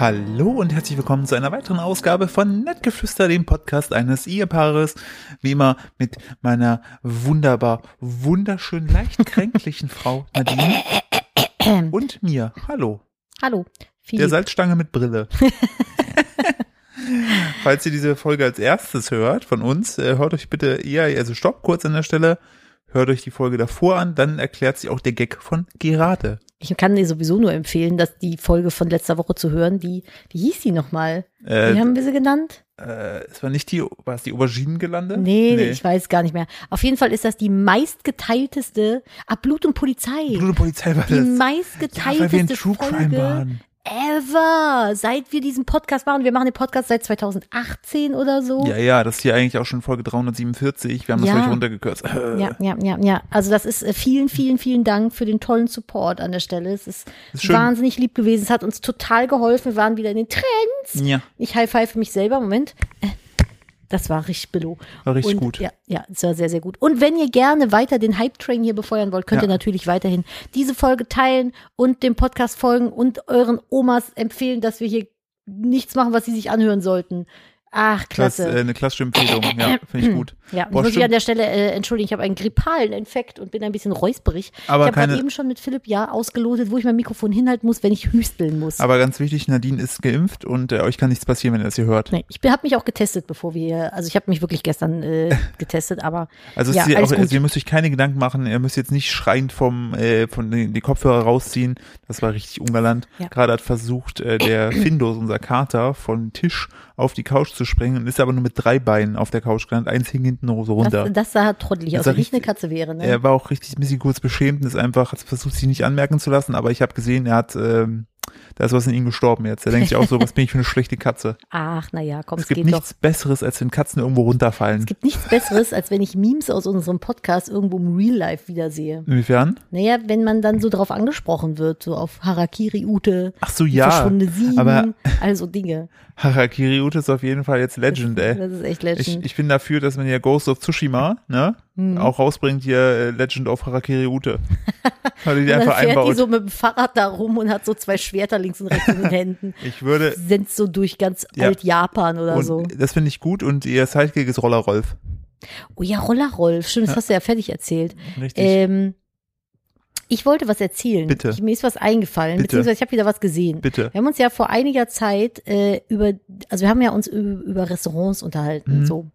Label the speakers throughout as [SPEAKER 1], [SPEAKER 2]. [SPEAKER 1] Hallo und herzlich willkommen zu einer weiteren Ausgabe von Nettgeflüster, dem Podcast eines Ehepaares. Wie immer mit meiner wunderbar, wunderschön, leicht kränklichen Frau Nadine und mir. Hallo.
[SPEAKER 2] Ähm, Hallo. Philipp.
[SPEAKER 1] Der Salzstange mit Brille. Falls ihr diese Folge als erstes hört von uns, äh, hört euch bitte eher, also stopp kurz an der Stelle, hört euch die Folge davor an, dann erklärt sich auch der Gag von Gerate.
[SPEAKER 2] ich kann dir sowieso nur empfehlen, dass die Folge von letzter Woche zu hören, die, wie hieß die nochmal?
[SPEAKER 1] Äh,
[SPEAKER 2] Wie haben wir sie genannt?
[SPEAKER 1] äh, es war nicht die, war es die Auberginen gelandet?
[SPEAKER 2] Nee, ich weiß gar nicht mehr. Auf jeden Fall ist das die meistgeteilteste, ah, Blut und Polizei.
[SPEAKER 1] Blut und Polizei war
[SPEAKER 2] die
[SPEAKER 1] das. ja, weil wir ein
[SPEAKER 2] meistgeteilteste
[SPEAKER 1] True Crime
[SPEAKER 2] Folge
[SPEAKER 1] waren.
[SPEAKER 2] ever, seit wir diesen Podcast machen. Wir machen den Podcast seit 2018 oder so.
[SPEAKER 1] Ja, ja, das ist hier eigentlich auch schon Folge 347. Wir haben das
[SPEAKER 2] Ja.
[SPEAKER 1] gleich runtergekürzt. Äh,
[SPEAKER 2] Ja, ja, ja, ja. Also das ist äh, vielen, vielen, vielen Dank für den tollen Support an der Stelle. Es ist,
[SPEAKER 1] Ist schön.
[SPEAKER 2] wahnsinnig lieb gewesen. Es hat uns total geholfen. Wir waren wieder in den Trends.
[SPEAKER 1] Ja.
[SPEAKER 2] Ich high-five mich selber. Moment. Äh, Das war richtig billo.
[SPEAKER 1] War richtig
[SPEAKER 2] und,
[SPEAKER 1] gut.
[SPEAKER 2] Ja, ja, es war sehr, sehr gut. Und wenn ihr gerne weiter den Hype-Train hier befeuern wollt, könnt
[SPEAKER 1] Ja.
[SPEAKER 2] ihr natürlich weiterhin diese Folge teilen und dem Podcast folgen und euren Omas empfehlen, dass wir hier nichts machen, was sie sich anhören sollten. Ach,
[SPEAKER 1] Das
[SPEAKER 2] klasse.
[SPEAKER 1] ist äh, eine klassische Empfehlung. Ja, finde ich gut.
[SPEAKER 2] Ja,
[SPEAKER 1] Boah,
[SPEAKER 2] muss ich an
[SPEAKER 1] stimmt.
[SPEAKER 2] der Stelle äh, entschuldigen, ich habe einen grippalen Infekt und bin ein bisschen räusperig.
[SPEAKER 1] Aber
[SPEAKER 2] ich habe gerade
[SPEAKER 1] keine-
[SPEAKER 2] eben schon mit Philipp ja ausgelotet, wo ich mein Mikrofon hinhalten muss, wenn ich hüsteln muss.
[SPEAKER 1] Aber ganz wichtig, Nadine ist geimpft und äh, euch kann nichts passieren, wenn ihr das hier hört.
[SPEAKER 2] nee, ich habe mich auch getestet, bevor wir, also ich habe mich wirklich gestern äh, getestet, aber
[SPEAKER 1] Also,
[SPEAKER 2] ja,
[SPEAKER 1] es ist ja auch,
[SPEAKER 2] alles gut.
[SPEAKER 1] also ihr müsst euch keine Gedanken machen, ihr müsst jetzt nicht schreiend vom äh, von den, die Kopfhörer rausziehen. Das war richtig ungalant.
[SPEAKER 2] Ja.
[SPEAKER 1] Gerade hat versucht, äh, der Findus, unser Kater, vom Tisch auf die Couch zu springen und ist aber nur mit drei Beinen auf der Couch gelandet. Eins hing hinten so runter.
[SPEAKER 2] das, das sah trottelig
[SPEAKER 1] Das
[SPEAKER 2] aus,
[SPEAKER 1] sah
[SPEAKER 2] wenn ich eine
[SPEAKER 1] richtig-
[SPEAKER 2] Katze wäre. Ne?
[SPEAKER 1] Er war auch richtig ein bisschen kurz beschämt und ist einfach, hat versucht, sich nicht anmerken zu lassen, aber ich habe gesehen, er hat, ähm, da ist was in ihm gestorben jetzt. Er denkt sich auch so, was bin ich für eine schlechte Katze.
[SPEAKER 2] Ach, naja, komm,
[SPEAKER 1] Es
[SPEAKER 2] es,
[SPEAKER 1] gibt
[SPEAKER 2] geht doch.
[SPEAKER 1] nichts Besseres, als wenn Katzen irgendwo runterfallen.
[SPEAKER 2] Es gibt nichts Besseres, als wenn ich Memes aus unserem Podcast irgendwo im Real Life wiedersehe.
[SPEAKER 1] Inwiefern?
[SPEAKER 2] Naja, wenn man dann so drauf angesprochen wird, so auf Harakiri Ute,
[SPEAKER 1] Ach so,
[SPEAKER 2] die
[SPEAKER 1] ja.
[SPEAKER 2] verschwundene Sieben,
[SPEAKER 1] aber-
[SPEAKER 2] also Dinge.
[SPEAKER 1] Harakiri Ute ist auf jeden Fall jetzt Legend, ey.
[SPEAKER 2] Das ist echt legend. Hm.
[SPEAKER 1] Ich, ich bin dafür, dass man hier Ghost of Tsushima, ne, auch rausbringt hier äh, Legend of Harakiri Ute. Weil die die
[SPEAKER 2] Und
[SPEAKER 1] einfach
[SPEAKER 2] dann fährt die
[SPEAKER 1] einbaut.
[SPEAKER 2] so mit dem Fahrrad da rum und hat so zwei Schwerter links und rechts in den Händen.
[SPEAKER 1] ich würde,
[SPEAKER 2] Senzt so durch ganz
[SPEAKER 1] Ja.
[SPEAKER 2] Alt-Japan oder
[SPEAKER 1] und
[SPEAKER 2] so.
[SPEAKER 1] das finde ich gut und ihr Sidekick ist Roller Rolf.
[SPEAKER 2] Oh ja, Roller Rolf, stimmt, das hast du ja fertig erzählt.
[SPEAKER 1] Richtig.
[SPEAKER 2] Ähm, ich wollte was erzählen.
[SPEAKER 1] Bitte.
[SPEAKER 2] Ich, mir ist was eingefallen,
[SPEAKER 1] Bitte.
[SPEAKER 2] beziehungsweise ich habe wieder was gesehen.
[SPEAKER 1] Bitte.
[SPEAKER 2] Wir haben uns ja vor einiger Zeit äh, über, also wir haben ja uns über, über Restaurants unterhalten,
[SPEAKER 1] Mhm.
[SPEAKER 2] so.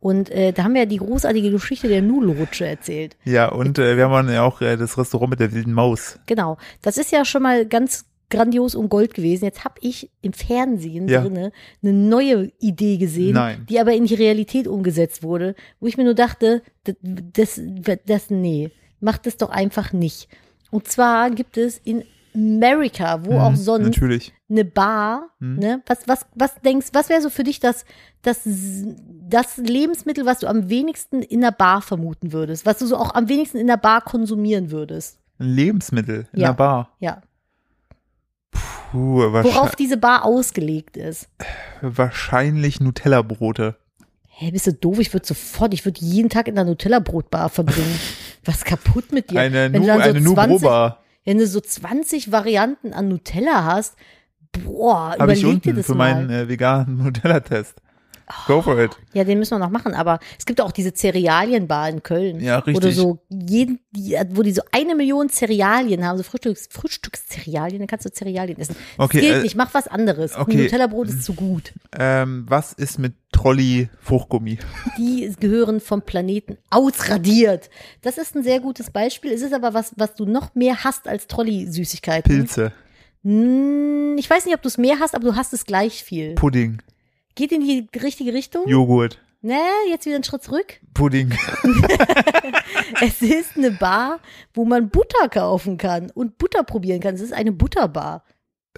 [SPEAKER 2] Und äh, da haben wir ja die großartige Geschichte der Nudelrutsche erzählt.
[SPEAKER 1] Ja, und äh, wir haben ja auch äh, das Restaurant mit der wilden Maus.
[SPEAKER 2] Genau. Das ist ja schon mal ganz grandios und Gold gewesen. Jetzt habe ich im Fernsehen
[SPEAKER 1] Ja.
[SPEAKER 2] drinne eine neue Idee gesehen,
[SPEAKER 1] Nein.
[SPEAKER 2] die aber in die Realität umgesetzt wurde, wo ich mir nur dachte, das, das, das nee, macht das doch einfach nicht. Und zwar gibt es in Amerika, wo auch
[SPEAKER 1] Mhm,
[SPEAKER 2] sonst,
[SPEAKER 1] Natürlich. Mhm.
[SPEAKER 2] eine Bar, ne? Was, was, was denkst, was wäre so für dich das, das, das Lebensmittel, was du am wenigsten in der Bar vermuten würdest, was du so auch am wenigsten in der Bar konsumieren würdest?
[SPEAKER 1] Ein Lebensmittel in
[SPEAKER 2] Ja.
[SPEAKER 1] einer Bar.
[SPEAKER 2] Ja.
[SPEAKER 1] Puh,
[SPEAKER 2] Worauf
[SPEAKER 1] wahrscheinlich,
[SPEAKER 2] diese Bar ausgelegt ist.
[SPEAKER 1] wahrscheinlich Nutella-Brote.
[SPEAKER 2] Hä, bist du doof? Ich würde sofort, ich würde jeden Tag in der Nutella-Brotbar verbringen. Was kaputt mit dir?
[SPEAKER 1] Eine,
[SPEAKER 2] wenn,
[SPEAKER 1] nu,
[SPEAKER 2] du dann
[SPEAKER 1] eine
[SPEAKER 2] so 20,
[SPEAKER 1] Nubroba
[SPEAKER 2] wenn du so 20 Varianten an Nutella hast, boah,
[SPEAKER 1] habe ich
[SPEAKER 2] überleg dir
[SPEAKER 1] unten
[SPEAKER 2] das
[SPEAKER 1] für
[SPEAKER 2] mal. Ah.
[SPEAKER 1] meinen äh, veganen Nutella-Test. Go for it.
[SPEAKER 2] Ja, den müssen wir noch machen, aber es gibt auch diese Cerealienbar in Köln.
[SPEAKER 1] Ja, richtig.
[SPEAKER 2] Oder so jeden, die, wo die so eine Million Cerealien haben, so Frühstücks, Frühstückscerealien, dann kannst du Cerealien essen. Das
[SPEAKER 1] Okay,
[SPEAKER 2] gilt
[SPEAKER 1] äh,
[SPEAKER 2] nicht, mach was anderes.
[SPEAKER 1] okay.
[SPEAKER 2] Nutella-Brot ist zu gut.
[SPEAKER 1] Ähm, was ist mit Trolli-Fruchtgummi?
[SPEAKER 2] Die gehören vom Planeten ausradiert. Das ist ein sehr gutes Beispiel. Es ist aber was, was du noch mehr hast als Trolli-Süßigkeiten.
[SPEAKER 1] Pilze,
[SPEAKER 2] Hm, Ich weiß nicht, ob du es mehr hast, aber du hast es gleich viel.
[SPEAKER 1] Pudding,
[SPEAKER 2] Geht in die richtige Richtung?
[SPEAKER 1] Joghurt,
[SPEAKER 2] Ne, jetzt wieder einen Schritt zurück.
[SPEAKER 1] Pudding.
[SPEAKER 2] Es ist eine Bar, wo man Butter kaufen kann und Butter probieren kann. Es ist eine Butterbar.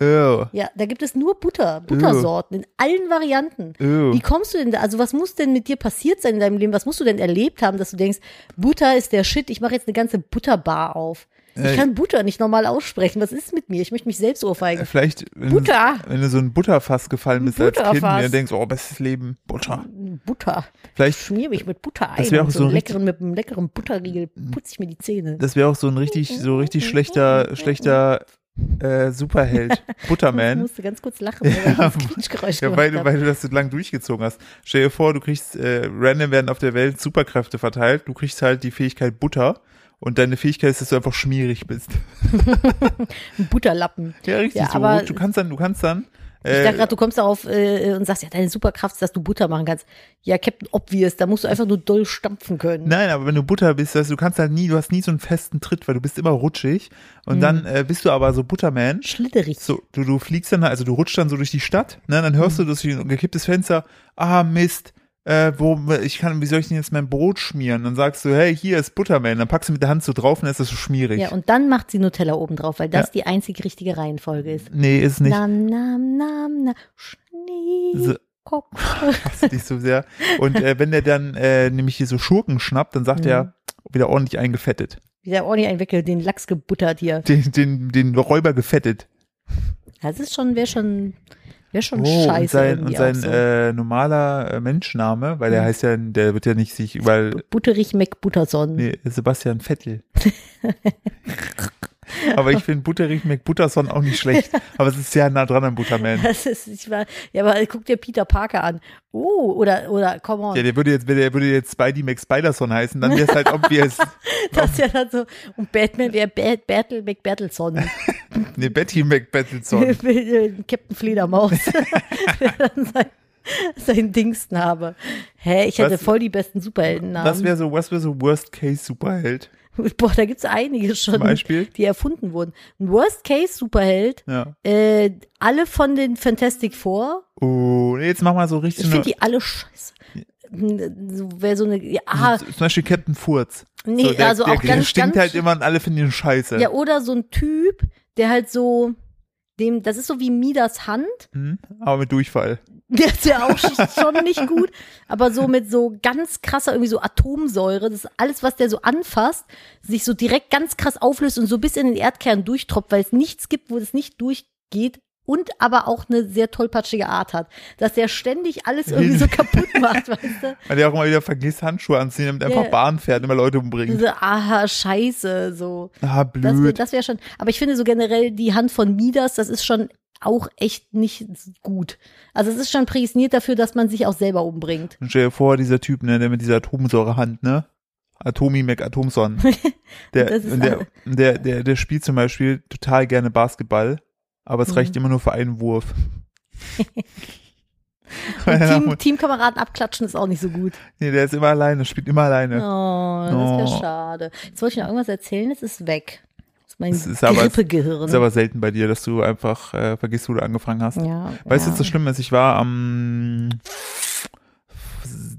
[SPEAKER 1] Ew.
[SPEAKER 2] Ja, da gibt es nur Butter, Buttersorten in allen Varianten.
[SPEAKER 1] Ew.
[SPEAKER 2] Wie kommst du denn da? Also, was muss denn mit dir passiert sein in deinem Leben? Was musst du denn erlebt haben, dass du denkst, Butter ist der Shit, ich mache jetzt eine ganze Butterbar auf.
[SPEAKER 1] Äh,
[SPEAKER 2] Ich kann Butter nicht normal aussprechen. Was ist mit mir? Ich möchte mich selbst ohrfeigen.
[SPEAKER 1] Vielleicht, wenn,
[SPEAKER 2] Butter.
[SPEAKER 1] Du, wenn du so ein Butterfass gefallen bist als Kind und
[SPEAKER 2] Butterfass.
[SPEAKER 1] dir denkst, oh, bestes Leben, Butter.
[SPEAKER 2] Butter.
[SPEAKER 1] Vielleicht
[SPEAKER 2] Schmier mich mit Butter ein.
[SPEAKER 1] Das wäre auch
[SPEAKER 2] und
[SPEAKER 1] so
[SPEAKER 2] einem
[SPEAKER 1] richtig-
[SPEAKER 2] leckeren, mit einem leckeren Butterriegel putze ich mir die Zähne.
[SPEAKER 1] Das wäre auch so ein richtig, so richtig schlechter, schlechter äh, Superheld,
[SPEAKER 2] Ich
[SPEAKER 1] Butterman.
[SPEAKER 2] musste ganz kurz lachen, weil ich das Quietschgeräusch
[SPEAKER 1] Ja,
[SPEAKER 2] gemacht
[SPEAKER 1] weil, du-
[SPEAKER 2] habe.
[SPEAKER 1] weil du das so lang durchgezogen hast. Stell dir vor, du kriegst, äh, random werden auf der Welt Superkräfte verteilt, du kriegst halt die Fähigkeit Butter und deine Fähigkeit ist, dass du einfach schmierig bist.
[SPEAKER 2] Ein Butterlappen.
[SPEAKER 1] Ja, richtig.
[SPEAKER 2] Ja,
[SPEAKER 1] so.
[SPEAKER 2] aber-
[SPEAKER 1] du kannst dann, du kannst dann.
[SPEAKER 2] Ich
[SPEAKER 1] Äh,
[SPEAKER 2] dachte gerade, du kommst darauf äh, und sagst, ja, deine Superkraft ist, dass du Butter machen kannst. Ja, Captain Obvious, da musst du einfach nur doll stampfen können.
[SPEAKER 1] nein, aber wenn du Butter bist, weißt, du du kannst halt nie, du hast nie so einen festen Tritt, weil du bist immer rutschig und
[SPEAKER 2] Mhm.
[SPEAKER 1] dann äh, bist du aber so Butterman.
[SPEAKER 2] Schlitterig.
[SPEAKER 1] So, du, du fliegst dann, also du rutschst dann so durch die Stadt, ne, dann
[SPEAKER 2] Mhm.
[SPEAKER 1] hörst du durch ein gekipptes Fenster, ah Mist, äh, wo, ich kann, wie soll ich denn jetzt mein Brot schmieren? Dann sagst du, hey, hier ist Butterman, dann packst du mit der Hand so drauf und dann ist das so schmierig.
[SPEAKER 2] Ja, und dann macht sie Nutella oben drauf, weil das
[SPEAKER 1] Ja.
[SPEAKER 2] die einzig richtige Reihenfolge ist.
[SPEAKER 1] nee, ist nicht.
[SPEAKER 2] Nam, nam, nam, nam, Schnee.
[SPEAKER 1] So,
[SPEAKER 2] Kopf.
[SPEAKER 1] passt nicht so sehr. Und äh, wenn der dann äh, nämlich hier so Schurken schnappt, dann sagt
[SPEAKER 2] Mhm.
[SPEAKER 1] er, wieder ordentlich eingefettet.
[SPEAKER 2] Wieder ordentlich einen Weckel, den Lachs gebuttert hier.
[SPEAKER 1] Den, den, den Räuber gefettet.
[SPEAKER 2] Das ist schon, wäre schon, wäre schon scheiße.
[SPEAKER 1] Oh, und sein,
[SPEAKER 2] irgendwie
[SPEAKER 1] und sein
[SPEAKER 2] auch so.
[SPEAKER 1] äh, normaler äh, Menschname, weil der
[SPEAKER 2] Mhm.
[SPEAKER 1] heißt ja, der wird ja nicht sich, weil
[SPEAKER 2] Butterich McButterson.
[SPEAKER 1] Nee, Sebastian Vettel. aber ich finde Butterich McButterson auch nicht schlecht. Aber es ist sehr nah dran an Butterman.
[SPEAKER 2] Das ist, ich war, ja, aber guck dir Peter Parker an. Oh, oder, oder, come on.
[SPEAKER 1] Ja, der würde jetzt, wenn der würde jetzt Spidey McSpiderson heißen, dann wäre es halt obvious.
[SPEAKER 2] das ist ja dann so. Und Batman wäre Bat Battle McBattleson.
[SPEAKER 1] Nee, Betty McBattleson.
[SPEAKER 2] Captain Fledermaus. Wäre dann sein, sein Dingsname. Hä, ich hätte
[SPEAKER 1] Was-
[SPEAKER 2] voll die besten Superheldennamen.
[SPEAKER 1] Was wäre so, was wäre so Worst Case Superheld?
[SPEAKER 2] Boah, da gibt's einige schon,
[SPEAKER 1] Beispiel?
[SPEAKER 2] die erfunden wurden. Ein Worst-Case-Superheld,
[SPEAKER 1] Ja.
[SPEAKER 2] äh, alle von den Fantastic Four.
[SPEAKER 1] Oh, nee, jetzt mach mal so
[SPEAKER 2] Ich
[SPEAKER 1] richtig.
[SPEAKER 2] finde
[SPEAKER 1] nur-
[SPEAKER 2] die alle scheiße. So, Wäre so eine, ja, ah,
[SPEAKER 1] z- zum Beispiel Captain Furz.
[SPEAKER 2] Nee,
[SPEAKER 1] so, der,
[SPEAKER 2] also
[SPEAKER 1] der,
[SPEAKER 2] auch
[SPEAKER 1] der
[SPEAKER 2] ganz,
[SPEAKER 1] stinkt
[SPEAKER 2] ganz-
[SPEAKER 1] halt immer und alle finden ihn scheiße.
[SPEAKER 2] ja, oder so ein Typ, der halt so, dem, das ist so wie Midas Hand,
[SPEAKER 1] Hm? Aber mit Durchfall.
[SPEAKER 2] der ist ja auch schon nicht gut, aber so mit so ganz krasser, irgendwie so Atomsäure, das ist alles, was der so anfasst, sich so direkt ganz krass auflöst und so bis in den Erdkern durchtropft, weil es nichts gibt, wo das nicht durchgeht und aber auch eine sehr tollpatschige Art hat, dass der ständig alles irgendwie so kaputt macht, weißt du?
[SPEAKER 1] Weil der auch immer wieder vergisst, Handschuhe anziehen, damit einfach
[SPEAKER 2] Ja.
[SPEAKER 1] Bahn fährt und immer Leute umbringt.
[SPEAKER 2] Diese, aha, scheiße, so.
[SPEAKER 1] Ah,
[SPEAKER 2] Also Das wäre
[SPEAKER 1] blöd.
[SPEAKER 2] das wär schon, aber ich finde so generell die Hand von Midas, das ist schon auch echt nicht gut. Also es ist schon prädestiniert dafür, dass man sich auch selber umbringt.
[SPEAKER 1] Und stell dir vor, dieser Typ, ne, der mit dieser Atomsäurehand, ne? Atomi Mac Atomson. Der,
[SPEAKER 2] Das ist
[SPEAKER 1] und der, und der, der, der spielt zum Beispiel total gerne Basketball, aber
[SPEAKER 2] Mhm.
[SPEAKER 1] es reicht immer nur für einen Wurf. Weil er
[SPEAKER 2] Team,
[SPEAKER 1] nach-
[SPEAKER 2] Teamkameraden abklatschen ist auch nicht so gut.
[SPEAKER 1] nee, der ist immer alleine, spielt immer
[SPEAKER 2] Oh,
[SPEAKER 1] alleine.
[SPEAKER 2] das wäre
[SPEAKER 1] Oh.
[SPEAKER 2] schade. Jetzt wollte ich noch irgendwas erzählen, es ist weg. Das ist mein
[SPEAKER 1] Es ist aber-
[SPEAKER 2] Grippegehirn.
[SPEAKER 1] Ist aber selten bei dir, dass du einfach äh, vergisst, wo du angefangen hast.
[SPEAKER 2] ja,
[SPEAKER 1] Weißt du,
[SPEAKER 2] ja.
[SPEAKER 1] was das Schlimme ist? Ich war am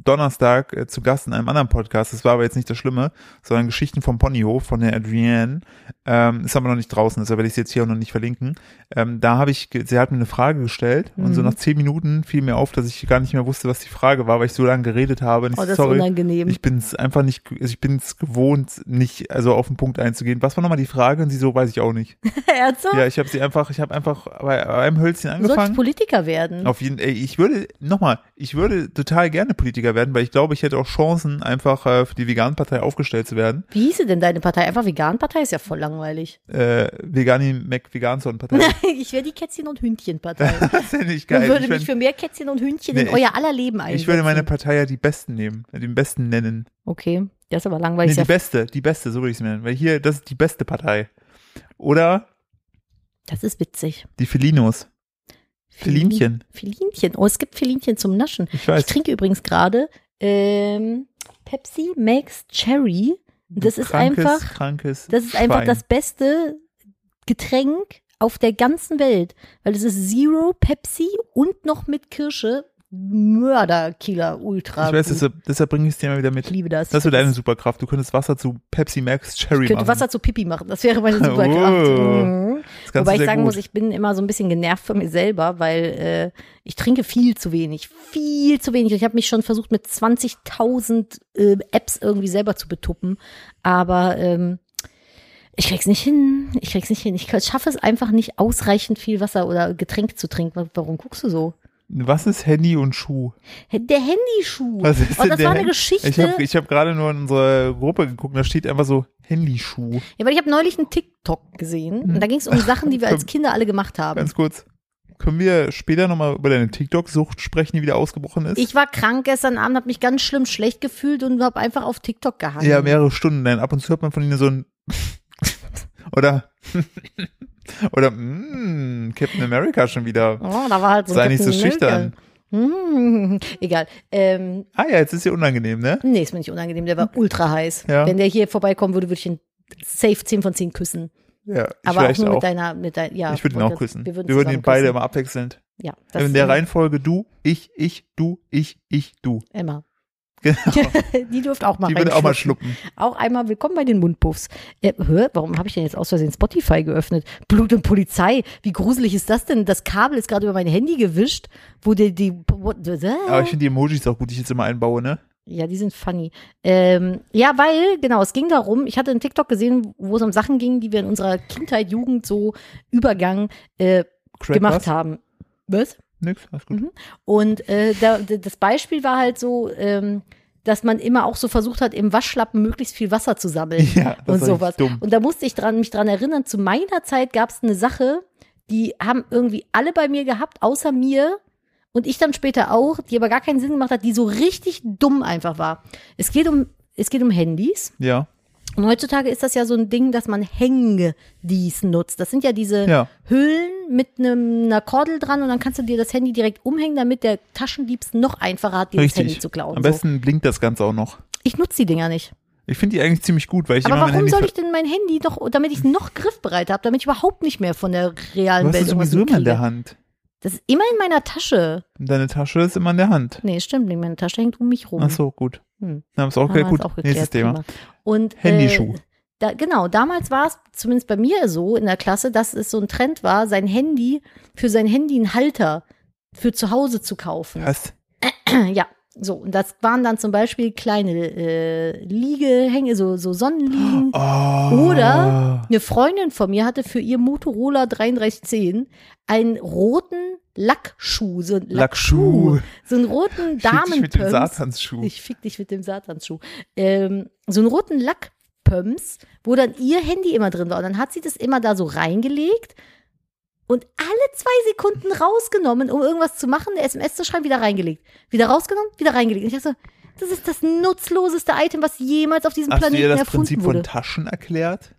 [SPEAKER 1] Donnerstag äh, zu Gast in einem anderen Podcast. Das war aber jetzt nicht das Schlimme, sondern Geschichten vom Ponyhof von der Adrienne. Ähm, ist aber noch nicht draußen, deshalb werde ich es jetzt hier auch noch nicht verlinken. Ähm, da habe ich, ge- sie hat mir eine Frage gestellt und
[SPEAKER 2] Mhm.
[SPEAKER 1] so nach zehn Minuten fiel mir auf, dass ich gar nicht mehr wusste, was die Frage war, weil ich so lange geredet habe. Und ich,
[SPEAKER 2] Oh,
[SPEAKER 1] so,
[SPEAKER 2] das ist
[SPEAKER 1] sorry,
[SPEAKER 2] unangenehm.
[SPEAKER 1] ich bin es einfach nicht, ge- also ich bin es gewohnt, nicht also auf den Punkt einzugehen. Was war nochmal die Frage? Und sie so, weiß ich auch nicht.
[SPEAKER 2] Ernsthaft?
[SPEAKER 1] Ja, ich habe sie einfach, ich habe einfach bei einem Hölzchen
[SPEAKER 2] du solltest
[SPEAKER 1] angefangen.
[SPEAKER 2] Politiker werden.
[SPEAKER 1] Auf jeden ey, ich würde, nochmal, ich würde total gerne Politiker werden, weil ich glaube, ich hätte auch Chancen, einfach äh, für die Vegan-Partei aufgestellt zu werden.
[SPEAKER 2] Wie hieße denn deine Partei? Einfach Vegan-Partei ist ja voll langweilig.
[SPEAKER 1] Äh, Vegani McVeganson-Partei.
[SPEAKER 2] Nein, ich wäre die Kätzchen- und Hündchen-Partei.
[SPEAKER 1] Das wäre nicht
[SPEAKER 2] Ich
[SPEAKER 1] geil.
[SPEAKER 2] würde
[SPEAKER 1] ich,
[SPEAKER 2] mich
[SPEAKER 1] wär,
[SPEAKER 2] für mehr Kätzchen und Hündchen
[SPEAKER 1] Nee,
[SPEAKER 2] in
[SPEAKER 1] ich-
[SPEAKER 2] euer aller Leben einsetzen.
[SPEAKER 1] ich würde meine Partei ja die Besten nehmen, äh, den Besten nennen.
[SPEAKER 2] Okay, das ist aber
[SPEAKER 1] Nee,
[SPEAKER 2] langweilig.
[SPEAKER 1] die
[SPEAKER 2] Ja,
[SPEAKER 1] Beste, die Beste, so würde ich es nennen. Weil hier, das ist die beste Partei. Oder
[SPEAKER 2] das ist witzig.
[SPEAKER 1] die Felinos. Felinchen.
[SPEAKER 2] Felinchen. Oh, es gibt Felinchen zum Naschen.
[SPEAKER 1] Ich
[SPEAKER 2] Ich
[SPEAKER 1] weiß.
[SPEAKER 2] trinke übrigens gerade ähm, Pepsi Max Cherry. Das
[SPEAKER 1] Du
[SPEAKER 2] ist
[SPEAKER 1] krankes,
[SPEAKER 2] einfach,
[SPEAKER 1] krankes
[SPEAKER 2] das ist
[SPEAKER 1] Schwein.
[SPEAKER 2] einfach das beste Getränk auf der ganzen Welt, weil es ist Zero Pepsi und noch mit Kirsche. Mörderkiller Ultra.
[SPEAKER 1] Ich weiß,
[SPEAKER 2] gut.
[SPEAKER 1] deshalb, deshalb bringe ich es dir mal wieder
[SPEAKER 2] ich
[SPEAKER 1] mit.
[SPEAKER 2] liebe das.
[SPEAKER 1] Das wäre deine Superkraft. Du könntest Wasser zu Pepsi Max Cherry
[SPEAKER 2] ich könnte
[SPEAKER 1] machen.
[SPEAKER 2] Wasser zu Pipi machen. Das wäre meine Superkraft.
[SPEAKER 1] Oh.
[SPEAKER 2] Mhm.
[SPEAKER 1] Das kannst
[SPEAKER 2] Wobei
[SPEAKER 1] du
[SPEAKER 2] ich
[SPEAKER 1] sehr
[SPEAKER 2] sagen
[SPEAKER 1] gut.
[SPEAKER 2] muss, ich bin immer so ein bisschen genervt von mir selber, weil äh, ich trinke viel zu wenig, viel zu wenig. Und Ich habe mich schon versucht, mit 20.000 äh, Apps irgendwie selber zu betuppen, aber ähm, ich krieg's nicht hin, ich krieg's nicht hin. Ich schaffe es einfach nicht, ausreichend viel Wasser oder Getränk zu trinken. Warum guckst du so?
[SPEAKER 1] Was ist Handy und Schuh?
[SPEAKER 2] Der Handyschuh.
[SPEAKER 1] Was ist
[SPEAKER 2] oh, das
[SPEAKER 1] der
[SPEAKER 2] war eine
[SPEAKER 1] Hand-
[SPEAKER 2] Geschichte.
[SPEAKER 1] Ich habe ich hab gerade nur in unsere Gruppe geguckt, da steht einfach so Handyschuh.
[SPEAKER 2] ja, weil ich habe neulich einen TikTok gesehen und da ging es um Sachen, die wir als Kinder alle gemacht haben.
[SPEAKER 1] Ganz kurz. Können wir später nochmal über deine TikTok-Sucht sprechen, die wieder ausgebrochen ist?
[SPEAKER 2] Ich war krank gestern Abend, habe mich ganz schlimm schlecht gefühlt und habe einfach auf TikTok gehangen.
[SPEAKER 1] ja, mehrere Stunden. Denn ab und zu hört man von ihnen so ein oder oder mm, Captain America schon wieder.
[SPEAKER 2] Oh, da war halt so ein
[SPEAKER 1] Sei nicht so
[SPEAKER 2] Captain
[SPEAKER 1] schüchtern.
[SPEAKER 2] America. Hm, egal. Ähm,
[SPEAKER 1] Ah ja, jetzt ist ja unangenehm, ne?
[SPEAKER 2] nee, ist mir nicht unangenehm, der war ultra heiß.
[SPEAKER 1] Ja.
[SPEAKER 2] Wenn der hier vorbeikommen würde, würde ich ihn safe 10 von 10 küssen.
[SPEAKER 1] Ja, ich
[SPEAKER 2] Aber auch
[SPEAKER 1] vielleicht
[SPEAKER 2] nur
[SPEAKER 1] auch.
[SPEAKER 2] mit deiner, mit deiner, ja.
[SPEAKER 1] ich würde ihn
[SPEAKER 2] wollte-
[SPEAKER 1] auch küssen.
[SPEAKER 2] Wir würden,
[SPEAKER 1] ihn
[SPEAKER 2] zusammen
[SPEAKER 1] beide
[SPEAKER 2] küssen.
[SPEAKER 1] immer abwechselnd.
[SPEAKER 2] Ja, das
[SPEAKER 1] In der Reihenfolge du, ich, ich, du, ich, ich, du.
[SPEAKER 2] Emma.
[SPEAKER 1] Genau.
[SPEAKER 2] Die dürft auch mal
[SPEAKER 1] Die würde auch mal
[SPEAKER 2] reinschlüpfen.
[SPEAKER 1] schlucken.
[SPEAKER 2] Auch einmal willkommen bei den Mundpuffs. Äh, hä, warum habe ich denn jetzt aus Versehen Spotify geöffnet? Blut und Polizei. Wie gruselig ist das denn? Das Kabel ist gerade über mein Handy gewischt, wo die, die what, Oh.
[SPEAKER 1] Aber ich finde die Emojis auch gut, die ich jetzt immer einbaue, ne?
[SPEAKER 2] ja, die sind funny. Ähm, ja, weil, genau, es ging darum, ich hatte einen TikTok gesehen, wo es um Sachen ging, die wir in unserer Kindheit, Jugend so Übergang äh,
[SPEAKER 1] Crack
[SPEAKER 2] gemacht
[SPEAKER 1] was?
[SPEAKER 2] haben. Mhm. Was?
[SPEAKER 1] Nix, alles gut.
[SPEAKER 2] Und äh, da, d- das Beispiel war halt so, ähm, dass man immer auch so versucht hat, im Waschlappen möglichst viel Wasser zu sammeln
[SPEAKER 1] Ja, das
[SPEAKER 2] und
[SPEAKER 1] war
[SPEAKER 2] sowas.
[SPEAKER 1] echt dumm.
[SPEAKER 2] Und da musste ich dran, mich dran erinnern, zu meiner Zeit gab es eine Sache, die haben irgendwie alle bei mir gehabt, außer mir und ich dann später auch, die aber gar keinen Sinn gemacht hat, die so richtig dumm einfach war. Es geht um, es geht um Handys.
[SPEAKER 1] Ja,
[SPEAKER 2] Und heutzutage ist das ja so ein Ding, dass man Hängedies nutzt. Das sind ja diese
[SPEAKER 1] Ja.
[SPEAKER 2] Hüllen mit einem, einer Kordel dran und dann kannst du dir das Handy direkt umhängen, damit der Taschendiebst noch einfacher hat, dir das Handy
[SPEAKER 1] richtig.
[SPEAKER 2] zu klauen.
[SPEAKER 1] Am besten blinkt das Ganze auch noch.
[SPEAKER 2] so. Ich nutze die Dinger nicht.
[SPEAKER 1] Ich finde die eigentlich ziemlich gut, weil ich
[SPEAKER 2] Aber
[SPEAKER 1] immer mein
[SPEAKER 2] warum
[SPEAKER 1] Handy
[SPEAKER 2] soll
[SPEAKER 1] ver-
[SPEAKER 2] ich denn mein Handy noch, damit ich es noch griffbereit habe, damit ich überhaupt nicht mehr von der realen
[SPEAKER 1] Du hast
[SPEAKER 2] Welt
[SPEAKER 1] es
[SPEAKER 2] irgendwas
[SPEAKER 1] sowieso immer in der
[SPEAKER 2] mitkriege?
[SPEAKER 1] Hand.
[SPEAKER 2] Das ist immer in meiner Tasche.
[SPEAKER 1] Und deine Tasche ist immer in der Hand.
[SPEAKER 2] Nee, stimmt nicht. Meine Tasche hängt um mich rum.
[SPEAKER 1] Ach so, gut.
[SPEAKER 2] Hm.
[SPEAKER 1] Dann ist auch
[SPEAKER 2] Haben wir
[SPEAKER 1] okay, gut.
[SPEAKER 2] uns auch geklärt,
[SPEAKER 1] Nächstes Thema.
[SPEAKER 2] prima. Und,
[SPEAKER 1] Handyschuh.
[SPEAKER 2] Äh, da, genau, damals war es zumindest bei mir so in der Klasse, dass es so ein Trend war, sein Handy, für sein Handy einen Halter für zu Hause zu kaufen.
[SPEAKER 1] Was?
[SPEAKER 2] Ja, so. Und das waren dann zum Beispiel kleine äh, Liegehänge, so, so Sonnenliegen.
[SPEAKER 1] Oh.
[SPEAKER 2] Oder- Eine Freundin von mir hatte für ihr Motorola 3310 einen roten Lackschuh, so ein
[SPEAKER 1] Lackschuh.
[SPEAKER 2] Lackschuh, so einen roten
[SPEAKER 1] Fick dich mit dem
[SPEAKER 2] Damenpumps.
[SPEAKER 1] Satansschuh.
[SPEAKER 2] Ich fick dich mit dem Satansschuh. Ähm, so einen roten Lackpumps, wo dann ihr Handy immer drin war. Und dann hat sie das immer da so reingelegt und alle zwei Sekunden rausgenommen, um irgendwas zu machen, eine SMS zu schreiben, wieder reingelegt. Wieder rausgenommen, wieder reingelegt. Und ich dachte so, das ist das nutzloseste Item, was jemals auf diesem
[SPEAKER 1] Hast du
[SPEAKER 2] Planeten
[SPEAKER 1] ihr das
[SPEAKER 2] erfunden
[SPEAKER 1] Prinzip
[SPEAKER 2] wurde.
[SPEAKER 1] von Taschen erklärt?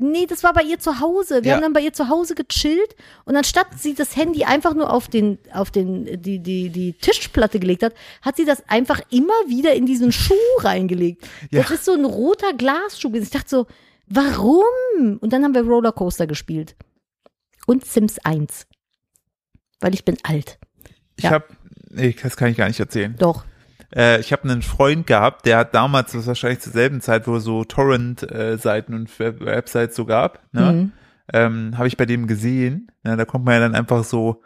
[SPEAKER 2] Nee, das war bei ihr zu Hause. Wir
[SPEAKER 1] Ja.
[SPEAKER 2] haben dann bei ihr zu Hause gechillt und anstatt sie das Handy einfach nur auf den, auf den, die, die, die Tischplatte gelegt hat, hat sie das einfach immer wieder in diesen Schuh reingelegt.
[SPEAKER 1] Ja.
[SPEAKER 2] Das ist so ein roter Glasschuh. Ich dachte so, warum? Und dann haben wir Rollercoaster gespielt. Und Sims 1. Weil ich bin alt.
[SPEAKER 1] Ich
[SPEAKER 2] Ja.
[SPEAKER 1] habe, nee, das kann ich gar nicht erzählen.
[SPEAKER 2] Doch.
[SPEAKER 1] Äh, ich habe einen Freund gehabt, der hat damals, das ist wahrscheinlich zur selben Zeit, wo es so Torrent-Seiten und Web- Websites so gab, ne?
[SPEAKER 2] Mhm.
[SPEAKER 1] ähm, habe ich bei dem gesehen. Ne, da kommt man ja dann einfach so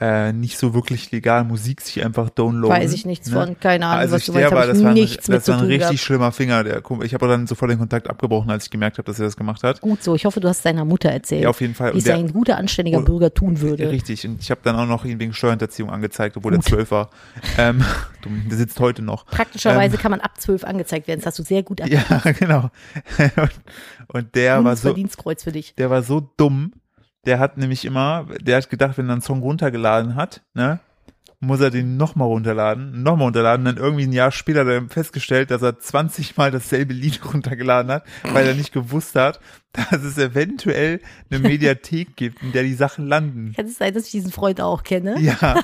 [SPEAKER 1] äh, nicht so wirklich legal Musik sich einfach downloaden.
[SPEAKER 2] Weiß ich nichts
[SPEAKER 1] ne?
[SPEAKER 2] von. Keine Ahnung,
[SPEAKER 1] also
[SPEAKER 2] was
[SPEAKER 1] ich
[SPEAKER 2] du meinst.
[SPEAKER 1] der war,
[SPEAKER 2] Habe ich
[SPEAKER 1] das war ein,
[SPEAKER 2] nichts mit
[SPEAKER 1] das
[SPEAKER 2] zu
[SPEAKER 1] war ein
[SPEAKER 2] tun
[SPEAKER 1] richtig
[SPEAKER 2] gehabt.
[SPEAKER 1] schlimmer Finger. Der, Kumpel- ich habe dann sofort den Kontakt abgebrochen, als ich gemerkt habe, dass er das gemacht hat.
[SPEAKER 2] Gut so. Ich hoffe, du hast deiner Mutter erzählt.
[SPEAKER 1] Ja, auf jeden Fall.
[SPEAKER 2] Oh, Wie es
[SPEAKER 1] der,
[SPEAKER 2] ein guter, anständiger
[SPEAKER 1] Und-
[SPEAKER 2] Bürger tun würde.
[SPEAKER 1] Richtig, und ich habe dann auch noch ihn wegen Steuerhinterziehung angezeigt, obwohl er zwölf war. Ähm, du, der sitzt heute noch.
[SPEAKER 2] Praktischerweise kann man ab 12 angezeigt werden. Das hast du sehr gut erkannt.
[SPEAKER 1] Ähm. Ja, genau. Und, und der war so,
[SPEAKER 2] Bundesverdienstkreuz für dich.
[SPEAKER 1] der war so dumm, der hat nämlich immer, der hat gedacht, wenn er einen Song runtergeladen hat, ne, muss er den nochmal runterladen, nochmal runterladen, dann irgendwie ein Jahr später hat er festgestellt, dass er 20 Mal dasselbe Lied runtergeladen hat, weil er nicht gewusst hat, dass es eventuell eine Mediathek gibt, in der die Sachen landen.
[SPEAKER 2] Kann es sein, dass ich diesen Freund auch kenne?
[SPEAKER 1] Ja. ja.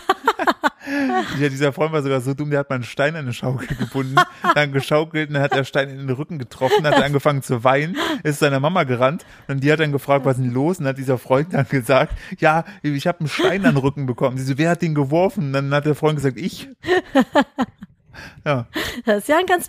[SPEAKER 1] Dieser Freund war sogar so dumm, der hat mal einen Stein an eine Schaukel gebunden, dann geschaukelt und dann hat der Stein in den Rücken getroffen, hat angefangen zu weinen, ist zu seiner Mama gerannt und die hat dann gefragt, was ist denn los? Und hat dieser Freund dann gesagt, ja, ich habe einen Stein an den Rücken bekommen. Sie so, wer hat den geworfen? Und dann hat der Freund gesagt, ich. Ja,
[SPEAKER 2] Das ist ja ein ganz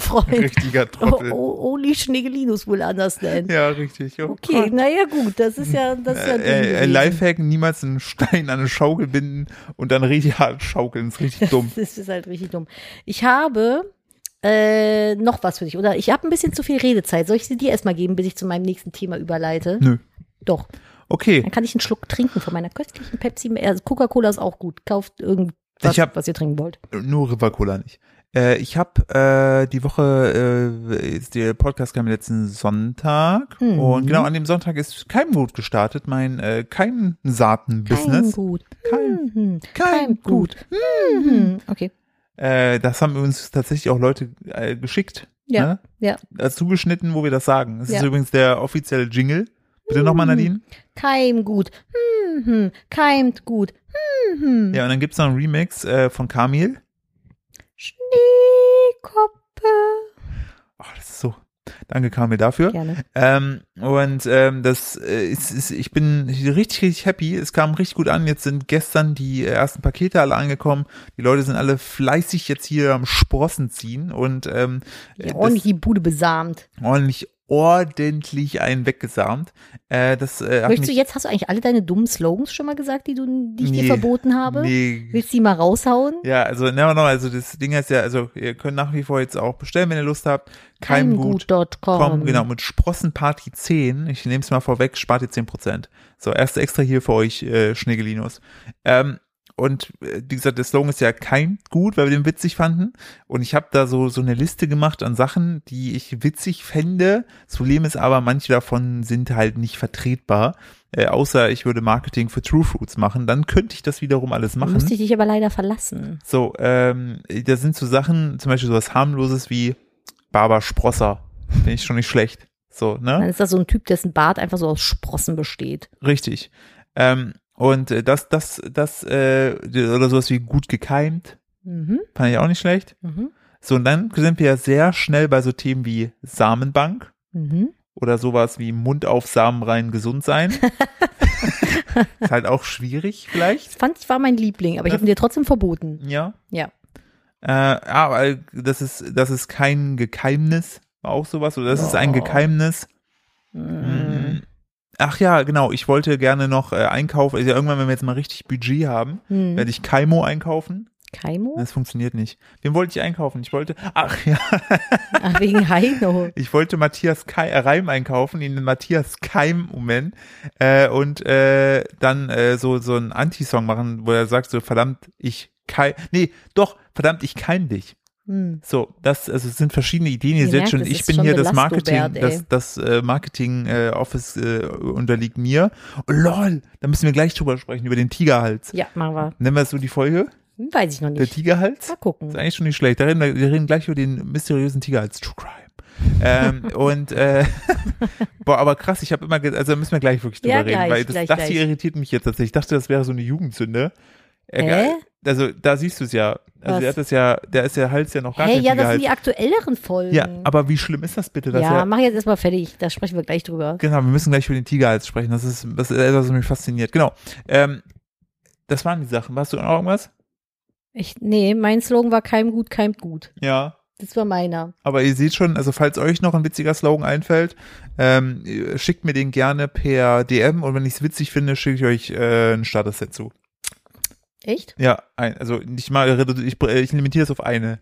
[SPEAKER 2] Freund.
[SPEAKER 1] richtiger
[SPEAKER 2] Oh,
[SPEAKER 1] Trottel.
[SPEAKER 2] oh, Oli Schnegelinus wohl anders nennen.
[SPEAKER 1] Ja, richtig. Oh
[SPEAKER 2] Okay,
[SPEAKER 1] Gott.
[SPEAKER 2] naja gut, das ist ja, das ist ja dumm
[SPEAKER 1] Äh, äh,
[SPEAKER 2] gewesen.
[SPEAKER 1] Lifehack, niemals einen Stein an eine Schaukel binden und dann richtig hart schaukeln. ist richtig dumm.
[SPEAKER 2] Das ist halt richtig dumm. Ich habe äh, noch was für dich, oder? Ich habe ein bisschen zu viel Redezeit. Soll ich sie dir erstmal geben, bis ich zu meinem nächsten Thema überleite?
[SPEAKER 1] Nö.
[SPEAKER 2] Doch.
[SPEAKER 1] Okay.
[SPEAKER 2] Dann kann ich einen Schluck trinken von meiner köstlichen Pepsi. Also Coca-Cola ist auch gut. Kauft irgendwas,
[SPEAKER 1] Ich hab-
[SPEAKER 2] was ihr trinken wollt.
[SPEAKER 1] Nur River Cola nicht. Äh, ich habe äh, die Woche, äh, ist der Podcast kam letzten Sonntag
[SPEAKER 2] Mhm.
[SPEAKER 1] und genau an dem Sonntag ist Keimgut gestartet, mein äh, Keimsaaten-Business.
[SPEAKER 2] Keimgut.
[SPEAKER 1] Keim-
[SPEAKER 2] Mhm.
[SPEAKER 1] Keimgut.
[SPEAKER 2] Keimgut. Mhm. Okay.
[SPEAKER 1] Äh, das haben uns tatsächlich auch Leute äh, geschickt,
[SPEAKER 2] Ja.
[SPEAKER 1] ne?
[SPEAKER 2] Ja.
[SPEAKER 1] äh, zugeschnitten, wo wir das sagen. Das ist
[SPEAKER 2] Ja. Mhm.
[SPEAKER 1] übrigens der offizielle Jingle. Bitte nochmal, Nadine.
[SPEAKER 2] Keimgut. Mhm. Keimt gut. Mhm.
[SPEAKER 1] Ja, und dann gibt's noch einen Remix äh, von Kamil.
[SPEAKER 2] Schneekoppe.
[SPEAKER 1] Oh, das ist so. Danke, Kamil, dafür.
[SPEAKER 2] Gerne.
[SPEAKER 1] Ähm, und ähm, das äh, ist, ist, ich bin richtig, richtig happy. Es kam richtig gut an. Jetzt sind gestern die äh, ersten Pakete alle angekommen. Die Leute sind alle fleißig jetzt hier am Sprossen ziehen und ähm, äh,
[SPEAKER 2] Ja,
[SPEAKER 1] das-
[SPEAKER 2] ordentlich die Bude besamt.
[SPEAKER 1] ordentlich ordentlich einen weggesamt. Äh, das äh, hat
[SPEAKER 2] Möchtest du
[SPEAKER 1] mich,
[SPEAKER 2] jetzt, hast du eigentlich alle deine dummen Slogans schon mal gesagt, die, du, die ich
[SPEAKER 1] Nee.
[SPEAKER 2] dir verboten habe?
[SPEAKER 1] nee,
[SPEAKER 2] Willst du die mal raushauen?
[SPEAKER 1] ja, also never know, also das Ding ist ja, also ihr könnt nach wie vor jetzt auch bestellen, wenn ihr Lust habt. Keimgut.
[SPEAKER 2] Keimgut.com.
[SPEAKER 1] Komm, genau, mit Sprossenparty 10. Ich nehme es mal vorweg, spart ihr 10%. So, erst extra hier für euch, äh, Schneegelinos. Ähm, und äh, wie gesagt, der Slogan ist ja kein gut, weil wir den witzig fanden. Und ich habe da so, so eine Liste gemacht an Sachen, die ich witzig fände. Das Problem ist aber, manche davon sind halt nicht vertretbar. Äh, außer ich würde Marketing für True Fruits machen. Dann könnte ich das wiederum alles machen.
[SPEAKER 2] Musste ich dich aber leider verlassen.
[SPEAKER 1] So, ähm, da sind so Sachen, zum Beispiel sowas harmloses wie Barber Sprosser. Finde ich schon nicht schlecht. So,
[SPEAKER 2] Dann
[SPEAKER 1] ne?
[SPEAKER 2] ist das so ein Typ, dessen Bart einfach so aus Sprossen besteht.
[SPEAKER 1] Richtig. Ähm, und äh, das, das, das, äh, oder sowas wie gut gekeimt,
[SPEAKER 2] Mhm.
[SPEAKER 1] fand ich auch nicht schlecht.
[SPEAKER 2] Mhm.
[SPEAKER 1] So, und dann sind wir ja sehr schnell bei so Themen wie Samenbank
[SPEAKER 2] Mhm.
[SPEAKER 1] oder sowas wie Mund auf Samen rein gesund sein. ist halt auch schwierig vielleicht.
[SPEAKER 2] Das fand ich war mein Liebling, aber ich habe ihn dir trotzdem verboten.
[SPEAKER 1] Ja.
[SPEAKER 2] Ja.
[SPEAKER 1] Äh, aber äh, das ist, das ist kein Gekeimnis, war auch sowas, oder das ist ein
[SPEAKER 2] Oh.
[SPEAKER 1] Gekeimnis. Mm.
[SPEAKER 2] Mhm.
[SPEAKER 1] Ach ja, genau, ich wollte gerne noch äh, einkaufen, also irgendwann, wenn wir jetzt mal richtig Budget haben,
[SPEAKER 2] Mhm.
[SPEAKER 1] werde ich Kaimo einkaufen.
[SPEAKER 2] Keimo?
[SPEAKER 1] Das funktioniert nicht. Wen wollte ich einkaufen? Ich wollte, ach ja,
[SPEAKER 2] Ach, Ah, wegen Heino.
[SPEAKER 1] ich wollte Matthias Kai, äh, Reim einkaufen, ihn in Matthias Keim umbenennen äh, und äh, dann äh, so, so einen Anti-Song machen, wo er sagt so, verdammt, ich keim, nee, doch, verdammt, ich keim dich.
[SPEAKER 2] Mhm.
[SPEAKER 1] So, das, also es sind verschiedene Ideen, ihr
[SPEAKER 2] Ihr
[SPEAKER 1] seht
[SPEAKER 2] merkt,
[SPEAKER 1] schon,
[SPEAKER 2] es
[SPEAKER 1] ich
[SPEAKER 2] ist
[SPEAKER 1] bin
[SPEAKER 2] schon
[SPEAKER 1] hier das
[SPEAKER 2] Belastobert,
[SPEAKER 1] Marketing,
[SPEAKER 2] ey.
[SPEAKER 1] das, das äh, Marketing äh, Office äh, unterliegt mir. Oh, lol, da müssen wir gleich drüber sprechen, über den Tigerhals.
[SPEAKER 2] Ja, machen wir.
[SPEAKER 1] Nennen wir das so die Folge?
[SPEAKER 2] Hm, Weiß ich noch
[SPEAKER 1] Der
[SPEAKER 2] nicht.
[SPEAKER 1] Tigerhals?
[SPEAKER 2] Mal
[SPEAKER 1] Ist
[SPEAKER 2] gucken.
[SPEAKER 1] eigentlich schon nicht schlecht. Da reden wir, wir reden gleich über den mysteriösen Tigerhals. True Crime. ähm, und äh, boah, aber krass, ich habe immer, ge- also da müssen wir gleich wirklich drüber
[SPEAKER 2] Ja,
[SPEAKER 1] reden,
[SPEAKER 2] gleich,
[SPEAKER 1] weil das,
[SPEAKER 2] gleich,
[SPEAKER 1] das
[SPEAKER 2] gleich.
[SPEAKER 1] hier irritiert mich jetzt tatsächlich. Ich dachte, das wäre so eine Jugendsünde.
[SPEAKER 2] Hä?
[SPEAKER 1] Also da siehst du es ja. Also
[SPEAKER 2] Was?
[SPEAKER 1] der hat das ja, der ist der Hals ja noch gar
[SPEAKER 2] Hey,
[SPEAKER 1] kein
[SPEAKER 2] ja, das
[SPEAKER 1] Tigerhals.
[SPEAKER 2] sind die aktuelleren Folgen.
[SPEAKER 1] Ja, aber wie schlimm ist das bitte? Dass
[SPEAKER 2] ja,
[SPEAKER 1] ja,
[SPEAKER 2] mach jetzt erstmal fertig. Da sprechen wir gleich drüber.
[SPEAKER 1] genau, wir müssen gleich über den Tigerhals sprechen. Das ist, das ist etwas, was mich fasziniert. Genau. Ähm, das waren die Sachen. Warst du noch irgendwas?
[SPEAKER 2] Ich, nee, mein Slogan war keim gut, keimt gut.
[SPEAKER 1] Ja.
[SPEAKER 2] Das war meiner.
[SPEAKER 1] Aber ihr seht schon, also falls euch noch ein witziger Slogan einfällt, ähm, ihr schickt mir den gerne per DM und wenn ich es witzig finde, schicke ich euch äh, ein Starter-Set zu.
[SPEAKER 2] Echt?
[SPEAKER 1] Ja, ein, also ich mal redu- ich, äh, ich limitiere es auf eine.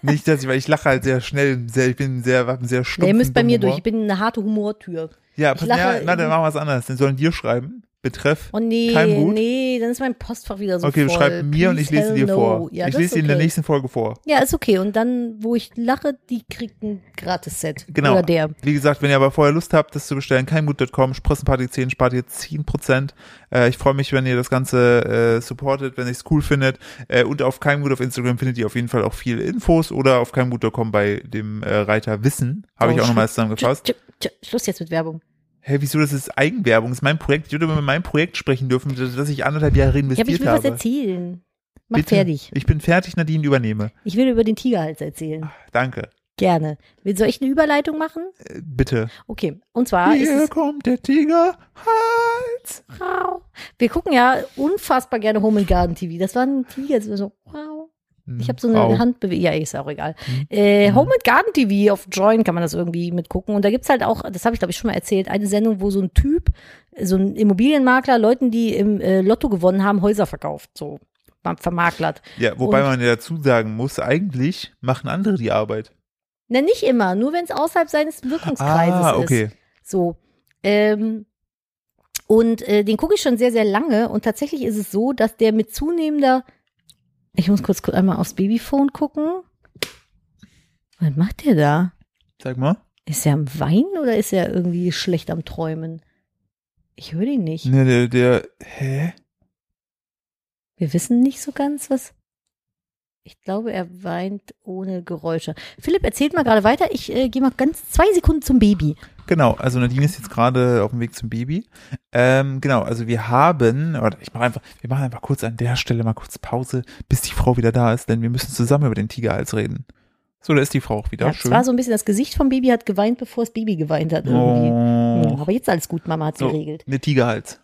[SPEAKER 1] Nicht, dass ich, weil ich lache halt sehr schnell, sehr, ich bin sehr, hab einen sehr stumpf.
[SPEAKER 2] Ja, ihr müsst bei mir durch. Ich bin eine harte Humortür.
[SPEAKER 1] Ja,
[SPEAKER 2] ich
[SPEAKER 1] pass,
[SPEAKER 2] lache
[SPEAKER 1] ja, na, dann
[SPEAKER 2] in-
[SPEAKER 1] machen wir was anderes. Dann sollen dir schreiben. Betreff.
[SPEAKER 2] Oh nee,
[SPEAKER 1] Kein Mut?
[SPEAKER 2] nee, dann ist mein Postfach wieder so
[SPEAKER 1] Okay,
[SPEAKER 2] voll.
[SPEAKER 1] du schreibst mir und
[SPEAKER 2] Please,
[SPEAKER 1] ich lese
[SPEAKER 2] hell
[SPEAKER 1] dir
[SPEAKER 2] no.
[SPEAKER 1] vor.
[SPEAKER 2] Ja,
[SPEAKER 1] ich
[SPEAKER 2] das
[SPEAKER 1] lese
[SPEAKER 2] ist
[SPEAKER 1] dir in der
[SPEAKER 2] okay.
[SPEAKER 1] nächsten Folge vor.
[SPEAKER 2] Ja, ist okay. Und dann, wo ich lache, die kriegt ein Gratis-Set.
[SPEAKER 1] Genau.
[SPEAKER 2] Oder der.
[SPEAKER 1] Wie gesagt, wenn ihr aber vorher Lust habt, das zu bestellen, keimgut.com, Sprossenparty 10, spart ihr 10%. Äh, ich freue mich, wenn ihr das Ganze äh, supportet, wenn ihr es cool findet. Äh, und auf keimgut auf Instagram findet ihr auf jeden Fall auch viel Infos oder auf keimgut.com bei dem äh, Reiter Wissen. Habe
[SPEAKER 2] Oh,
[SPEAKER 1] ich auch nochmal
[SPEAKER 2] Schlu- Tsch,
[SPEAKER 1] zusammengefasst.
[SPEAKER 2] tsch, tsch, Schluss jetzt mit Werbung.
[SPEAKER 1] Hä, wieso, das ist Eigenwerbung, das ist mein Projekt. Ich würde über mein Projekt sprechen dürfen, das das ich anderthalb Jahre
[SPEAKER 2] Ja, aber ich
[SPEAKER 1] investiert
[SPEAKER 2] will was
[SPEAKER 1] habe.
[SPEAKER 2] erzählen. Mach
[SPEAKER 1] Bitte.
[SPEAKER 2] fertig.
[SPEAKER 1] Ich bin fertig, Nadine, übernehme.
[SPEAKER 2] Ich will über den Tigerhals erzählen.
[SPEAKER 1] Danke.
[SPEAKER 2] Gerne. Will- Soll ich eine Überleitung machen?
[SPEAKER 1] Äh, bitte.
[SPEAKER 2] Okay. Und zwar ist es
[SPEAKER 1] kommt der Tiger. Hals.
[SPEAKER 2] Wow. Wir gucken ja unfassbar gerne Home and Garden TV. Das war ein Tiger, das war so, wow. Ich habe so eine
[SPEAKER 1] Wow.
[SPEAKER 2] Handbewegung. Ja, ist ja auch egal.
[SPEAKER 1] Hm.
[SPEAKER 2] Äh, Home and Garden TV auf Join kann man das irgendwie mitgucken. Und da gibt's halt auch, das habe ich glaube ich schon mal erzählt, eine Sendung, wo so ein Typ, so ein Immobilienmakler, Leuten, die im äh, Lotto gewonnen haben, Häuser verkauft. So ver- vermaklert.
[SPEAKER 1] Ja, wobei
[SPEAKER 2] Und-
[SPEAKER 1] man ja dazu sagen muss, eigentlich machen andere die Arbeit.
[SPEAKER 2] Na, nicht immer, nur wenn es außerhalb seines Wirkungskreises
[SPEAKER 1] ah, okay.
[SPEAKER 2] ist. So. Ähm, Und äh, den gucke ich schon sehr, sehr lange. Und tatsächlich ist es so, dass der mit zunehmender. Ich muss kurz gu- einmal aufs Babyphone gucken. Was macht der da?
[SPEAKER 1] Sag mal.
[SPEAKER 2] Ist er am Weinen oder ist er irgendwie schlecht am Träumen? Ich höre ihn nicht.
[SPEAKER 1] Ne, der, der, hä?
[SPEAKER 2] Wir wissen nicht so ganz, was. Ich glaube, er weint ohne Geräusche. Philipp, erzählt mal gerade weiter. Ich äh, gehe mal ganz zwei Sekunden zum Baby.
[SPEAKER 1] Genau, also Nadine ist jetzt gerade auf dem Weg zum Baby. Ähm, genau, also wir haben, oder ich mache einfach, wir machen einfach kurz an der Stelle mal kurz Pause, bis die Frau wieder da ist, denn wir müssen zusammen über den Tigerhals reden. So, da ist die Frau auch wieder.
[SPEAKER 2] Ja, es
[SPEAKER 1] Schön.
[SPEAKER 2] war so ein bisschen das Gesicht vom Baby hat geweint, bevor das Baby geweint hat. Irgendwie.
[SPEAKER 1] oh.
[SPEAKER 2] Hm, Aber jetzt alles gut, Mama hat
[SPEAKER 1] So,
[SPEAKER 2] geregelt.
[SPEAKER 1] eine Tigerhals.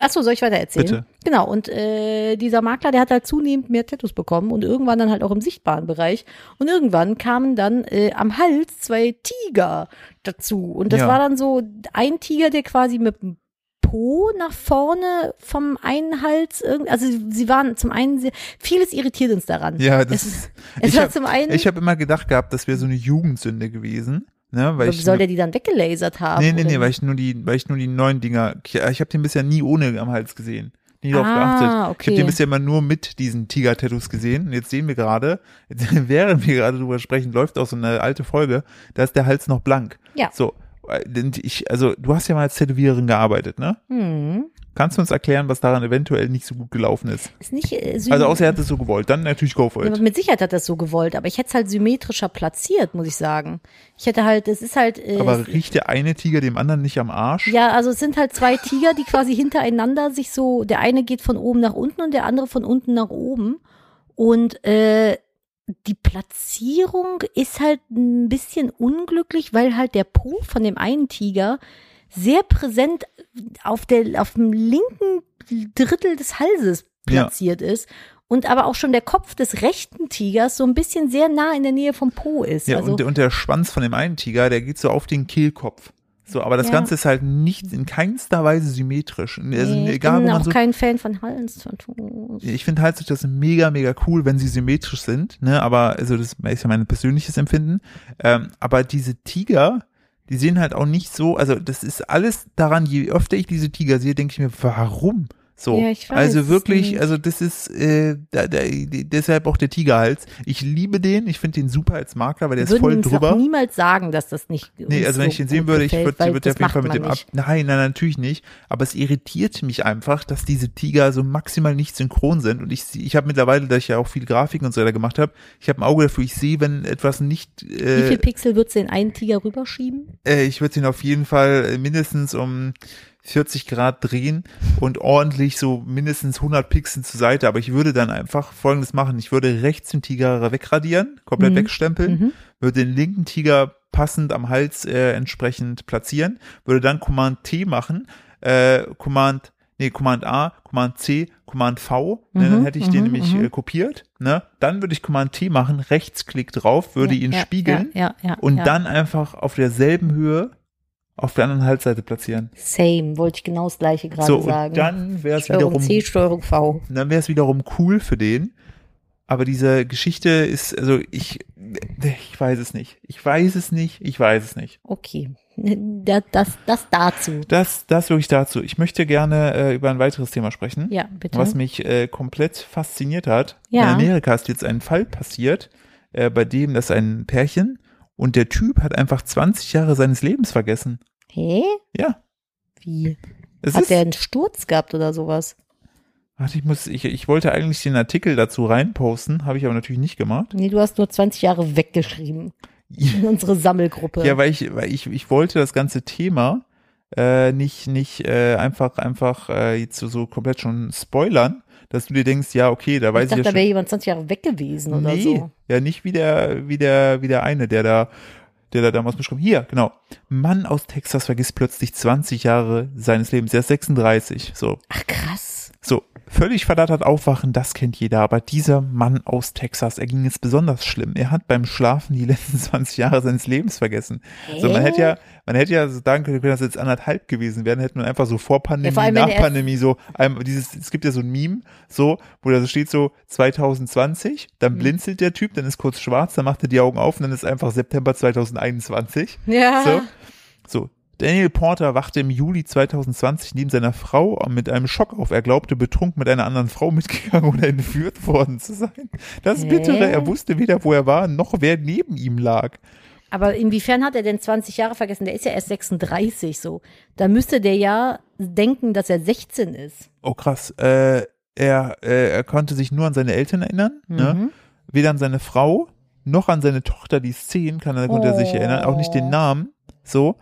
[SPEAKER 2] Achso, soll ich weiter erzählen?
[SPEAKER 1] Bitte.
[SPEAKER 2] Genau, und äh, dieser Makler, der hat halt zunehmend mehr Tattoos bekommen und irgendwann dann halt auch im sichtbaren Bereich. Und irgendwann kamen dann äh, am Hals zwei Tiger dazu. Und das
[SPEAKER 1] Ja.
[SPEAKER 2] war dann so ein Tiger, der quasi mit dem Po nach vorne vom einen Hals, irgend- also sie waren zum einen sehr, vieles irritiert uns daran.
[SPEAKER 1] Ja, das
[SPEAKER 2] es,
[SPEAKER 1] ist,
[SPEAKER 2] es
[SPEAKER 1] ich
[SPEAKER 2] war
[SPEAKER 1] hab-
[SPEAKER 2] zum einen,
[SPEAKER 1] ich habe immer gedacht gehabt, das wäre so eine Jugendsünde gewesen, ne, weil ich,
[SPEAKER 2] soll der die dann weggelasert haben?
[SPEAKER 1] nee, nee,
[SPEAKER 2] oder
[SPEAKER 1] nee,
[SPEAKER 2] wie?
[SPEAKER 1] weil ich nur die, weil ich nur die neuen Dinger, ich habe den bisher nie ohne am Hals gesehen. Nie drauf
[SPEAKER 2] Ah,
[SPEAKER 1] geachtet. Ich
[SPEAKER 2] okay.
[SPEAKER 1] habe den bisher immer nur mit diesen Tiger-Tattoos gesehen. Und jetzt sehen wir gerade, während wir gerade drüber sprechen, läuft auch so eine alte Folge, da ist der Hals noch blank.
[SPEAKER 2] Ja.
[SPEAKER 1] So, äh, denn ich, also du hast ja mal als Tätowiererin gearbeitet, ne?
[SPEAKER 2] Hm,
[SPEAKER 1] Kannst du uns erklären, was daran eventuell nicht so gut gelaufen ist?
[SPEAKER 2] ist nicht äh,
[SPEAKER 1] Also
[SPEAKER 2] süß.
[SPEAKER 1] außer er hat es so gewollt, dann natürlich go for
[SPEAKER 2] Ja,
[SPEAKER 1] it.
[SPEAKER 2] aber mit Sicherheit hat das so gewollt, aber ich hätte es halt symmetrischer platziert, muss ich sagen. Ich hätte halt, es ist halt. Äh,
[SPEAKER 1] Aber
[SPEAKER 2] es,
[SPEAKER 1] riecht der eine Tiger dem anderen nicht am Arsch?
[SPEAKER 2] ja, also es sind halt zwei Tiger, die quasi hintereinander sich so, der eine geht von oben nach unten und der andere von unten nach oben. Und äh, die Platzierung ist halt ein bisschen unglücklich, weil halt der Po von dem einen Tiger sehr präsent auf, der, auf dem linken Drittel des Halses
[SPEAKER 1] Ja.
[SPEAKER 2] platziert ist. Und aber auch schon der Kopf des rechten Tigers so ein bisschen sehr nah in der Nähe vom Po ist.
[SPEAKER 1] Ja,
[SPEAKER 2] also,
[SPEAKER 1] und, und der Schwanz von dem einen Tiger, der geht so auf den Kehlkopf. So, aber das
[SPEAKER 2] Ja.
[SPEAKER 1] Ganze ist halt nicht in keinster Weise symmetrisch. Also,
[SPEAKER 2] nee, ich
[SPEAKER 1] egal, wo
[SPEAKER 2] bin
[SPEAKER 1] man
[SPEAKER 2] auch
[SPEAKER 1] so.
[SPEAKER 2] kein Fan von Hallenstattoos.
[SPEAKER 1] Ich finde halt das mega, mega cool, wenn sie symmetrisch sind, ne? Aber, also das ist ja mein persönliches Empfinden. Ähm, aber diese Tiger, die sehen halt auch nicht so, also das ist alles daran, je öfter ich diese Tiger sehe, denke ich mir, warum? So.
[SPEAKER 2] Ja, ich weiß
[SPEAKER 1] also
[SPEAKER 2] es
[SPEAKER 1] wirklich,
[SPEAKER 2] nicht.
[SPEAKER 1] also das ist äh, da, da, deshalb auch der Tigerhals. Ich liebe den, ich finde den super als Makler, weil der ist
[SPEAKER 2] würden
[SPEAKER 1] voll
[SPEAKER 2] uns
[SPEAKER 1] drüber.
[SPEAKER 2] Auch niemals sagen, dass das nicht.
[SPEAKER 1] Nee,
[SPEAKER 2] uns
[SPEAKER 1] also wenn
[SPEAKER 2] so
[SPEAKER 1] ich den sehen
[SPEAKER 2] gut
[SPEAKER 1] würde, ich
[SPEAKER 2] gefällt,
[SPEAKER 1] würde
[SPEAKER 2] weil
[SPEAKER 1] würd auf
[SPEAKER 2] das
[SPEAKER 1] jeden Fall mit
[SPEAKER 2] macht
[SPEAKER 1] dem
[SPEAKER 2] man
[SPEAKER 1] ab. Nein, nein, natürlich nicht. Aber es irritiert mich einfach, dass diese Tiger so maximal nicht synchron sind. Und ich, sie- ich habe mittlerweile, da ich ja auch viel Grafiken und so weiter gemacht habe, ich habe ein Auge dafür, ich sehe, wenn etwas nicht.
[SPEAKER 2] nicht. Wie
[SPEAKER 1] Äh,
[SPEAKER 2] viel Pixel würdest du den einen Tiger rüberschieben?
[SPEAKER 1] äh, ich würde ihn auf jeden Fall mindestens um 40 Grad drehen und ordentlich so mindestens 100 Pixel zur Seite. Aber ich würde dann einfach Folgendes machen. Ich würde rechts den Tiger wegradieren, komplett
[SPEAKER 2] Mhm.
[SPEAKER 1] wegstempeln,
[SPEAKER 2] Mhm.
[SPEAKER 1] würde den linken Tiger passend am Hals äh, entsprechend platzieren, würde dann Command T machen, äh, Command Nee, Command A, Command C, Command V, ne,
[SPEAKER 2] Mhm,
[SPEAKER 1] dann hätte ich den
[SPEAKER 2] mhm,
[SPEAKER 1] nämlich
[SPEAKER 2] mhm.
[SPEAKER 1] äh, kopiert, ne? Dann würde ich Command T machen, Rechtsklick drauf, würde
[SPEAKER 2] ja,
[SPEAKER 1] ihn
[SPEAKER 2] ja,
[SPEAKER 1] spiegeln
[SPEAKER 2] Ja, ja, ja,
[SPEAKER 1] und
[SPEAKER 2] ja.
[SPEAKER 1] dann einfach auf derselben Höhe auf der anderen Halsseite platzieren.
[SPEAKER 2] Same, wollte ich genau das gleiche gerade
[SPEAKER 1] So,
[SPEAKER 2] sagen.
[SPEAKER 1] und dann wäre es
[SPEAKER 2] Steuerung
[SPEAKER 1] wiederum,
[SPEAKER 2] C, Steuerung V.
[SPEAKER 1] dann wär's wiederum cool für den. Aber diese Geschichte ist, also ich, ich weiß es nicht. Ich weiß es nicht. Ich weiß es nicht.
[SPEAKER 2] Okay. Das, das, das dazu.
[SPEAKER 1] Das, das wirklich dazu. Ich möchte gerne äh, über ein weiteres Thema sprechen,
[SPEAKER 2] Ja, bitte.
[SPEAKER 1] was mich äh, komplett fasziniert hat.
[SPEAKER 2] Ja.
[SPEAKER 1] In Amerika ist jetzt ein Fall passiert, äh, bei dem das ein Pärchen und der Typ hat einfach 20 Jahre seines Lebens vergessen.
[SPEAKER 2] Hä?
[SPEAKER 1] Ja.
[SPEAKER 2] Wie?
[SPEAKER 1] Es
[SPEAKER 2] Hat
[SPEAKER 1] ist,
[SPEAKER 2] der einen Sturz gehabt oder sowas?
[SPEAKER 1] Warte, ich muss, ich, ich wollte eigentlich den Artikel dazu reinposten, habe ich aber natürlich nicht gemacht.
[SPEAKER 2] Nee, du hast nur 20 Jahre weggeschrieben in unsere Sammelgruppe.
[SPEAKER 1] Ja, weil ich, weil ich, ich wollte das ganze Thema äh, nicht, nicht äh, einfach, einfach äh, jetzt so, so komplett schon spoilern, dass du dir denkst, ja, okay, da weiß
[SPEAKER 2] ich
[SPEAKER 1] ich,
[SPEAKER 2] dachte, da
[SPEAKER 1] ja
[SPEAKER 2] wäre jemand 20 Jahre weg gewesen
[SPEAKER 1] schon.
[SPEAKER 2] oder
[SPEAKER 1] nee,
[SPEAKER 2] so.
[SPEAKER 1] ja, nicht wie der, wie der, wie der eine, der da, der da damals beschrieben. Hier, genau. Mann aus Texas vergisst plötzlich 20 Jahre seines Lebens. Er ist 36. So.
[SPEAKER 2] Ach krass.
[SPEAKER 1] So, völlig verdattert aufwachen, das kennt jeder, aber dieser Mann aus Texas, er ging es besonders schlimm. Er hat beim Schlafen die letzten 20 Jahre seines Lebens vergessen. So, man
[SPEAKER 2] Hä?
[SPEAKER 1] hätte ja, man hätte ja so sagen können, dass jetzt anderthalb gewesen wären, hätte man einfach so vor Pandemie,
[SPEAKER 2] Ja, vor allem, wenn
[SPEAKER 1] nach
[SPEAKER 2] er-
[SPEAKER 1] Pandemie so, einem, dieses, es gibt ja so ein Meme, so, wo da so steht so 2020, dann
[SPEAKER 2] Mhm.
[SPEAKER 1] blinzelt der Typ, dann ist kurz schwarz, dann macht er die Augen auf und dann ist einfach September 2021.
[SPEAKER 2] Ja.
[SPEAKER 1] So. So, Daniel Porter wachte im Juli 2020 neben seiner Frau mit einem Schock auf. Er glaubte, betrunken mit einer anderen Frau mitgegangen oder entführt worden zu sein. Das
[SPEAKER 2] Hä?
[SPEAKER 1] Bittere, er wusste weder, wo er war, noch wer neben ihm lag.
[SPEAKER 2] Aber inwiefern hat er denn 20 Jahre vergessen? Der ist ja erst 36 so. Da müsste der ja denken, dass er 16 ist.
[SPEAKER 1] Oh krass, äh, er, äh, er konnte sich nur an seine Eltern erinnern,
[SPEAKER 2] Mhm.
[SPEAKER 1] ne? weder an seine Frau, noch an seine Tochter, die ist zehn, kann er, konnte er sich
[SPEAKER 2] Oh.
[SPEAKER 1] erinnern, auch nicht den Namen, so.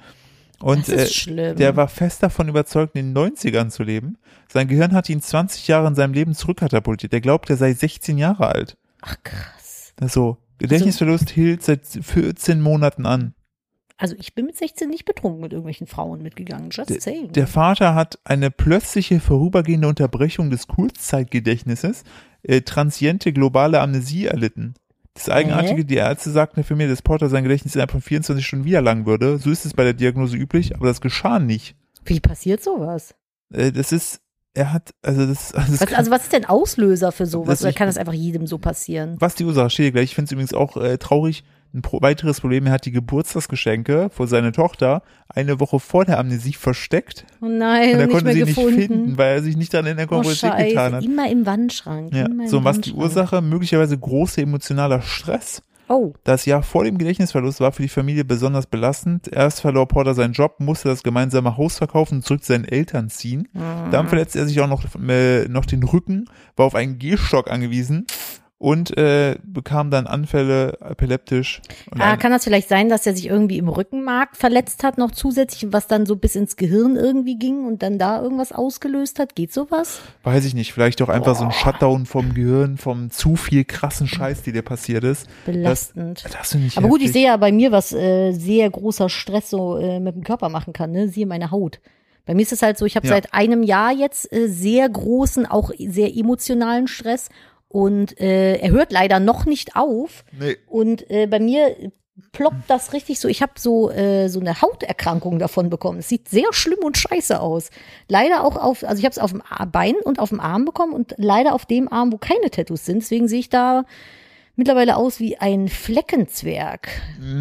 [SPEAKER 1] Und
[SPEAKER 2] Das ist
[SPEAKER 1] äh,
[SPEAKER 2] schlimm.
[SPEAKER 1] Der war fest davon überzeugt, in den 90ern zu leben. Sein Gehirn hat ihn 20 Jahre in seinem Leben zurückkatapultiert. Er glaubt, er sei 16 Jahre alt.
[SPEAKER 2] Ach krass.
[SPEAKER 1] Das ist so. Gedächtnisverlust hielt seit 14 Monaten an.
[SPEAKER 2] Also ich bin mit 16 nicht betrunken mit irgendwelchen Frauen mitgegangen. Just saying.
[SPEAKER 1] Der Vater hat eine plötzliche vorübergehende Unterbrechung des Kurzzeitgedächtnisses, äh, transiente globale Amnesie erlitten. Das Eigenartige,
[SPEAKER 2] Mhm.
[SPEAKER 1] die Ärzte sagten für mir, dass Porter sein Gedächtnis innerhalb von 24 Stunden wieder lang würde. So ist es bei der Diagnose üblich, aber das geschah nicht.
[SPEAKER 2] Wie passiert sowas?
[SPEAKER 1] Äh, das ist, er hat, also das, also das
[SPEAKER 2] Was, also was ist denn Auslöser für sowas?
[SPEAKER 1] Das-
[SPEAKER 2] Oder
[SPEAKER 1] ich-
[SPEAKER 2] kann das einfach jedem so passieren?
[SPEAKER 1] Was die Ursache steht hier gleich. Ich finde es übrigens auch äh, traurig. Ein pro weiteres Problem, er hat die Geburtstagsgeschenke für seine Tochter eine Woche vor der Amnesie versteckt.
[SPEAKER 2] Oh nein,
[SPEAKER 1] Und er
[SPEAKER 2] nicht
[SPEAKER 1] konnte
[SPEAKER 2] mehr
[SPEAKER 1] sie
[SPEAKER 2] gefunden.
[SPEAKER 1] nicht finden, weil er sich nicht daran erinnern
[SPEAKER 2] oh
[SPEAKER 1] konnte, wo er es
[SPEAKER 2] scheiße,
[SPEAKER 1] getan hat.
[SPEAKER 2] immer im Wandschrank.
[SPEAKER 1] Ja.
[SPEAKER 2] Immer im
[SPEAKER 1] So, und was die
[SPEAKER 2] Wandschrank.
[SPEAKER 1] Ursache? Möglicherweise großer emotionaler Stress.
[SPEAKER 2] Oh,
[SPEAKER 1] Das Jahr vor dem Gedächtnisverlust war für die Familie besonders belastend. Erst verlor Porter seinen Job, musste das gemeinsame Haus verkaufen und zurück zu seinen Eltern ziehen.
[SPEAKER 2] Mhm.
[SPEAKER 1] Dann verletzte er sich auch noch, äh, noch den Rücken, war auf einen Gehstock angewiesen und äh, bekam dann Anfälle epileptisch. Und
[SPEAKER 2] ah,
[SPEAKER 1] ein-
[SPEAKER 2] kann das vielleicht sein, dass er sich irgendwie im Rückenmark verletzt hat, noch zusätzlich, was dann so bis ins Gehirn irgendwie ging und dann da irgendwas ausgelöst hat? Geht sowas?
[SPEAKER 1] weiß ich nicht, vielleicht auch einfach so ein Shutdown vom Gehirn, vom zu viel krassen Scheiß, die dir passiert ist.
[SPEAKER 2] Belastend.
[SPEAKER 1] Das, das finde ich
[SPEAKER 2] Aber gut, ich
[SPEAKER 1] heftig.
[SPEAKER 2] sehe ja bei mir, was äh, sehr großer Stress so äh, mit dem Körper machen kann. Ne? Siehe meine Haut. Bei mir ist es halt so, ich habe
[SPEAKER 1] Ja.
[SPEAKER 2] seit einem Jahr jetzt äh, sehr großen, auch sehr emotionalen Stress und äh, er hört leider noch nicht auf.
[SPEAKER 1] Nee.
[SPEAKER 2] Und äh, bei mir ploppt das richtig so. Ich habe so äh, so eine Hauterkrankung davon bekommen. Es sieht sehr schlimm und scheiße aus. Leider auch auf, also ich habe es auf dem A- Bein und auf dem Arm bekommen und leider auf dem Arm, wo keine Tattoos sind. Deswegen sehe ich da mittlerweile aus wie ein Fleckenzwerg.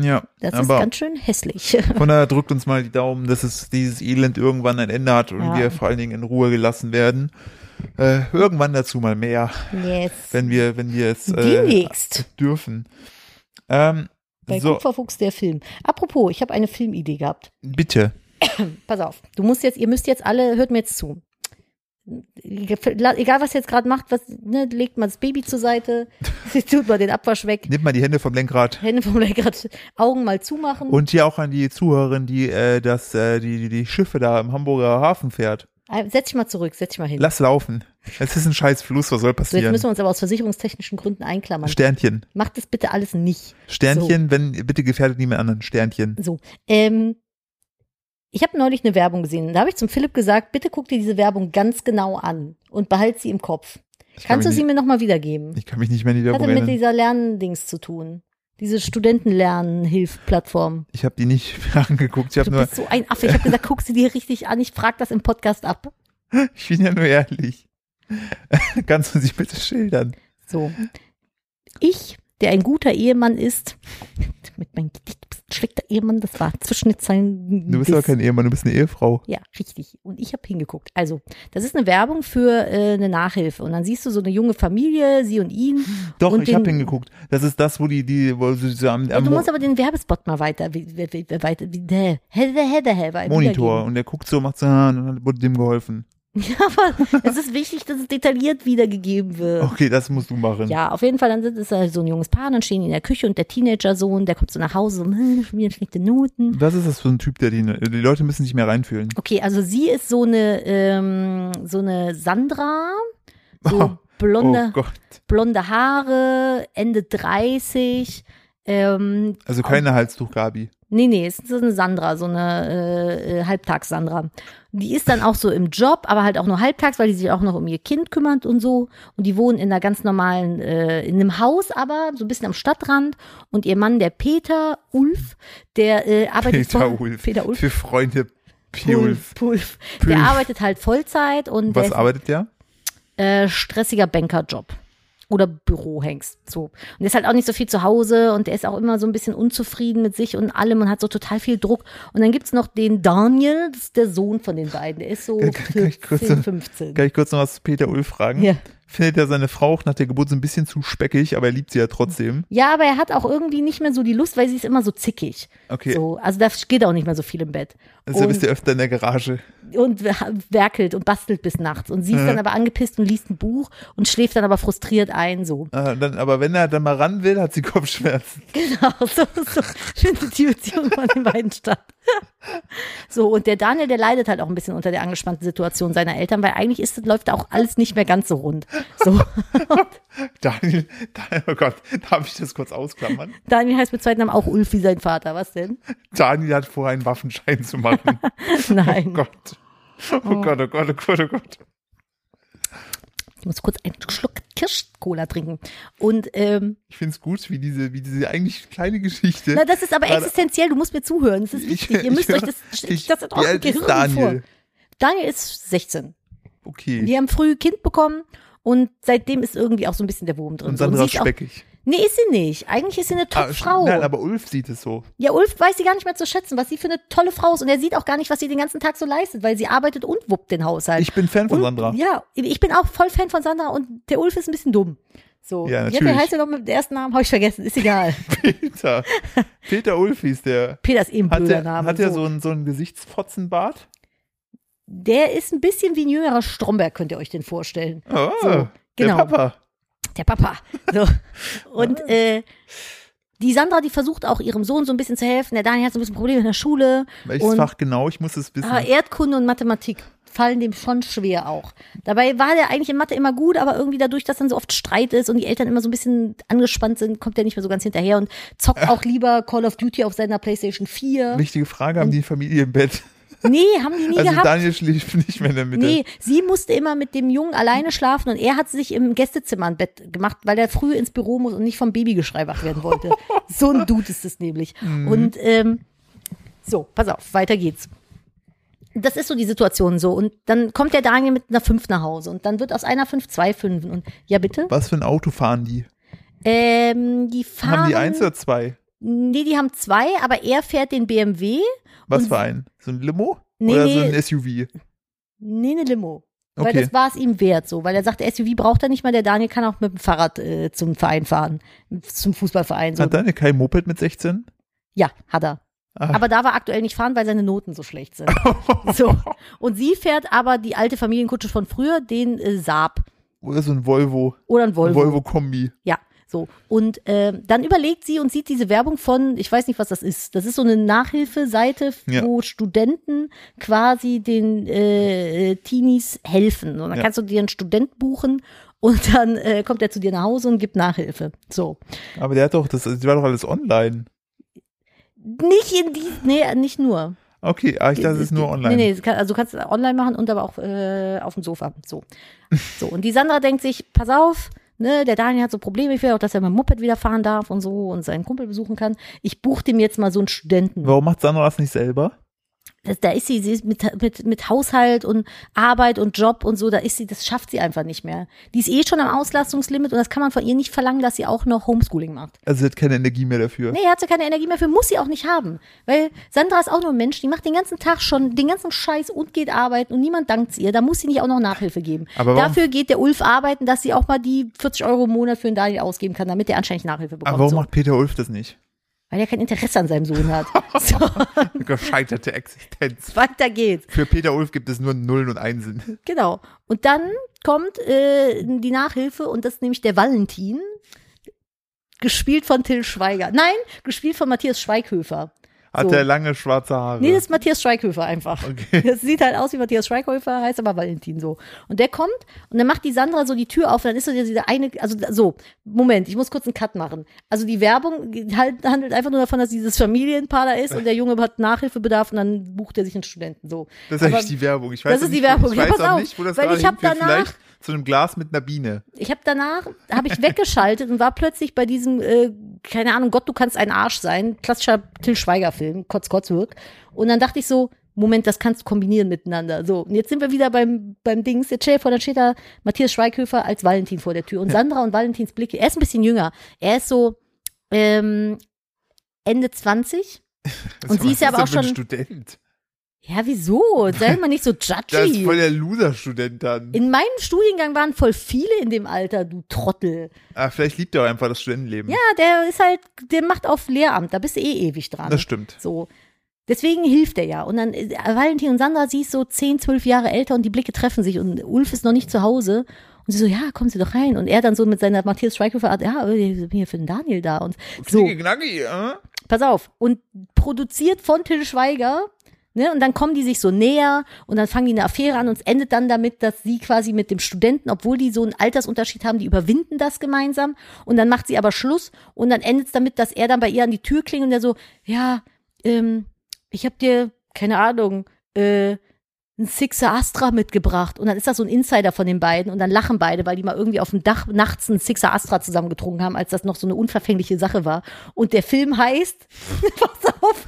[SPEAKER 1] Ja,
[SPEAKER 2] Das ist
[SPEAKER 1] aber
[SPEAKER 2] ganz schön hässlich.
[SPEAKER 1] Von daher drückt uns mal die Daumen, dass es dieses Elend irgendwann ein Ende hat und
[SPEAKER 2] Ja.
[SPEAKER 1] wir vor allen Dingen in Ruhe gelassen werden. Äh, irgendwann dazu mal mehr,
[SPEAKER 2] Yes.
[SPEAKER 1] wenn wir, wenn wir es äh,
[SPEAKER 2] Demnächst.
[SPEAKER 1] dürfen. Ähm,
[SPEAKER 2] Bei
[SPEAKER 1] so,
[SPEAKER 2] Kupferfuchs der Film. Apropos, ich habe eine Filmidee gehabt.
[SPEAKER 1] bitte.
[SPEAKER 2] Pass auf, du musst jetzt, ihr müsst jetzt alle, hört mir jetzt zu. Egal, was ihr jetzt gerade macht, was, ne, legt mal das Baby zur Seite, tut mal den Abwasch weg,
[SPEAKER 1] Nimm mal die Hände vom Lenkrad.
[SPEAKER 2] Hände vom Lenkrad, Augen mal zumachen.
[SPEAKER 1] Und hier auch an die Zuhörerin, die äh, das, äh, die, die, die Schiffe da im Hamburger Hafen fährt.
[SPEAKER 2] Ah, setz dich mal zurück, setz dich mal hin.
[SPEAKER 1] Lass laufen. Es ist ein scheiß Fluss, was soll
[SPEAKER 2] so, jetzt
[SPEAKER 1] passieren?
[SPEAKER 2] müssen wir uns aber aus versicherungstechnischen Gründen einklammern.
[SPEAKER 1] Sternchen.
[SPEAKER 2] Macht das bitte alles nicht.
[SPEAKER 1] Sternchen, wenn, bitte gefährdet niemand anderen. Sternchen.
[SPEAKER 2] So, ähm, ich habe neulich eine Werbung gesehen. Da habe ich zum Philipp gesagt, bitte guck dir diese Werbung ganz genau an und behalt sie im Kopf.
[SPEAKER 1] Ich kann
[SPEAKER 2] Kannst du
[SPEAKER 1] mich
[SPEAKER 2] sie
[SPEAKER 1] nicht-
[SPEAKER 2] mir nochmal wiedergeben?
[SPEAKER 1] Ich kann mich nicht mehr in die
[SPEAKER 2] Hatte
[SPEAKER 1] Werbung
[SPEAKER 2] mit
[SPEAKER 1] erinnern.
[SPEAKER 2] dieser Lerndings zu tun. Diese Studentenlernhilfplattform.
[SPEAKER 1] Ich habe die nicht mehr angeguckt. Ich habe
[SPEAKER 2] Du
[SPEAKER 1] nur,
[SPEAKER 2] bist so ein Affe. Ich habe gesagt, guck sie dir richtig an. Ich frag das im Podcast ab.
[SPEAKER 1] Ich bin ja nur ehrlich. Kannst du sie bitte schildern?
[SPEAKER 2] So. Ich, der ein guter Ehemann ist, mit meinem Gedicht bist ein schlechter Ehemann, das war zwischen den Zeilen.
[SPEAKER 1] Du bist doch
[SPEAKER 2] Diss.
[SPEAKER 1] kein Ehemann, du bist eine Ehefrau.
[SPEAKER 2] Ja, richtig. Und ich habe hingeguckt. Also, das ist eine Werbung für äh, eine Nachhilfe. Und dann siehst du so eine junge Familie, sie und ihn.
[SPEAKER 1] Doch,
[SPEAKER 2] und
[SPEAKER 1] ich habe
[SPEAKER 2] den-
[SPEAKER 1] hingeguckt. Das ist das, wo die, die, wo sie so am,
[SPEAKER 2] Und
[SPEAKER 1] am
[SPEAKER 2] du
[SPEAKER 1] Mo-
[SPEAKER 2] musst aber den Werbespot mal weiter, wie- wie- wie- weiter, wie- hä, hä, hä, hä, hä,
[SPEAKER 1] Monitor und der guckt so, macht so, ah, und dann wurde dem geholfen.
[SPEAKER 2] wiedergeben. Ja, aber es ist wichtig, dass es detailliert wiedergegeben wird.
[SPEAKER 1] Okay, das musst du machen.
[SPEAKER 2] Ja, auf jeden Fall, dann sind es halt so ein junges Paar, dann stehen die in der Küche und der Teenager-Sohn, der kommt so nach Hause und hm, schon wieder schlechte Noten.
[SPEAKER 1] Was ist das für ein Typ, der die, die Leute müssen sich mehr reinfühlen?
[SPEAKER 2] Okay, also sie ist so eine, ähm, so eine Sandra, so
[SPEAKER 1] Oh,
[SPEAKER 2] blonde,
[SPEAKER 1] Oh Gott.
[SPEAKER 2] blonde Haare, Ende 30. Ähm,
[SPEAKER 1] Also keine Halstuch, Gabi.
[SPEAKER 2] nee, nee, es ist so eine Sandra, so eine äh, äh, Halbtags-Sandra. Die ist dann auch so im Job, aber halt auch nur halbtags, weil die sich auch noch um ihr Kind kümmert und so. Und die wohnen in einer ganz normalen, äh, in einem Haus, aber so ein bisschen am Stadtrand. Und ihr Mann, der Peter Ulf, der äh, arbeitet
[SPEAKER 1] Peter
[SPEAKER 2] voll-
[SPEAKER 1] Ulf.
[SPEAKER 2] Peter Ulf.
[SPEAKER 1] Für Freunde. Piulf.
[SPEAKER 2] Ulf. Der
[SPEAKER 1] Pulf.
[SPEAKER 2] arbeitet halt Vollzeit und
[SPEAKER 1] Was
[SPEAKER 2] der
[SPEAKER 1] arbeitet der?
[SPEAKER 2] ist, äh, stressiger Bankerjob. oder Büro hängst. So. Und der ist halt auch nicht so viel zu Hause und der ist auch immer so ein bisschen unzufrieden mit sich und allem und hat so total viel Druck. Und dann gibt's noch den Daniel, das ist der Sohn von den beiden. Der ist so
[SPEAKER 1] Kann- kann- kann ich kurz-
[SPEAKER 2] 14, 15.
[SPEAKER 1] Kann ich kurz noch was zu Peter Ulf fragen?
[SPEAKER 2] Ja.
[SPEAKER 1] Findet er seine Frau auch nach der Geburt so ein bisschen zu speckig, aber er liebt sie ja trotzdem.
[SPEAKER 2] Ja, aber er hat auch irgendwie nicht mehr so die Lust, weil sie ist immer so zickig.
[SPEAKER 1] Okay. Also
[SPEAKER 2] So, also da geht auch nicht mehr so viel im Bett.
[SPEAKER 1] Deshalb ist
[SPEAKER 2] Und,
[SPEAKER 1] er öfter in der Garage.
[SPEAKER 2] und werkelt und bastelt bis nachts. Und sie ist dann aber angepisst und liest ein Buch und schläft dann aber frustriert ein, so.
[SPEAKER 1] Ah, und dann, aber wenn er dann mal ran will, hat sie Kopfschmerzen.
[SPEAKER 2] Genau, so, so findet die Beziehung von den beiden statt. So, und der Daniel, der leidet halt auch ein bisschen unter der angespannten Situation seiner Eltern, weil eigentlich ist, läuft da auch alles nicht mehr ganz so rund. So,
[SPEAKER 1] Daniel, Daniel oh Gott, darf ich das kurz ausklammern?
[SPEAKER 2] Daniel heißt mit zweiten Namen auch Ulf wie sein Vater, was denn?
[SPEAKER 1] Daniel hat vor, einen Waffenschein zu machen. Oh
[SPEAKER 2] Nein.
[SPEAKER 1] Gott. Oh Gott, oh Gott, oh Gott, oh Gott.
[SPEAKER 2] Ich muss kurz einen Schluck Kirsch-Cola trinken. Und, ähm,
[SPEAKER 1] Ich finde es gut, wie diese, wie diese eigentlich kleine Geschichte.
[SPEAKER 2] na, das ist aber
[SPEAKER 1] Gerade-
[SPEAKER 2] existenziell, du musst mir zuhören, das ist
[SPEAKER 1] Ich-
[SPEAKER 2] wichtig. Ihr müsst
[SPEAKER 1] ich-
[SPEAKER 2] euch das,
[SPEAKER 1] ich-
[SPEAKER 2] das in
[SPEAKER 1] wie
[SPEAKER 2] eurem
[SPEAKER 1] alt ist
[SPEAKER 2] Gehirn vor.
[SPEAKER 1] Daniel?
[SPEAKER 2] Daniel ist 16.
[SPEAKER 1] Okay.
[SPEAKER 2] Die haben früh Kind bekommen und seitdem ist irgendwie auch so ein bisschen der Wurm drin.
[SPEAKER 1] Und
[SPEAKER 2] So,
[SPEAKER 1] Sandra
[SPEAKER 2] sie
[SPEAKER 1] ist
[SPEAKER 2] ist auch
[SPEAKER 1] speckig.
[SPEAKER 2] Nee, ist sie nicht. Eigentlich ist sie eine
[SPEAKER 1] Ah,
[SPEAKER 2] Top-Frau.
[SPEAKER 1] Nein, aber Ulf sieht es so.
[SPEAKER 2] ja, Ulf weiß sie gar nicht mehr zu schätzen, was sie für eine tolle Frau ist. Und er sieht auch gar nicht, was sie den ganzen Tag so leistet, weil sie arbeitet und wuppt den Haushalt.
[SPEAKER 1] Ich bin Fan von
[SPEAKER 2] Und-
[SPEAKER 1] Sandra.
[SPEAKER 2] Ja, ich bin auch voll Fan von Sandra und der Ulf ist ein bisschen dumm. So.
[SPEAKER 1] Ja,
[SPEAKER 2] Wie hat der
[SPEAKER 1] natürlich.
[SPEAKER 2] heißt ja noch mit dem ersten Namen, habe ich vergessen, ist egal.
[SPEAKER 1] Peter. Peter Ulf hieß der.
[SPEAKER 2] Peter ist eh ein
[SPEAKER 1] Hat
[SPEAKER 2] blöder
[SPEAKER 1] der,
[SPEAKER 2] Name.
[SPEAKER 1] hat der so einen, so einen Gesichtsfotzenbart?
[SPEAKER 2] Der ist ein bisschen wie ein jüngerer Stromberg, könnt ihr euch den vorstellen.
[SPEAKER 1] Oh,
[SPEAKER 2] So, genau.
[SPEAKER 1] Der Papa.
[SPEAKER 2] der Papa. So. Und äh, die Sandra, die versucht auch ihrem Sohn so ein bisschen zu helfen. Der Daniel hat so ein bisschen Probleme in der Schule.
[SPEAKER 1] Welches
[SPEAKER 2] und
[SPEAKER 1] Fach genau? Ich muss es wissen.
[SPEAKER 2] Ah, Erdkunde und Mathematik fallen dem schon schwer auch. Dabei war der eigentlich in Mathe immer gut, aber irgendwie dadurch, dass dann so oft Streit ist und die Eltern immer so ein bisschen angespannt sind, kommt er nicht mehr so ganz hinterher und zockt auch lieber Call of Duty auf seiner PlayStation 4.
[SPEAKER 1] Wichtige Frage, haben die Familie im Bett?
[SPEAKER 2] Nee, haben die nie
[SPEAKER 1] Also
[SPEAKER 2] gehabt.
[SPEAKER 1] Daniel schläft nicht mehr in der Mitte.
[SPEAKER 2] Nee, sie musste immer mit dem Jungen alleine schlafen und er hat sich im Gästezimmer ein Bett gemacht, weil er früh ins Büro muss und nicht vom Babygeschrei wach werden wollte. so ein Dude ist es nämlich. Und ähm, so, pass auf, weiter geht's. Das ist so die Situation so. Und dann kommt der Daniel mit einer 5 nach Hause und dann wird aus einer 5 zwei Fünfen. Und ja, bitte?
[SPEAKER 1] Was für ein Auto fahren die?
[SPEAKER 2] Ähm, die fahren.
[SPEAKER 1] Haben die eins oder zwei?
[SPEAKER 2] Nee, die haben zwei, aber er fährt den BMW.
[SPEAKER 1] Was
[SPEAKER 2] Und-
[SPEAKER 1] für ein? So ein Limo?
[SPEAKER 2] Nee,
[SPEAKER 1] oder so
[SPEAKER 2] nee.
[SPEAKER 1] ein SUV?
[SPEAKER 2] Nee, eine Limo. Weil
[SPEAKER 1] Okay.
[SPEAKER 2] das war es ihm wert, so. Weil er sagt, der SUV braucht er nicht mehr, der Daniel kann auch mit dem Fahrrad äh, zum Verein fahren, zum Fußballverein. So.
[SPEAKER 1] Hat Daniel kein Moped mit 16?
[SPEAKER 2] Ja, hat er.
[SPEAKER 1] Ah.
[SPEAKER 2] Aber da war aktuell nicht fahren, weil seine Noten so schlecht sind. so. Und sie fährt aber die alte Familienkutsche von früher, den äh, Saab
[SPEAKER 1] Oder so ein Volvo?
[SPEAKER 2] oder ein
[SPEAKER 1] Ein
[SPEAKER 2] Volvo.
[SPEAKER 1] Volvo-Kombi.
[SPEAKER 2] Ja, so. Und ähm, dann überlegt sie und sieht diese Werbung von, ich weiß nicht, was das ist. Das ist so eine Nachhilfeseite,
[SPEAKER 1] Ja.
[SPEAKER 2] wo Studenten quasi den äh, äh, Teenies helfen. Und dann
[SPEAKER 1] Ja.
[SPEAKER 2] kannst du dir einen Student buchen und dann äh, kommt er zu dir nach Hause und gibt Nachhilfe. So.
[SPEAKER 1] Aber der hat doch, das, das war doch alles online.
[SPEAKER 2] Nicht in die, nee, nicht nur.
[SPEAKER 1] Okay, ah, ich dachte, es ist nur online.
[SPEAKER 2] Nee, nee, es kann- also du kannst es online machen und aber auch äh, auf dem Sofa. So. so. Und die Sandra denkt sich, pass auf, ne, der Daniel hat so Probleme, ich will auch, dass er mit dem Moped wieder fahren darf und so und seinen Kumpel besuchen kann. Ich buche dem jetzt mal so einen Studenten.
[SPEAKER 1] Warum macht Sandra das nicht selber?
[SPEAKER 2] Das, da ist sie, sie ist mit, mit, mit Haushalt und Arbeit und Job und so, da ist sie, das schafft sie einfach nicht mehr. Die ist eh schon am Auslastungslimit und das kann man von ihr nicht verlangen, dass sie auch noch Homeschooling macht.
[SPEAKER 1] Also sie hat keine Energie mehr dafür.
[SPEAKER 2] Nee, hat sie keine Energie mehr für, muss sie auch nicht haben. Weil Sandra ist auch nur ein Mensch, die macht den ganzen Tag schon den ganzen Scheiß und geht arbeiten und niemand dankt ihr. Da muss sie nicht auch noch Nachhilfe geben.
[SPEAKER 1] Aber warum-
[SPEAKER 2] Dafür geht der Ulf arbeiten, dass sie auch mal die 40 Euro im Monat für den Daniel ausgeben kann, damit der anscheinend Nachhilfe bekommt.
[SPEAKER 1] Aber warum
[SPEAKER 2] so.
[SPEAKER 1] macht Peter Ulf das nicht?
[SPEAKER 2] Weil er kein Interesse an seinem Sohn hat. so,
[SPEAKER 1] Gescheiterte Existenz.
[SPEAKER 2] weiter geht's.
[SPEAKER 1] Für Peter Ulf gibt es nur Nullen und Einsen.
[SPEAKER 2] Genau. Und dann kommt äh, die Nachhilfe und das ist nämlich der Valentin. Gespielt von Till Schweiger. Nein, gespielt von Matthias Schweighöfer.
[SPEAKER 1] Hat
[SPEAKER 2] So.
[SPEAKER 1] er lange schwarze Haare.
[SPEAKER 2] Nee, das ist Matthias Schweighöfer einfach.
[SPEAKER 1] Okay.
[SPEAKER 2] Das sieht halt aus wie Matthias Schweighöfer, heißt aber Valentin so. Und der kommt und dann macht die Sandra so die Tür auf, dann ist so dieser eine, also so, Moment, ich muss kurz einen Cut machen. Also die Werbung halt, handelt einfach nur davon, dass dieses Familienpaar da ist und der Junge hat Nachhilfebedarf und dann bucht er sich einen Studenten so.
[SPEAKER 1] das ist
[SPEAKER 2] Aber
[SPEAKER 1] eigentlich die Werbung. Ich
[SPEAKER 2] das
[SPEAKER 1] weiß
[SPEAKER 2] ist die
[SPEAKER 1] nicht, wo-
[SPEAKER 2] Werbung.
[SPEAKER 1] Ich
[SPEAKER 2] Ja,
[SPEAKER 1] weiß
[SPEAKER 2] pass
[SPEAKER 1] auch
[SPEAKER 2] auf,
[SPEAKER 1] nicht, wo das
[SPEAKER 2] weil
[SPEAKER 1] gerade
[SPEAKER 2] ich hab
[SPEAKER 1] hinführt.
[SPEAKER 2] danach-
[SPEAKER 1] Vielleicht zu einem Glas mit einer Biene.
[SPEAKER 2] Ich habe danach, habe ich weggeschaltet und war plötzlich bei diesem, äh, keine Ahnung, Gott, du kannst ein Arsch sein, klassischer Till Schweiger-Film, Kotz Kotzwirk. Und dann dachte ich so, Moment, das kannst du kombinieren miteinander. So, und jetzt sind wir wieder beim, beim Dings. Jetzt stell dir vor, dann steht da Matthias Schweighöfer als Valentin vor der Tür. Und Sandra und Valentins Blicke, er ist ein bisschen jünger. Er ist so ähm, Ende 20. Und sie ist ja aber auch
[SPEAKER 1] Was denn
[SPEAKER 2] schon-
[SPEAKER 1] für ein Student.
[SPEAKER 2] Ja, wieso? Sei mal nicht so
[SPEAKER 1] Das ist
[SPEAKER 2] judgy.
[SPEAKER 1] voll der Loser-Student dann.
[SPEAKER 2] In meinem Studiengang waren voll viele in dem Alter, du Trottel.
[SPEAKER 1] Ah, vielleicht liebt er auch einfach das Studentenleben.
[SPEAKER 2] Ja, der ist halt, der macht auf Lehramt, da bist du eh ewig dran.
[SPEAKER 1] Das stimmt.
[SPEAKER 2] So. Deswegen hilft er ja. Und dann äh, Valentin und Sandra, sie ist so 10, 12 Jahre älter und die Blicke treffen sich und Ulf ist noch nicht zu Hause. Und sie so, ja, kommen Sie doch rein. Und er dann so mit seiner Matthias Schweighöfer Art, ja, ich bin hier für den Daniel da. Und so, Also
[SPEAKER 1] Knacki, äh?
[SPEAKER 2] pass auf. Und produziert von Till Schweiger. Ne? Und dann kommen die sich so näher und dann fangen die eine Affäre an und es endet dann damit, dass sie quasi mit dem Studenten, obwohl die so einen Altersunterschied haben, die überwinden das gemeinsam. Und dann macht sie aber Schluss und dann endet es damit, dass er dann bei ihr an die Tür klingelt und der so, ja, ähm, ich hab dir, keine Ahnung, äh, ein Sixer Astra mitgebracht. Und dann ist das so ein Insider von den beiden und dann lachen beide, weil die mal irgendwie auf dem Dach nachts einen Sixer Astra zusammengetrunken haben, als das noch so eine unverfängliche Sache war. Und der Film heißt, pass auf,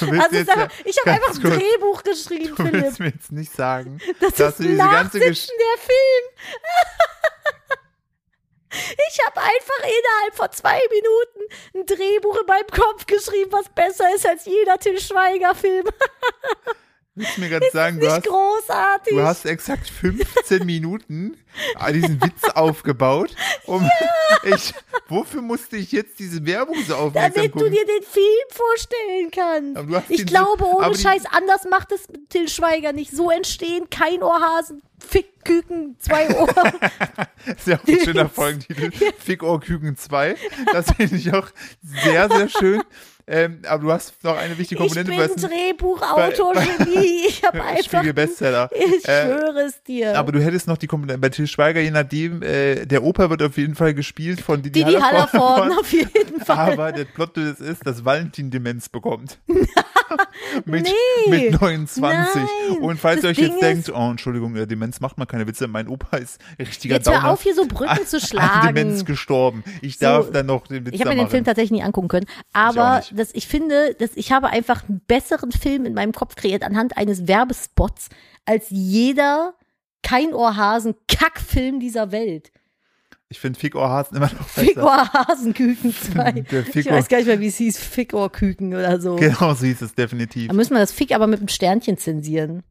[SPEAKER 1] Du willst
[SPEAKER 2] also
[SPEAKER 1] jetzt,
[SPEAKER 2] sag mal, ich habe
[SPEAKER 1] ganz
[SPEAKER 2] einfach ein
[SPEAKER 1] kurz.
[SPEAKER 2] Drehbuch geschrieben,
[SPEAKER 1] du
[SPEAKER 2] Philipp.
[SPEAKER 1] willst mir jetzt nicht sagen,
[SPEAKER 2] Das
[SPEAKER 1] dass
[SPEAKER 2] ist
[SPEAKER 1] du diese ganze Gesch
[SPEAKER 2] Nachsitzen der Film. Ich habe einfach innerhalb von zwei Minuten ein Drehbuch in meinem Kopf geschrieben, was besser ist als jeder Till Schweiger-Film.
[SPEAKER 1] willst mir gerade sagen, du
[SPEAKER 2] Nicht
[SPEAKER 1] hast,
[SPEAKER 2] großartig.
[SPEAKER 1] du hast exakt 15 Minuten diesen Witz aufgebaut. Um ich, wofür musste ich jetzt diese Werbung so aufmerksam
[SPEAKER 2] damit du
[SPEAKER 1] gucken?
[SPEAKER 2] dir den Film vorstellen kannst.
[SPEAKER 1] Aber du hast
[SPEAKER 2] ich
[SPEAKER 1] ihn so-
[SPEAKER 2] glaube, ohne
[SPEAKER 1] aber die-
[SPEAKER 2] Scheiß, anders macht es Till Schweiger nicht. So entstehen kein Ohrhasen, Fick, Küken, zwei Ohren.
[SPEAKER 1] Das ist ja auch ein schöner Folgentitel. Fickohrküken 2. Das finde ich auch sehr, sehr schön. Ähm, aber du hast noch eine wichtige
[SPEAKER 2] ich
[SPEAKER 1] Komponente.
[SPEAKER 2] bin
[SPEAKER 1] du hast einen
[SPEAKER 2] Drehbuchautor, Genie. Ich habe einfach...
[SPEAKER 1] Spiegel-Bestseller.
[SPEAKER 2] Ich
[SPEAKER 1] Äh,
[SPEAKER 2] schwöre es dir.
[SPEAKER 1] Aber du hättest noch die Komponente bei Till Schweiger, je nachdem, äh, der Opa wird auf jeden Fall gespielt von Didi,
[SPEAKER 2] Didi Hallervorden
[SPEAKER 1] Hallervorden.
[SPEAKER 2] auf
[SPEAKER 1] Ah,
[SPEAKER 2] jeden Fall.
[SPEAKER 1] Aber der Plot das ist, dass Valentin Demenz bekommt. mit,
[SPEAKER 2] Nee.
[SPEAKER 1] mit 29.
[SPEAKER 2] Nein.
[SPEAKER 1] Und falls ihr
[SPEAKER 2] Das
[SPEAKER 1] euch
[SPEAKER 2] Ding
[SPEAKER 1] jetzt denkt, oh, Entschuldigung, äh, Demenz macht man keine Witze, mein Opa ist ein richtiger
[SPEAKER 2] Jetzt
[SPEAKER 1] Downer.
[SPEAKER 2] hör auf, hier so Brücken zu
[SPEAKER 1] An Ah, Demenz
[SPEAKER 2] schlagen.
[SPEAKER 1] gestorben. Ich darf dann noch den Witz
[SPEAKER 2] Ich
[SPEAKER 1] da
[SPEAKER 2] habe mir den
[SPEAKER 1] machen.
[SPEAKER 2] Film tatsächlich nie angucken können,
[SPEAKER 1] auch
[SPEAKER 2] aber
[SPEAKER 1] nicht.
[SPEAKER 2] das, ich finde, dass ich habe einfach einen besseren Film in meinem Kopf kreiert anhand eines Werbespots als jeder kein Ohrhasen Kackfilm dieser Welt.
[SPEAKER 1] ich finde Fick Ohrhasen immer noch besser.
[SPEAKER 2] Fick Ohrhasenküken 2.
[SPEAKER 1] Der
[SPEAKER 2] Ich
[SPEAKER 1] Fick Ohr-
[SPEAKER 2] weiß gar nicht mehr, wie es hieß, Fick Ohrküken oder so.
[SPEAKER 1] Genau so hieß es definitiv.
[SPEAKER 2] Da müssen wir das Fick aber mit einem Sternchen zensieren.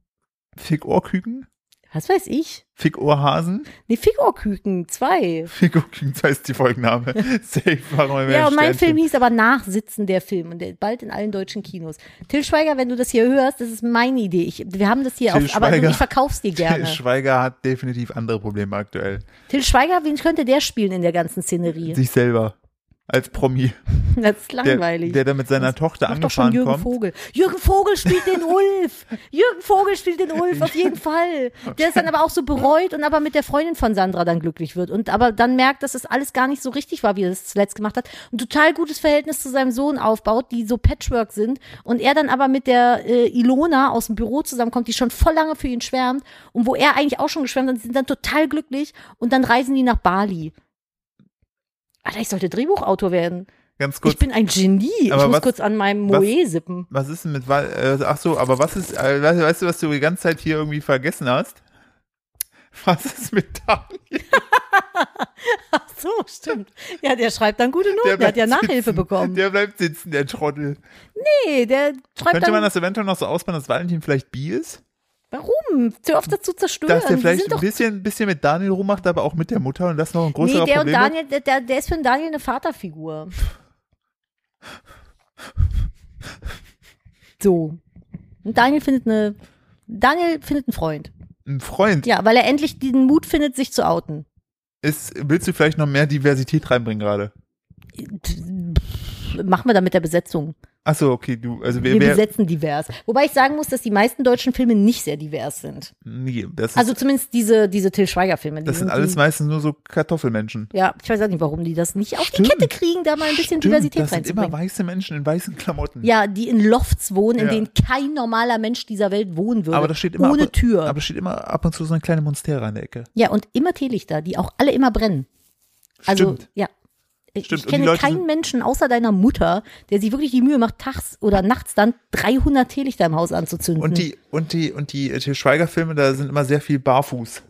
[SPEAKER 1] Fick Ohrküken?
[SPEAKER 2] Was weiß ich?
[SPEAKER 1] Fick Ohrhasen?
[SPEAKER 2] Nee, Fick Ohrküken 2.
[SPEAKER 1] Fick Ohrküken, das heißt die Folgenname. Safe, warum wir
[SPEAKER 2] Ja, und mein
[SPEAKER 1] Sternchen.
[SPEAKER 2] Film hieß aber Nachsitzen, der Film. Und der bald in allen deutschen Kinos. Till Schweiger, wenn du das hier hörst, das ist meine Idee. Ich, wir haben das hier
[SPEAKER 1] Till
[SPEAKER 2] auf, aber
[SPEAKER 1] Schweiger.
[SPEAKER 2] du, ich verkauf's dir gerne. Till,
[SPEAKER 1] Schweiger hat definitiv andere Probleme aktuell.
[SPEAKER 2] Schweiger, wen könnte der spielen in der ganzen Szenerie?
[SPEAKER 1] Sich selber. Als Promi.
[SPEAKER 2] Das ist
[SPEAKER 1] Der,
[SPEAKER 2] langweilig.
[SPEAKER 1] der dann mit seiner Tochter
[SPEAKER 2] Mach doch schon
[SPEAKER 1] angefahren
[SPEAKER 2] Jürgen
[SPEAKER 1] kommt.
[SPEAKER 2] Vogel. Jürgen Vogel spielt den Ulf. Jürgen Vogel spielt den Ulf, auf jeden Fall. Der ist dann aber auch so bereut und aber mit der Freundin von Sandra dann glücklich wird. Und aber dann merkt, dass das alles gar nicht so richtig war, wie er es zuletzt gemacht hat. Ein total gutes Verhältnis zu seinem Sohn aufbaut, die so Patchwork sind. Und er dann aber mit der äh, Ilona aus dem Büro zusammenkommt, die schon voll lange für ihn schwärmt. Und wo er eigentlich auch schon geschwärmt hat, die sind dann total glücklich. Und dann reisen die nach Bali. Alter, ich sollte Drehbuchautor werden.
[SPEAKER 1] Ganz kurz.
[SPEAKER 2] Ich bin ein Genie.
[SPEAKER 1] Aber
[SPEAKER 2] ich muss
[SPEAKER 1] was-
[SPEAKER 2] kurz an meinem
[SPEAKER 1] was-
[SPEAKER 2] Moe sippen.
[SPEAKER 1] was ist denn mit Val äh, ach so, aber was ist äh, weißt, weißt du, was du die ganze Zeit hier irgendwie vergessen hast? Was ist mit Daniel?
[SPEAKER 2] Oh, Ach so, stimmt. Ja, der schreibt dann gute Noten. Der, hat
[SPEAKER 1] bleibt
[SPEAKER 2] ja Nachhilfe
[SPEAKER 1] sitzen.
[SPEAKER 2] bekommen.
[SPEAKER 1] Der bleibt sitzen, der Trottel.
[SPEAKER 2] nee, der schreibt
[SPEAKER 1] Könnte man
[SPEAKER 2] dann.
[SPEAKER 1] das eventuell noch so ausbauen, dass Valentin vielleicht bi ist?
[SPEAKER 2] Warum? Zu oft dazu zerstören.
[SPEAKER 1] Dass der
[SPEAKER 2] Die
[SPEAKER 1] vielleicht
[SPEAKER 2] sind
[SPEAKER 1] ein
[SPEAKER 2] doch,
[SPEAKER 1] bisschen, bisschen mit Daniel rummacht, aber auch mit der Mutter und das noch ein größerer
[SPEAKER 2] nee, der und
[SPEAKER 1] Problem wird?
[SPEAKER 2] Daniel, der, der, der ist für den Daniel eine Vaterfigur. So. Und Daniel findet eine. Daniel findet einen Freund.
[SPEAKER 1] Ein Freund.
[SPEAKER 2] Ja, weil er endlich den Mut findet, sich zu outen.
[SPEAKER 1] Ist, willst du vielleicht noch mehr Diversität reinbringen gerade?
[SPEAKER 2] Machen wir da mit der Besetzung.
[SPEAKER 1] Ach so, okay, du, also wer,
[SPEAKER 2] Wir
[SPEAKER 1] wer
[SPEAKER 2] besetzen divers. Wobei ich sagen muss, dass die meisten deutschen Filme nicht sehr divers sind.
[SPEAKER 1] nee, das, ist,
[SPEAKER 2] Also zumindest diese, diese Till Schweiger-Filme. die
[SPEAKER 1] das sind
[SPEAKER 2] die-
[SPEAKER 1] alles meistens nur so Kartoffelmenschen.
[SPEAKER 2] Ja, ich weiß auch nicht, warum die das nicht auf
[SPEAKER 1] Stimmt.
[SPEAKER 2] die Kette kriegen, da mal ein bisschen
[SPEAKER 1] Stimmt,
[SPEAKER 2] Diversität
[SPEAKER 1] das sind immer
[SPEAKER 2] reinzubringen.
[SPEAKER 1] weiße Menschen in weißen Klamotten.
[SPEAKER 2] Ja, die in Lofts wohnen, in
[SPEAKER 1] Ja.
[SPEAKER 2] denen kein normaler Mensch dieser Welt wohnen würde.
[SPEAKER 1] aber da steht immer
[SPEAKER 2] ohne
[SPEAKER 1] ab,
[SPEAKER 2] Tür.
[SPEAKER 1] Aber steht immer ab und zu so eine kleine Monstera an der Ecke.
[SPEAKER 2] ja, und immer Teelichter, die auch alle immer brennen. Also,
[SPEAKER 1] Stimmt.
[SPEAKER 2] ja.
[SPEAKER 1] Stimmt,
[SPEAKER 2] ich
[SPEAKER 1] und die
[SPEAKER 2] kenne
[SPEAKER 1] Leute
[SPEAKER 2] keinen
[SPEAKER 1] sind-
[SPEAKER 2] Menschen außer deiner Mutter, der sich wirklich die Mühe macht, tags oder nachts dann 300 Teelichter im Haus anzuzünden.
[SPEAKER 1] Und die, und die, und die äh, Til Schweiger-Filme, da sind immer sehr viel barfuß.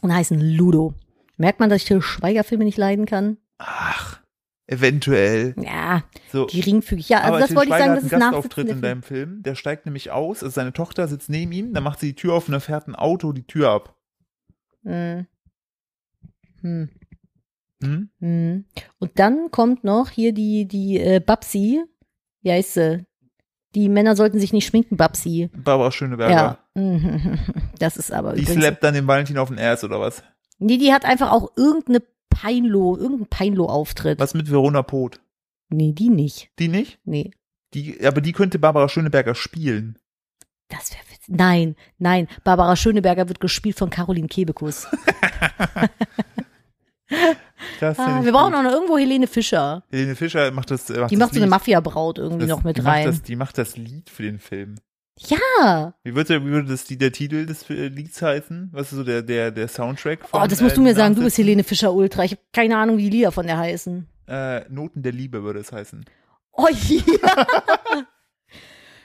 [SPEAKER 2] und heißen Ludo. Merkt man, dass ich Till Schweiger Filme nicht leiden kann?
[SPEAKER 1] Ach, eventuell.
[SPEAKER 2] Ja,
[SPEAKER 1] So.
[SPEAKER 2] geringfügig. Ja, also
[SPEAKER 1] Aber
[SPEAKER 2] das
[SPEAKER 1] Til
[SPEAKER 2] wollte ich
[SPEAKER 1] Schweiger
[SPEAKER 2] sagen,
[SPEAKER 1] hat
[SPEAKER 2] das ist
[SPEAKER 1] einen
[SPEAKER 2] nachsitzend.
[SPEAKER 1] Gastauftritt in deinem Film. Der steigt nämlich aus, also seine Tochter sitzt neben ihm, dann macht sie die Tür auf und dann fährt ein Auto die Tür ab.
[SPEAKER 2] Hm. Hm.
[SPEAKER 1] Hm?
[SPEAKER 2] Hm. Und dann kommt noch hier die, die äh, Babsi. Wie heißt sie? Die Männer sollten sich nicht schminken, Babsi.
[SPEAKER 1] Barbara Schöneberger.
[SPEAKER 2] Ja. Mhm. Das ist aber
[SPEAKER 1] Die
[SPEAKER 2] übrigens.
[SPEAKER 1] slappt dann den Valentin auf den Erz oder was?
[SPEAKER 2] Nee, die hat einfach auch irgendeine Peinlo, irgendeinen Peinlo-Auftritt.
[SPEAKER 1] Was mit Verona Poth?
[SPEAKER 2] Nee, die nicht.
[SPEAKER 1] Die nicht?
[SPEAKER 2] Nee.
[SPEAKER 1] Die, aber die könnte Barbara Schöneberger spielen.
[SPEAKER 2] Das wäre witzig. Nein, nein. Barbara Schöneberger wird gespielt von Caroline Kebekus.
[SPEAKER 1] Das
[SPEAKER 2] Ah,
[SPEAKER 1] find ich
[SPEAKER 2] wir brauchen
[SPEAKER 1] gut.
[SPEAKER 2] auch noch irgendwo Helene Fischer.
[SPEAKER 1] Helene Fischer macht das. Macht
[SPEAKER 2] Die
[SPEAKER 1] das
[SPEAKER 2] macht so eine
[SPEAKER 1] Lied.
[SPEAKER 2] Mafia-Braut irgendwie
[SPEAKER 1] Das-
[SPEAKER 2] noch
[SPEAKER 1] die
[SPEAKER 2] mit
[SPEAKER 1] macht
[SPEAKER 2] rein. Ah.
[SPEAKER 1] Das, die macht das Lied für den Film.
[SPEAKER 2] Ja.
[SPEAKER 1] Wie würde, wie würde das die, der Titel des äh, Lieds heißen? Was ist so der, der, der Soundtrack von
[SPEAKER 2] Oh, das musst
[SPEAKER 1] äh,
[SPEAKER 2] du mir sagen. Du bist
[SPEAKER 1] Nachsitzen?
[SPEAKER 2] Helene Fischer Ultra. Ich habe keine Ahnung, wie die Lieder von der heißen.
[SPEAKER 1] Äh, Noten der Liebe würde es heißen.
[SPEAKER 2] Oh ja.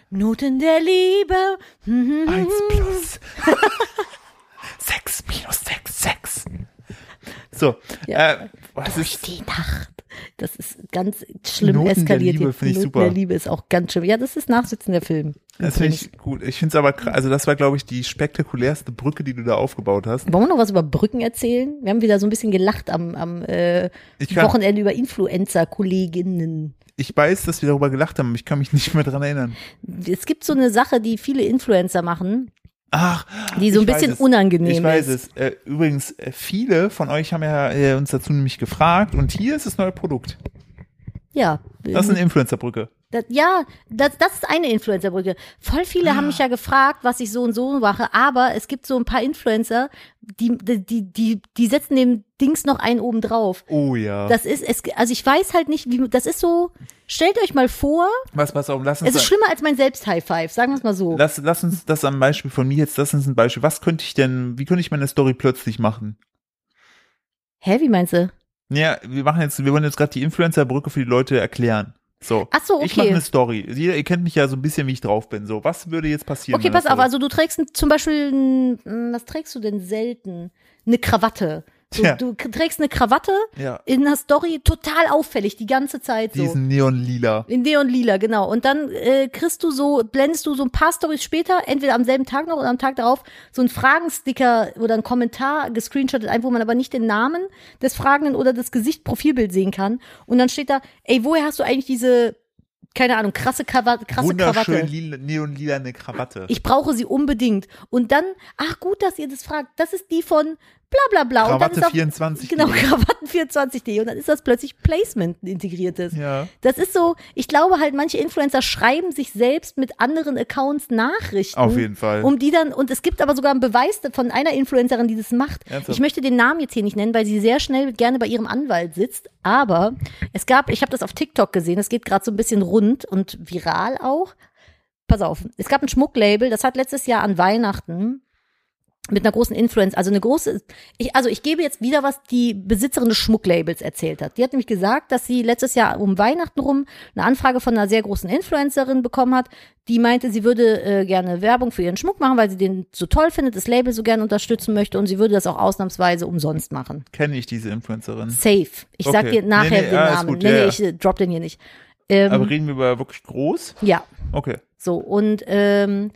[SPEAKER 2] Noten der Liebe. Mhm.
[SPEAKER 1] Eins plus. sechs minus sechs, sechs. So.
[SPEAKER 2] Ja.
[SPEAKER 1] Äh, was
[SPEAKER 2] Durch
[SPEAKER 1] ist,
[SPEAKER 2] die Nacht. Das ist ganz schlimm
[SPEAKER 1] Noten der
[SPEAKER 2] eskaliert.
[SPEAKER 1] Liebe
[SPEAKER 2] hier.
[SPEAKER 1] finde ich
[SPEAKER 2] Noten
[SPEAKER 1] super.
[SPEAKER 2] der Liebe ist auch ganz schlimm. Ja, das ist nachsitzen der Film.
[SPEAKER 1] das finde ich gut. Ich finde es aber, kr- also das war, glaube ich, die spektakulärste Brücke, die du da aufgebaut hast.
[SPEAKER 2] Wollen wir noch was über Brücken erzählen? Wir haben wieder so ein bisschen gelacht am, am äh,
[SPEAKER 1] Ich kann-
[SPEAKER 2] Wochenende über Influencer-Kolleginnen.
[SPEAKER 1] Ich weiß, dass wir darüber gelacht haben, aber ich kann mich nicht mehr dran erinnern.
[SPEAKER 2] Es gibt so eine Sache, die viele Influencer machen,
[SPEAKER 1] Ach,
[SPEAKER 2] die so ein
[SPEAKER 1] ich weiß
[SPEAKER 2] bisschen
[SPEAKER 1] es.
[SPEAKER 2] unangenehm
[SPEAKER 1] Ich weiß
[SPEAKER 2] ist.
[SPEAKER 1] es. Äh, übrigens, äh, viele von euch haben ja äh, uns dazu nämlich gefragt und hier ist das neue Produkt.
[SPEAKER 2] Ja.
[SPEAKER 1] Das
[SPEAKER 2] Mhm.
[SPEAKER 1] ist eine Influencer-Brücke.
[SPEAKER 2] Das, ja, das, das ist eine Influencerbrücke. Voll
[SPEAKER 1] Ah.
[SPEAKER 2] viele haben mich ja gefragt, was ich so und so mache, aber es gibt so ein paar Influencer, die, die, die, die, die setzen dem Dings noch einen oben drauf.
[SPEAKER 1] Oh ja.
[SPEAKER 2] Das ist, es, also ich weiß halt nicht, wie, das ist so, stellt euch mal vor,
[SPEAKER 1] was, pass auf, lass uns,
[SPEAKER 2] es ist schlimmer als mein Selbst-High-Five, sagen wir es mal so.
[SPEAKER 1] lass, lass uns das am Beispiel von mir jetzt, lass uns ein Beispiel. Was könnte ich denn, wie könnte ich meine Story plötzlich machen?
[SPEAKER 2] Hä, wie meinst du?
[SPEAKER 1] Ja, wir machen jetzt, wir wollen jetzt gerade die Influencer-Brücke für die Leute erklären. So.
[SPEAKER 2] Ach so,
[SPEAKER 1] Ich
[SPEAKER 2] okay.
[SPEAKER 1] mache eine Story. Jeder, ihr kennt mich ja so ein bisschen, wie ich drauf bin. So, was würde jetzt passieren?
[SPEAKER 2] Okay,
[SPEAKER 1] wenn das
[SPEAKER 2] pass auf,
[SPEAKER 1] so-
[SPEAKER 2] also du trägst n- zum Beispiel, n- m, was trägst du denn selten? Eine Krawatte. Du,
[SPEAKER 1] Tja.
[SPEAKER 2] du k- trägst eine Krawatte
[SPEAKER 1] Ja.
[SPEAKER 2] in der Story total auffällig, die ganze Zeit also so.
[SPEAKER 1] Diesen Neon-Lila.
[SPEAKER 2] In Neon Lila, genau. Und dann äh, kriegst du so, blendest du so ein paar Stories später, entweder am selben Tag noch oder am Tag darauf, so einen Fragensticker oder einen Kommentar gescreenshottet ein, wo man aber nicht den Namen des Fragenden oder das Gesicht Profilbild sehen kann. Und dann steht da, ey, woher hast du eigentlich diese, keine Ahnung, krasse, Krawa krasse
[SPEAKER 1] Wunderschön
[SPEAKER 2] Krawatte?
[SPEAKER 1] lila, neon-lila eine Krawatte.
[SPEAKER 2] Ich brauche sie unbedingt. Und dann, ach gut, dass ihr das fragt. Das ist die von bla bla bla. und
[SPEAKER 1] Krawatte
[SPEAKER 2] dann ist auf,
[SPEAKER 1] 24.
[SPEAKER 2] Genau, Krawatten24.de. Und dann ist das plötzlich Placement ein integriertes.
[SPEAKER 1] Ja.
[SPEAKER 2] Das ist so, ich glaube halt, manche Influencer schreiben sich selbst mit anderen Accounts Nachrichten.
[SPEAKER 1] Auf jeden Fall.
[SPEAKER 2] Um die dann, und es gibt aber sogar einen Beweis von einer Influencerin, die das macht.
[SPEAKER 1] Ernsthaft?
[SPEAKER 2] Ich möchte den Namen jetzt hier nicht nennen, weil sie sehr schnell gerne bei ihrem Anwalt sitzt. Aber es gab, ich habe das auf TikTok gesehen, es geht gerade so ein bisschen rund und viral auch. Pass auf, es gab ein Schmucklabel, das hat letztes Jahr an Weihnachten mit einer großen Influencer, also eine große, ich, also ich gebe jetzt wieder, was die Besitzerin des Schmucklabels erzählt hat. Die hat nämlich gesagt, dass sie letztes Jahr um Weihnachten rum eine Anfrage von einer sehr großen Influencerin bekommen hat, die meinte, sie würde äh, gerne Werbung für ihren Schmuck machen, weil sie den so toll findet, das Label so gerne unterstützen möchte und sie würde das auch ausnahmsweise umsonst machen.
[SPEAKER 1] Kenne ich diese Influencerin.
[SPEAKER 2] Safe. Ich sag
[SPEAKER 1] Okay.
[SPEAKER 2] dir nachher
[SPEAKER 1] Nee, nee,
[SPEAKER 2] den
[SPEAKER 1] ah, ist
[SPEAKER 2] Namen.
[SPEAKER 1] gut,
[SPEAKER 2] nee,
[SPEAKER 1] ja,
[SPEAKER 2] nee,
[SPEAKER 1] ja.
[SPEAKER 2] ich äh, drop den hier nicht. Ähm,
[SPEAKER 1] Aber reden wir über wirklich groß?
[SPEAKER 2] ja.
[SPEAKER 1] Okay.
[SPEAKER 2] So, und ähm,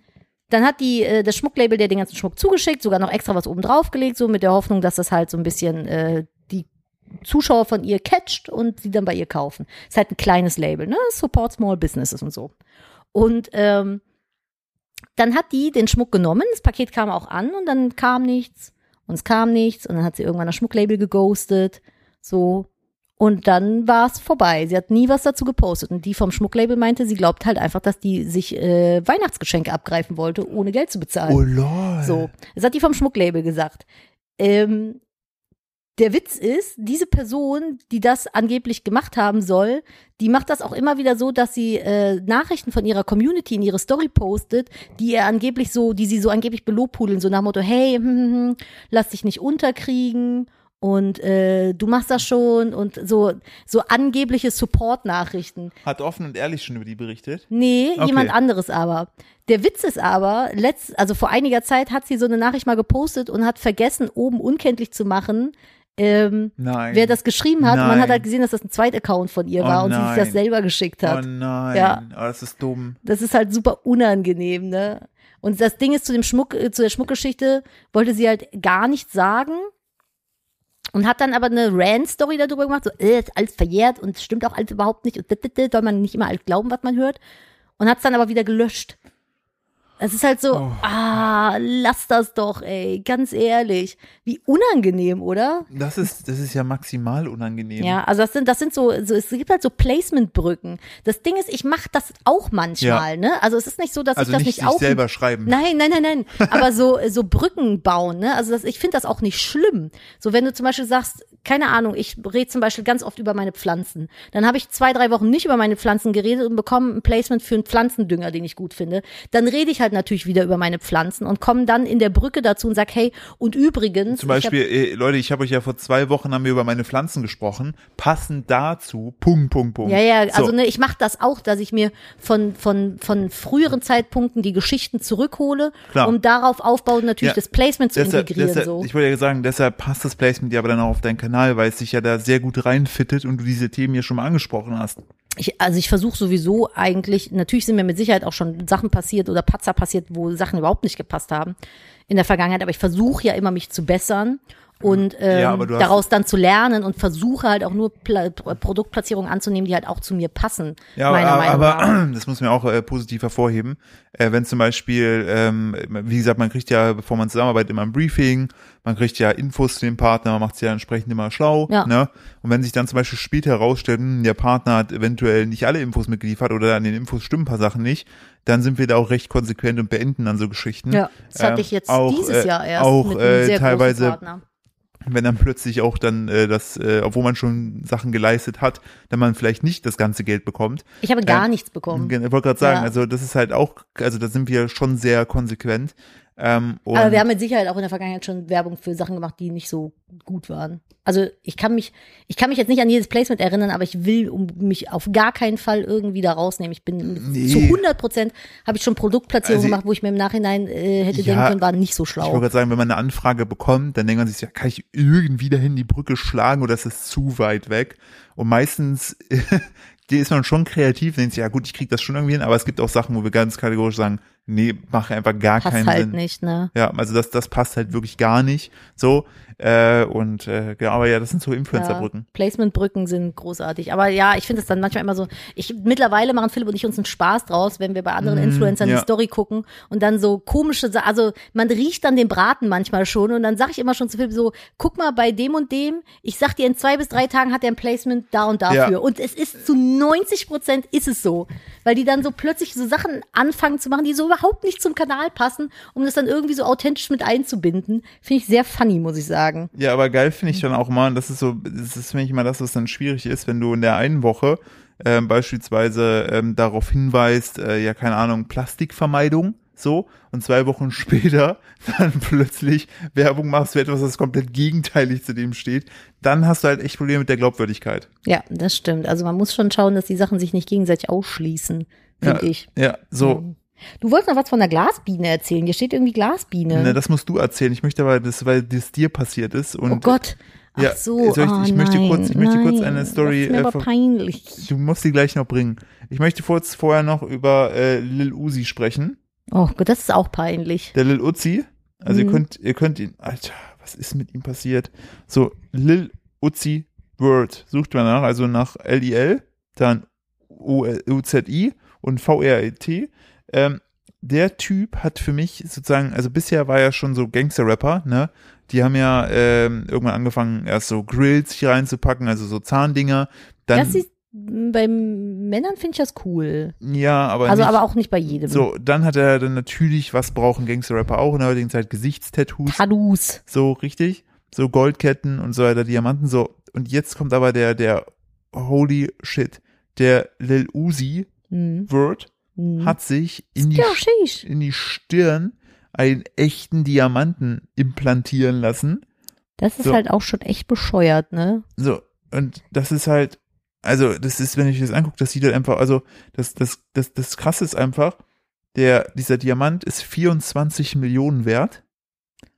[SPEAKER 2] dann hat die, äh, das Schmucklabel der den ganzen Schmuck zugeschickt, sogar noch extra was oben drauf gelegt, so mit der Hoffnung, dass das halt so ein bisschen äh, die Zuschauer von ihr catcht und sie dann bei ihr kaufen. Ist halt ein kleines Label, ne? Support Small Businesses und so. Und ähm, dann hat die den Schmuck genommen, das Paket kam auch an und dann kam nichts und es kam nichts und dann hat sie irgendwann das Schmucklabel geghostet, so. Und dann war es vorbei. Sie hat nie was dazu gepostet. Und die vom Schmucklabel meinte, sie glaubt halt einfach, dass die sich äh, Weihnachtsgeschenke abgreifen wollte, ohne Geld zu bezahlen.
[SPEAKER 1] Oh lol.
[SPEAKER 2] Äh, So, das hat die vom Schmucklabel gesagt. Ähm, der Witz ist, diese Person, die das angeblich gemacht haben soll, die macht das auch immer wieder so, dass sie äh, Nachrichten von ihrer Community in ihre Story postet, die ihr angeblich so, die sie so angeblich belobpudeln, so nach dem Motto, hey, hm, hm, hm, lass dich nicht unterkriegen und äh, du machst das schon und so, so angebliche Support-Nachrichten.
[SPEAKER 1] Hat offen und ehrlich schon über die berichtet.
[SPEAKER 2] Nee,
[SPEAKER 1] Okay.
[SPEAKER 2] jemand anderes aber. Der Witz ist aber, letzt, also vor einiger Zeit hat sie so eine Nachricht mal gepostet und hat vergessen, oben unkenntlich zu machen, ähm,
[SPEAKER 1] Nein.
[SPEAKER 2] wer das geschrieben hat. Und man
[SPEAKER 1] Nein.
[SPEAKER 2] hat halt gesehen, dass das ein Zweitaccount von ihr
[SPEAKER 1] Oh
[SPEAKER 2] war und sie sich
[SPEAKER 1] nein.
[SPEAKER 2] das selber geschickt
[SPEAKER 1] Oh
[SPEAKER 2] hat.
[SPEAKER 1] nein,
[SPEAKER 2] Ja.
[SPEAKER 1] oh, das ist dumm.
[SPEAKER 2] Das ist halt super unangenehm, ne? Und das Ding ist zu dem Schmuck, äh, zu der Schmuckgeschichte wollte sie halt gar nichts sagen und hat dann aber eine Rant-Story darüber gemacht, so, äh, ist alles verjährt und stimmt auch alles überhaupt nicht und dit, dit, dit, soll man nicht immer alles glauben, was man hört und hat es dann aber wieder gelöscht. Es ist halt so, ah, lass das doch, ey, ganz ehrlich. Wie unangenehm, oder?
[SPEAKER 1] Das ist, das ist ja maximal unangenehm.
[SPEAKER 2] Ja, also das sind, das sind so, so, es gibt halt so Placement-Brücken. Das Ding ist, ich mache das auch manchmal, ne? Also es ist nicht so, dass
[SPEAKER 1] also
[SPEAKER 2] ich das
[SPEAKER 1] nicht
[SPEAKER 2] nicht,
[SPEAKER 1] sich
[SPEAKER 2] auch.
[SPEAKER 1] selber schreiben.
[SPEAKER 2] Nein, nein, nein, nein. Aber so, so Brücken bauen, ne? Also das, ich finde das auch nicht schlimm. So, wenn du zum Beispiel sagst, keine Ahnung, ich rede zum Beispiel ganz oft über meine Pflanzen. Dann habe ich zwei, drei Wochen nicht über meine Pflanzen geredet und bekomme ein Placement für einen Pflanzendünger, den ich gut finde. Dann rede ich halt natürlich wieder über meine Pflanzen und komme dann in der Brücke dazu und sag, hey, und übrigens.
[SPEAKER 1] Zum
[SPEAKER 2] ich hab-
[SPEAKER 1] Beispiel, äh, Leute, ich habe euch ja vor zwei Wochen haben wir über meine Pflanzen gesprochen. Passend dazu, Punkt, Punkt, Punkt.
[SPEAKER 2] Ja, ja,
[SPEAKER 1] so.
[SPEAKER 2] also ne, ich mache das auch, dass ich mir von, von, von früheren Zeitpunkten die Geschichten zurückhole,
[SPEAKER 1] Klar.
[SPEAKER 2] um darauf aufbauend natürlich
[SPEAKER 1] Ja.
[SPEAKER 2] das Placement zu
[SPEAKER 1] Deshalb,
[SPEAKER 2] integrieren.
[SPEAKER 1] deshalb,
[SPEAKER 2] so.
[SPEAKER 1] Ich wollte ja sagen, deshalb passt das Placement ja aber dann auch auf deinen Kanal, weil es sich ja da sehr gut reinfittet und du diese Themen hier schon mal angesprochen hast.
[SPEAKER 2] ich, also ich versuche sowieso eigentlich, natürlich sind mir mit Sicherheit auch schon Sachen passiert oder Patzer passiert, wo Sachen überhaupt nicht gepasst haben in der Vergangenheit, aber ich versuche ja immer mich zu bessern und ähm,
[SPEAKER 1] Ja, aber du hast-
[SPEAKER 2] daraus dann zu lernen und versuche halt auch nur Pla Pro- Produktplatzierungen anzunehmen, die halt auch zu mir passen,
[SPEAKER 1] Ja,
[SPEAKER 2] meiner
[SPEAKER 1] aber,
[SPEAKER 2] Meinung nach.
[SPEAKER 1] aber das muss man auch äh, positiv hervorheben. Äh, wenn zum Beispiel, ähm, wie gesagt, man kriegt ja, bevor man zusammenarbeitet, immer ein Briefing, man kriegt ja Infos zu dem Partner, man macht sich ja entsprechend immer schlau.
[SPEAKER 2] Ja.
[SPEAKER 1] Ne? Und wenn sich dann zum Beispiel später herausstellt, hm, der Partner hat eventuell nicht alle Infos mitgeliefert oder an den Infos stimmen ein paar Sachen nicht, dann sind wir da auch recht konsequent und beenden dann so Geschichten.
[SPEAKER 2] Ja, das hatte
[SPEAKER 1] Ähm,
[SPEAKER 2] ich jetzt
[SPEAKER 1] auch,
[SPEAKER 2] dieses
[SPEAKER 1] äh,
[SPEAKER 2] Jahr erst
[SPEAKER 1] Auch
[SPEAKER 2] mit einem
[SPEAKER 1] äh,
[SPEAKER 2] sehr großen
[SPEAKER 1] teilweise
[SPEAKER 2] Partner.
[SPEAKER 1] wenn dann plötzlich auch dann äh, das, äh, obwohl man schon Sachen geleistet hat, dann man vielleicht nicht das ganze Geld bekommt.
[SPEAKER 2] Ich habe gar
[SPEAKER 1] äh,
[SPEAKER 2] nichts bekommen.
[SPEAKER 1] Ich wollte gerade sagen,
[SPEAKER 2] Ja.
[SPEAKER 1] also das ist halt auch, also da sind wir schon sehr konsequent. Ähm, und
[SPEAKER 2] Aber wir haben mit Sicherheit auch in der Vergangenheit schon Werbung für Sachen gemacht, die nicht so gut waren. Also ich kann mich, ich kann mich jetzt nicht an jedes Placement erinnern, aber ich will um mich auf gar keinen Fall irgendwie da rausnehmen. Ich bin
[SPEAKER 1] Nee.
[SPEAKER 2] zu 100 Prozent habe ich schon Produktplatzierungen
[SPEAKER 1] Also-
[SPEAKER 2] gemacht, wo ich mir im Nachhinein äh, hätte
[SPEAKER 1] Ja.
[SPEAKER 2] denken können, war nicht so
[SPEAKER 1] ich
[SPEAKER 2] schlau.
[SPEAKER 1] wollte gerade sagen, wenn man eine Anfrage bekommt, dann denkt man sich, ja, kann ich irgendwie dahin die Brücke schlagen oder ist das zu weit weg? Und meistens die ist man schon kreativ, denkt sich, ja gut, ich krieg das schon irgendwie hin, aber es gibt auch Sachen, wo wir ganz kategorisch sagen, nee, mach einfach gar
[SPEAKER 2] Passt
[SPEAKER 1] keinen
[SPEAKER 2] halt
[SPEAKER 1] Sinn.
[SPEAKER 2] nicht, ne?
[SPEAKER 1] Ja, also das, das passt halt wirklich gar nicht. So, äh, und äh, genau, aber ja, das sind so Influencer-Brücken.
[SPEAKER 2] Ja, Placement-Brücken sind großartig. Aber ja, ich finde es dann manchmal immer so. Ich mittlerweile machen Philipp und ich uns einen Spaß draus, wenn wir bei anderen Influencern
[SPEAKER 1] Mm, ja.
[SPEAKER 2] die Story gucken und dann so komische Sa Also man riecht dann den Braten manchmal schon und dann sage ich immer schon zu Philipp so, guck mal bei dem und dem, ich sag dir, in zwei bis drei Tagen hat er ein Placement da und dafür.
[SPEAKER 1] Ja.
[SPEAKER 2] Und es ist zu 90 Prozent ist es so. Weil die dann so plötzlich so Sachen anfangen zu machen, die so überhaupt nicht zum Kanal passen, um das dann irgendwie so authentisch mit einzubinden. Finde ich sehr funny, muss ich sagen.
[SPEAKER 1] Ja, aber geil finde ich dann auch mal, und das ist so, das ist, finde ich mal das, was dann schwierig ist, wenn du in der einen Woche ähm, beispielsweise ähm, darauf hinweist, äh, ja, keine Ahnung, Plastikvermeidung, so, und zwei Wochen später dann plötzlich Werbung machst für etwas, das komplett gegenteilig zu dem steht, dann hast du halt echt Probleme mit der Glaubwürdigkeit.
[SPEAKER 2] Ja, das stimmt. Also man muss schon schauen, dass die Sachen sich nicht gegenseitig ausschließen,
[SPEAKER 1] Ja,
[SPEAKER 2] finde ich.
[SPEAKER 1] ja, so,
[SPEAKER 2] Mhm. Du wolltest noch was von der Glasbiene erzählen. Hier steht irgendwie Glasbiene.
[SPEAKER 1] ne, das musst du erzählen. Ich möchte aber, das, weil das dir passiert ist und
[SPEAKER 2] oh Gott. Ach
[SPEAKER 1] Ja,
[SPEAKER 2] so.
[SPEAKER 1] soll ich-
[SPEAKER 2] Ah,
[SPEAKER 1] ich möchte
[SPEAKER 2] nein,
[SPEAKER 1] kurz- ich möchte kurz
[SPEAKER 2] nein.
[SPEAKER 1] eine Story,
[SPEAKER 2] Das ist mir
[SPEAKER 1] äh,
[SPEAKER 2] aber
[SPEAKER 1] ver-
[SPEAKER 2] peinlich.
[SPEAKER 1] Du musst die gleich noch bringen. Ich möchte kurz vorher noch über äh, Lil Uzi sprechen.
[SPEAKER 2] Oh Gott, das ist auch peinlich.
[SPEAKER 1] Der Lil Uzi. Also
[SPEAKER 2] Mhm.
[SPEAKER 1] ihr könnt, ihr könnt ihn. Alter, was ist mit ihm passiert? So, Lil Uzi Word sucht man nach, also nach L-I-L, dann äh, U-Z-I und V-R-E-T. Ähm, der Typ hat für mich sozusagen, also bisher war er schon so Gangster-Rapper, ne? Die haben ja ähm, irgendwann angefangen, erst so Grills hier reinzupacken, also so Zahndinger. Dann,
[SPEAKER 2] das ist, bei Männern finde ich das cool.
[SPEAKER 1] ja, aber
[SPEAKER 2] Also
[SPEAKER 1] nicht,
[SPEAKER 2] aber auch nicht bei jedem.
[SPEAKER 1] So, dann hat er dann natürlich, was brauchen Gangster-Rapper auch in der heutigen Zeit? Gesichtstattoos.
[SPEAKER 2] Tattoos.
[SPEAKER 1] So, richtig. So Goldketten und so weiter, Diamanten, so. Und jetzt kommt aber der, der Holy Shit. Der Lil Uzi
[SPEAKER 2] Hm.
[SPEAKER 1] Word
[SPEAKER 2] Hm.
[SPEAKER 1] hat sich in die,
[SPEAKER 2] ja, sheesh.
[SPEAKER 1] in die Stirn einen echten Diamanten implantieren lassen.
[SPEAKER 2] Das ist
[SPEAKER 1] So.
[SPEAKER 2] halt auch schon echt bescheuert, ne?
[SPEAKER 1] So, und das ist halt, also, das ist, wenn ich das angucke, das sieht halt einfach, also, das, das, das, das krasse ist einfach, der, dieser Diamant ist 24 Millionen wert.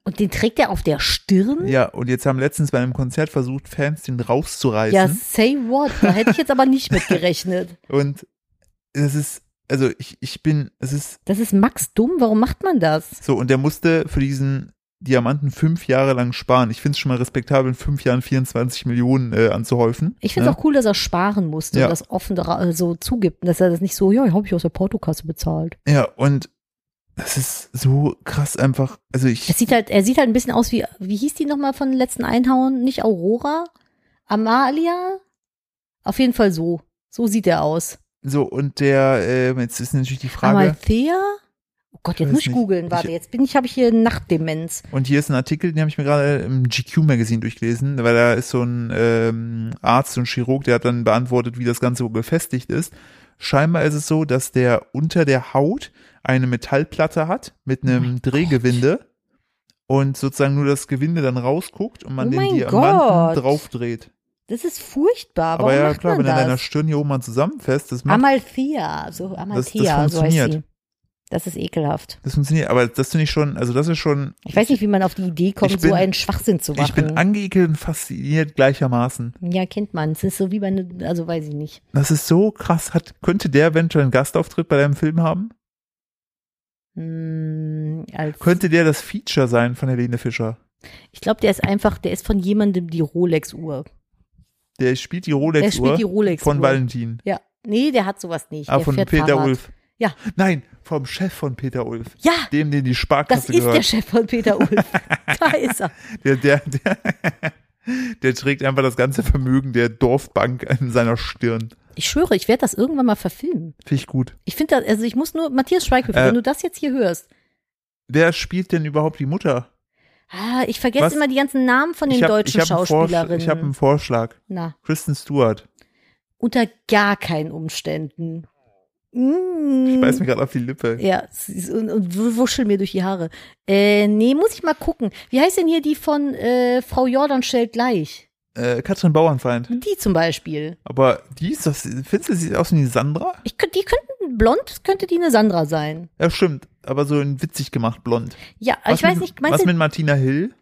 [SPEAKER 2] Und den trägt er auf der Stirn?
[SPEAKER 1] Ja, und jetzt haben letztens bei einem Konzert versucht, Fans den rauszureißen.
[SPEAKER 2] Ja, say what? Da hätte ich jetzt aber nicht mit gerechnet.
[SPEAKER 1] Und das ist, also, ich, ich bin, es ist
[SPEAKER 2] Das ist Max dumm. Warum macht man das?
[SPEAKER 1] so, und der musste für diesen Diamanten fünf Jahre lang sparen. Ich finde es schon mal respektabel, in fünf Jahren 24 Millionen äh, anzuhäufen.
[SPEAKER 2] Ich finde es auch cool, dass er sparen musste
[SPEAKER 1] Ja.
[SPEAKER 2] und das offen dra- äh, so zugibt. Und dass er das nicht so, ja, habe ich aus der Portokasse bezahlt.
[SPEAKER 1] Ja, und das ist so krass einfach, also ich.
[SPEAKER 2] Das sieht halt, er sieht halt ein bisschen aus wie, wie hieß die nochmal von den letzten Einhauen? Nicht Aurora? Amalia? Auf jeden Fall so. So sieht er aus.
[SPEAKER 1] So, und der, ähm, jetzt ist natürlich die Frage,
[SPEAKER 2] Amalthea? Oh Gott, jetzt
[SPEAKER 1] weiß
[SPEAKER 2] muss ich
[SPEAKER 1] nicht.
[SPEAKER 2] googeln.
[SPEAKER 1] Ich-
[SPEAKER 2] Warte, jetzt bin ich, habe ich hier Nachtdemenz.
[SPEAKER 1] und hier ist ein Artikel, den habe ich mir gerade im GQ-Magazin durchgelesen, weil da ist so ein ähm, Arzt, so ein Chirurg, der hat dann beantwortet, wie das Ganze wohl befestigt ist. Scheinbar ist es so, dass der unter der Haut eine Metallplatte hat mit einem
[SPEAKER 2] Oh mein
[SPEAKER 1] Drehgewinde und sozusagen nur das Gewinde dann rausguckt und man
[SPEAKER 2] Oh
[SPEAKER 1] den
[SPEAKER 2] mein
[SPEAKER 1] Diamanten
[SPEAKER 2] Gott.
[SPEAKER 1] draufdreht.
[SPEAKER 2] Das ist furchtbar. Warum
[SPEAKER 1] Aber ja,
[SPEAKER 2] macht
[SPEAKER 1] klar,
[SPEAKER 2] man
[SPEAKER 1] wenn er
[SPEAKER 2] das?
[SPEAKER 1] deiner Stirn hier oben mal zusammenfasst, das macht
[SPEAKER 2] Amalthea, so Amalthea, so heißt
[SPEAKER 1] funktioniert.
[SPEAKER 2] sie. Das ist ekelhaft.
[SPEAKER 1] Das funktioniert, aber das finde ich schon, also das ist schon,
[SPEAKER 2] Ich weiß nicht, wie man auf die Idee kommt,
[SPEAKER 1] Ich bin-
[SPEAKER 2] so einen Schwachsinn zu machen.
[SPEAKER 1] ich bin angeekelt und fasziniert gleichermaßen.
[SPEAKER 2] ja, kennt man. Es ist so wie bei ne, also weiß ich nicht.
[SPEAKER 1] Das ist so krass. Hat, könnte der eventuell einen Gastauftritt bei deinem Film haben?
[SPEAKER 2] Hm, als,
[SPEAKER 1] Könnte der das Feature sein von Helene Fischer?
[SPEAKER 2] ich glaube, der ist einfach, der ist von jemandem die Rolex-Uhr.
[SPEAKER 1] Der spielt die
[SPEAKER 2] Der spielt die
[SPEAKER 1] Rolex-Uhr
[SPEAKER 2] Rolex-Uhr.
[SPEAKER 1] von Valentin.
[SPEAKER 2] Ja, nee, der hat sowas nicht.
[SPEAKER 1] Ah,
[SPEAKER 2] der
[SPEAKER 1] von
[SPEAKER 2] fährt
[SPEAKER 1] Peter
[SPEAKER 2] Fahrrad.
[SPEAKER 1] Ulf.
[SPEAKER 2] Ja.
[SPEAKER 1] Nein, vom Chef von Peter Ulf.
[SPEAKER 2] Ja,
[SPEAKER 1] Dem, den die
[SPEAKER 2] das
[SPEAKER 1] Sparkasse
[SPEAKER 2] ist der
[SPEAKER 1] gehört.
[SPEAKER 2] Chef von Peter Ulf. da ist er.
[SPEAKER 1] Der, der, der, der trägt einfach das ganze Vermögen der Dorfbank an seiner Stirn.
[SPEAKER 2] Ich schwöre, ich werde das irgendwann mal verfilmen.
[SPEAKER 1] Finde ich gut.
[SPEAKER 2] Ich finde, das- also ich muss nur, Matthias Schweighöfer,
[SPEAKER 1] Äh.
[SPEAKER 2] wenn du das jetzt hier hörst,
[SPEAKER 1] Wer spielt denn überhaupt die Mutter?
[SPEAKER 2] ah, ich vergesse
[SPEAKER 1] Was?
[SPEAKER 2] immer die ganzen Namen von den
[SPEAKER 1] ich hab-
[SPEAKER 2] deutschen
[SPEAKER 1] ich hab einen Vorsch-
[SPEAKER 2] Schauspielerinnen.
[SPEAKER 1] Ich habe einen Vorschlag.
[SPEAKER 2] Na,
[SPEAKER 1] Kristen Stewart.
[SPEAKER 2] unter gar keinen Umständen. Mm.
[SPEAKER 1] Ich beiß mir gerade auf die Lippe.
[SPEAKER 2] Ja, es ist- und, und w- wuschel mir durch die Haare. Äh, nee, muss ich mal gucken. Wie heißt denn hier die von äh, Frau Jordan stellt gleich?
[SPEAKER 1] Äh, Katrin Bauernfeind.
[SPEAKER 2] Die zum Beispiel.
[SPEAKER 1] Aber die ist doch, findest du, sie sieht aus wie die Sandra?
[SPEAKER 2] Ich, könnt- die könnten, blond könnte die eine Sandra sein.
[SPEAKER 1] Ja, stimmt. Aber so in witzig gemacht blond.
[SPEAKER 2] Ja, aber ich weiß
[SPEAKER 1] mit,
[SPEAKER 2] nicht,
[SPEAKER 1] Was
[SPEAKER 2] meinst du,
[SPEAKER 1] mit Martina Hill?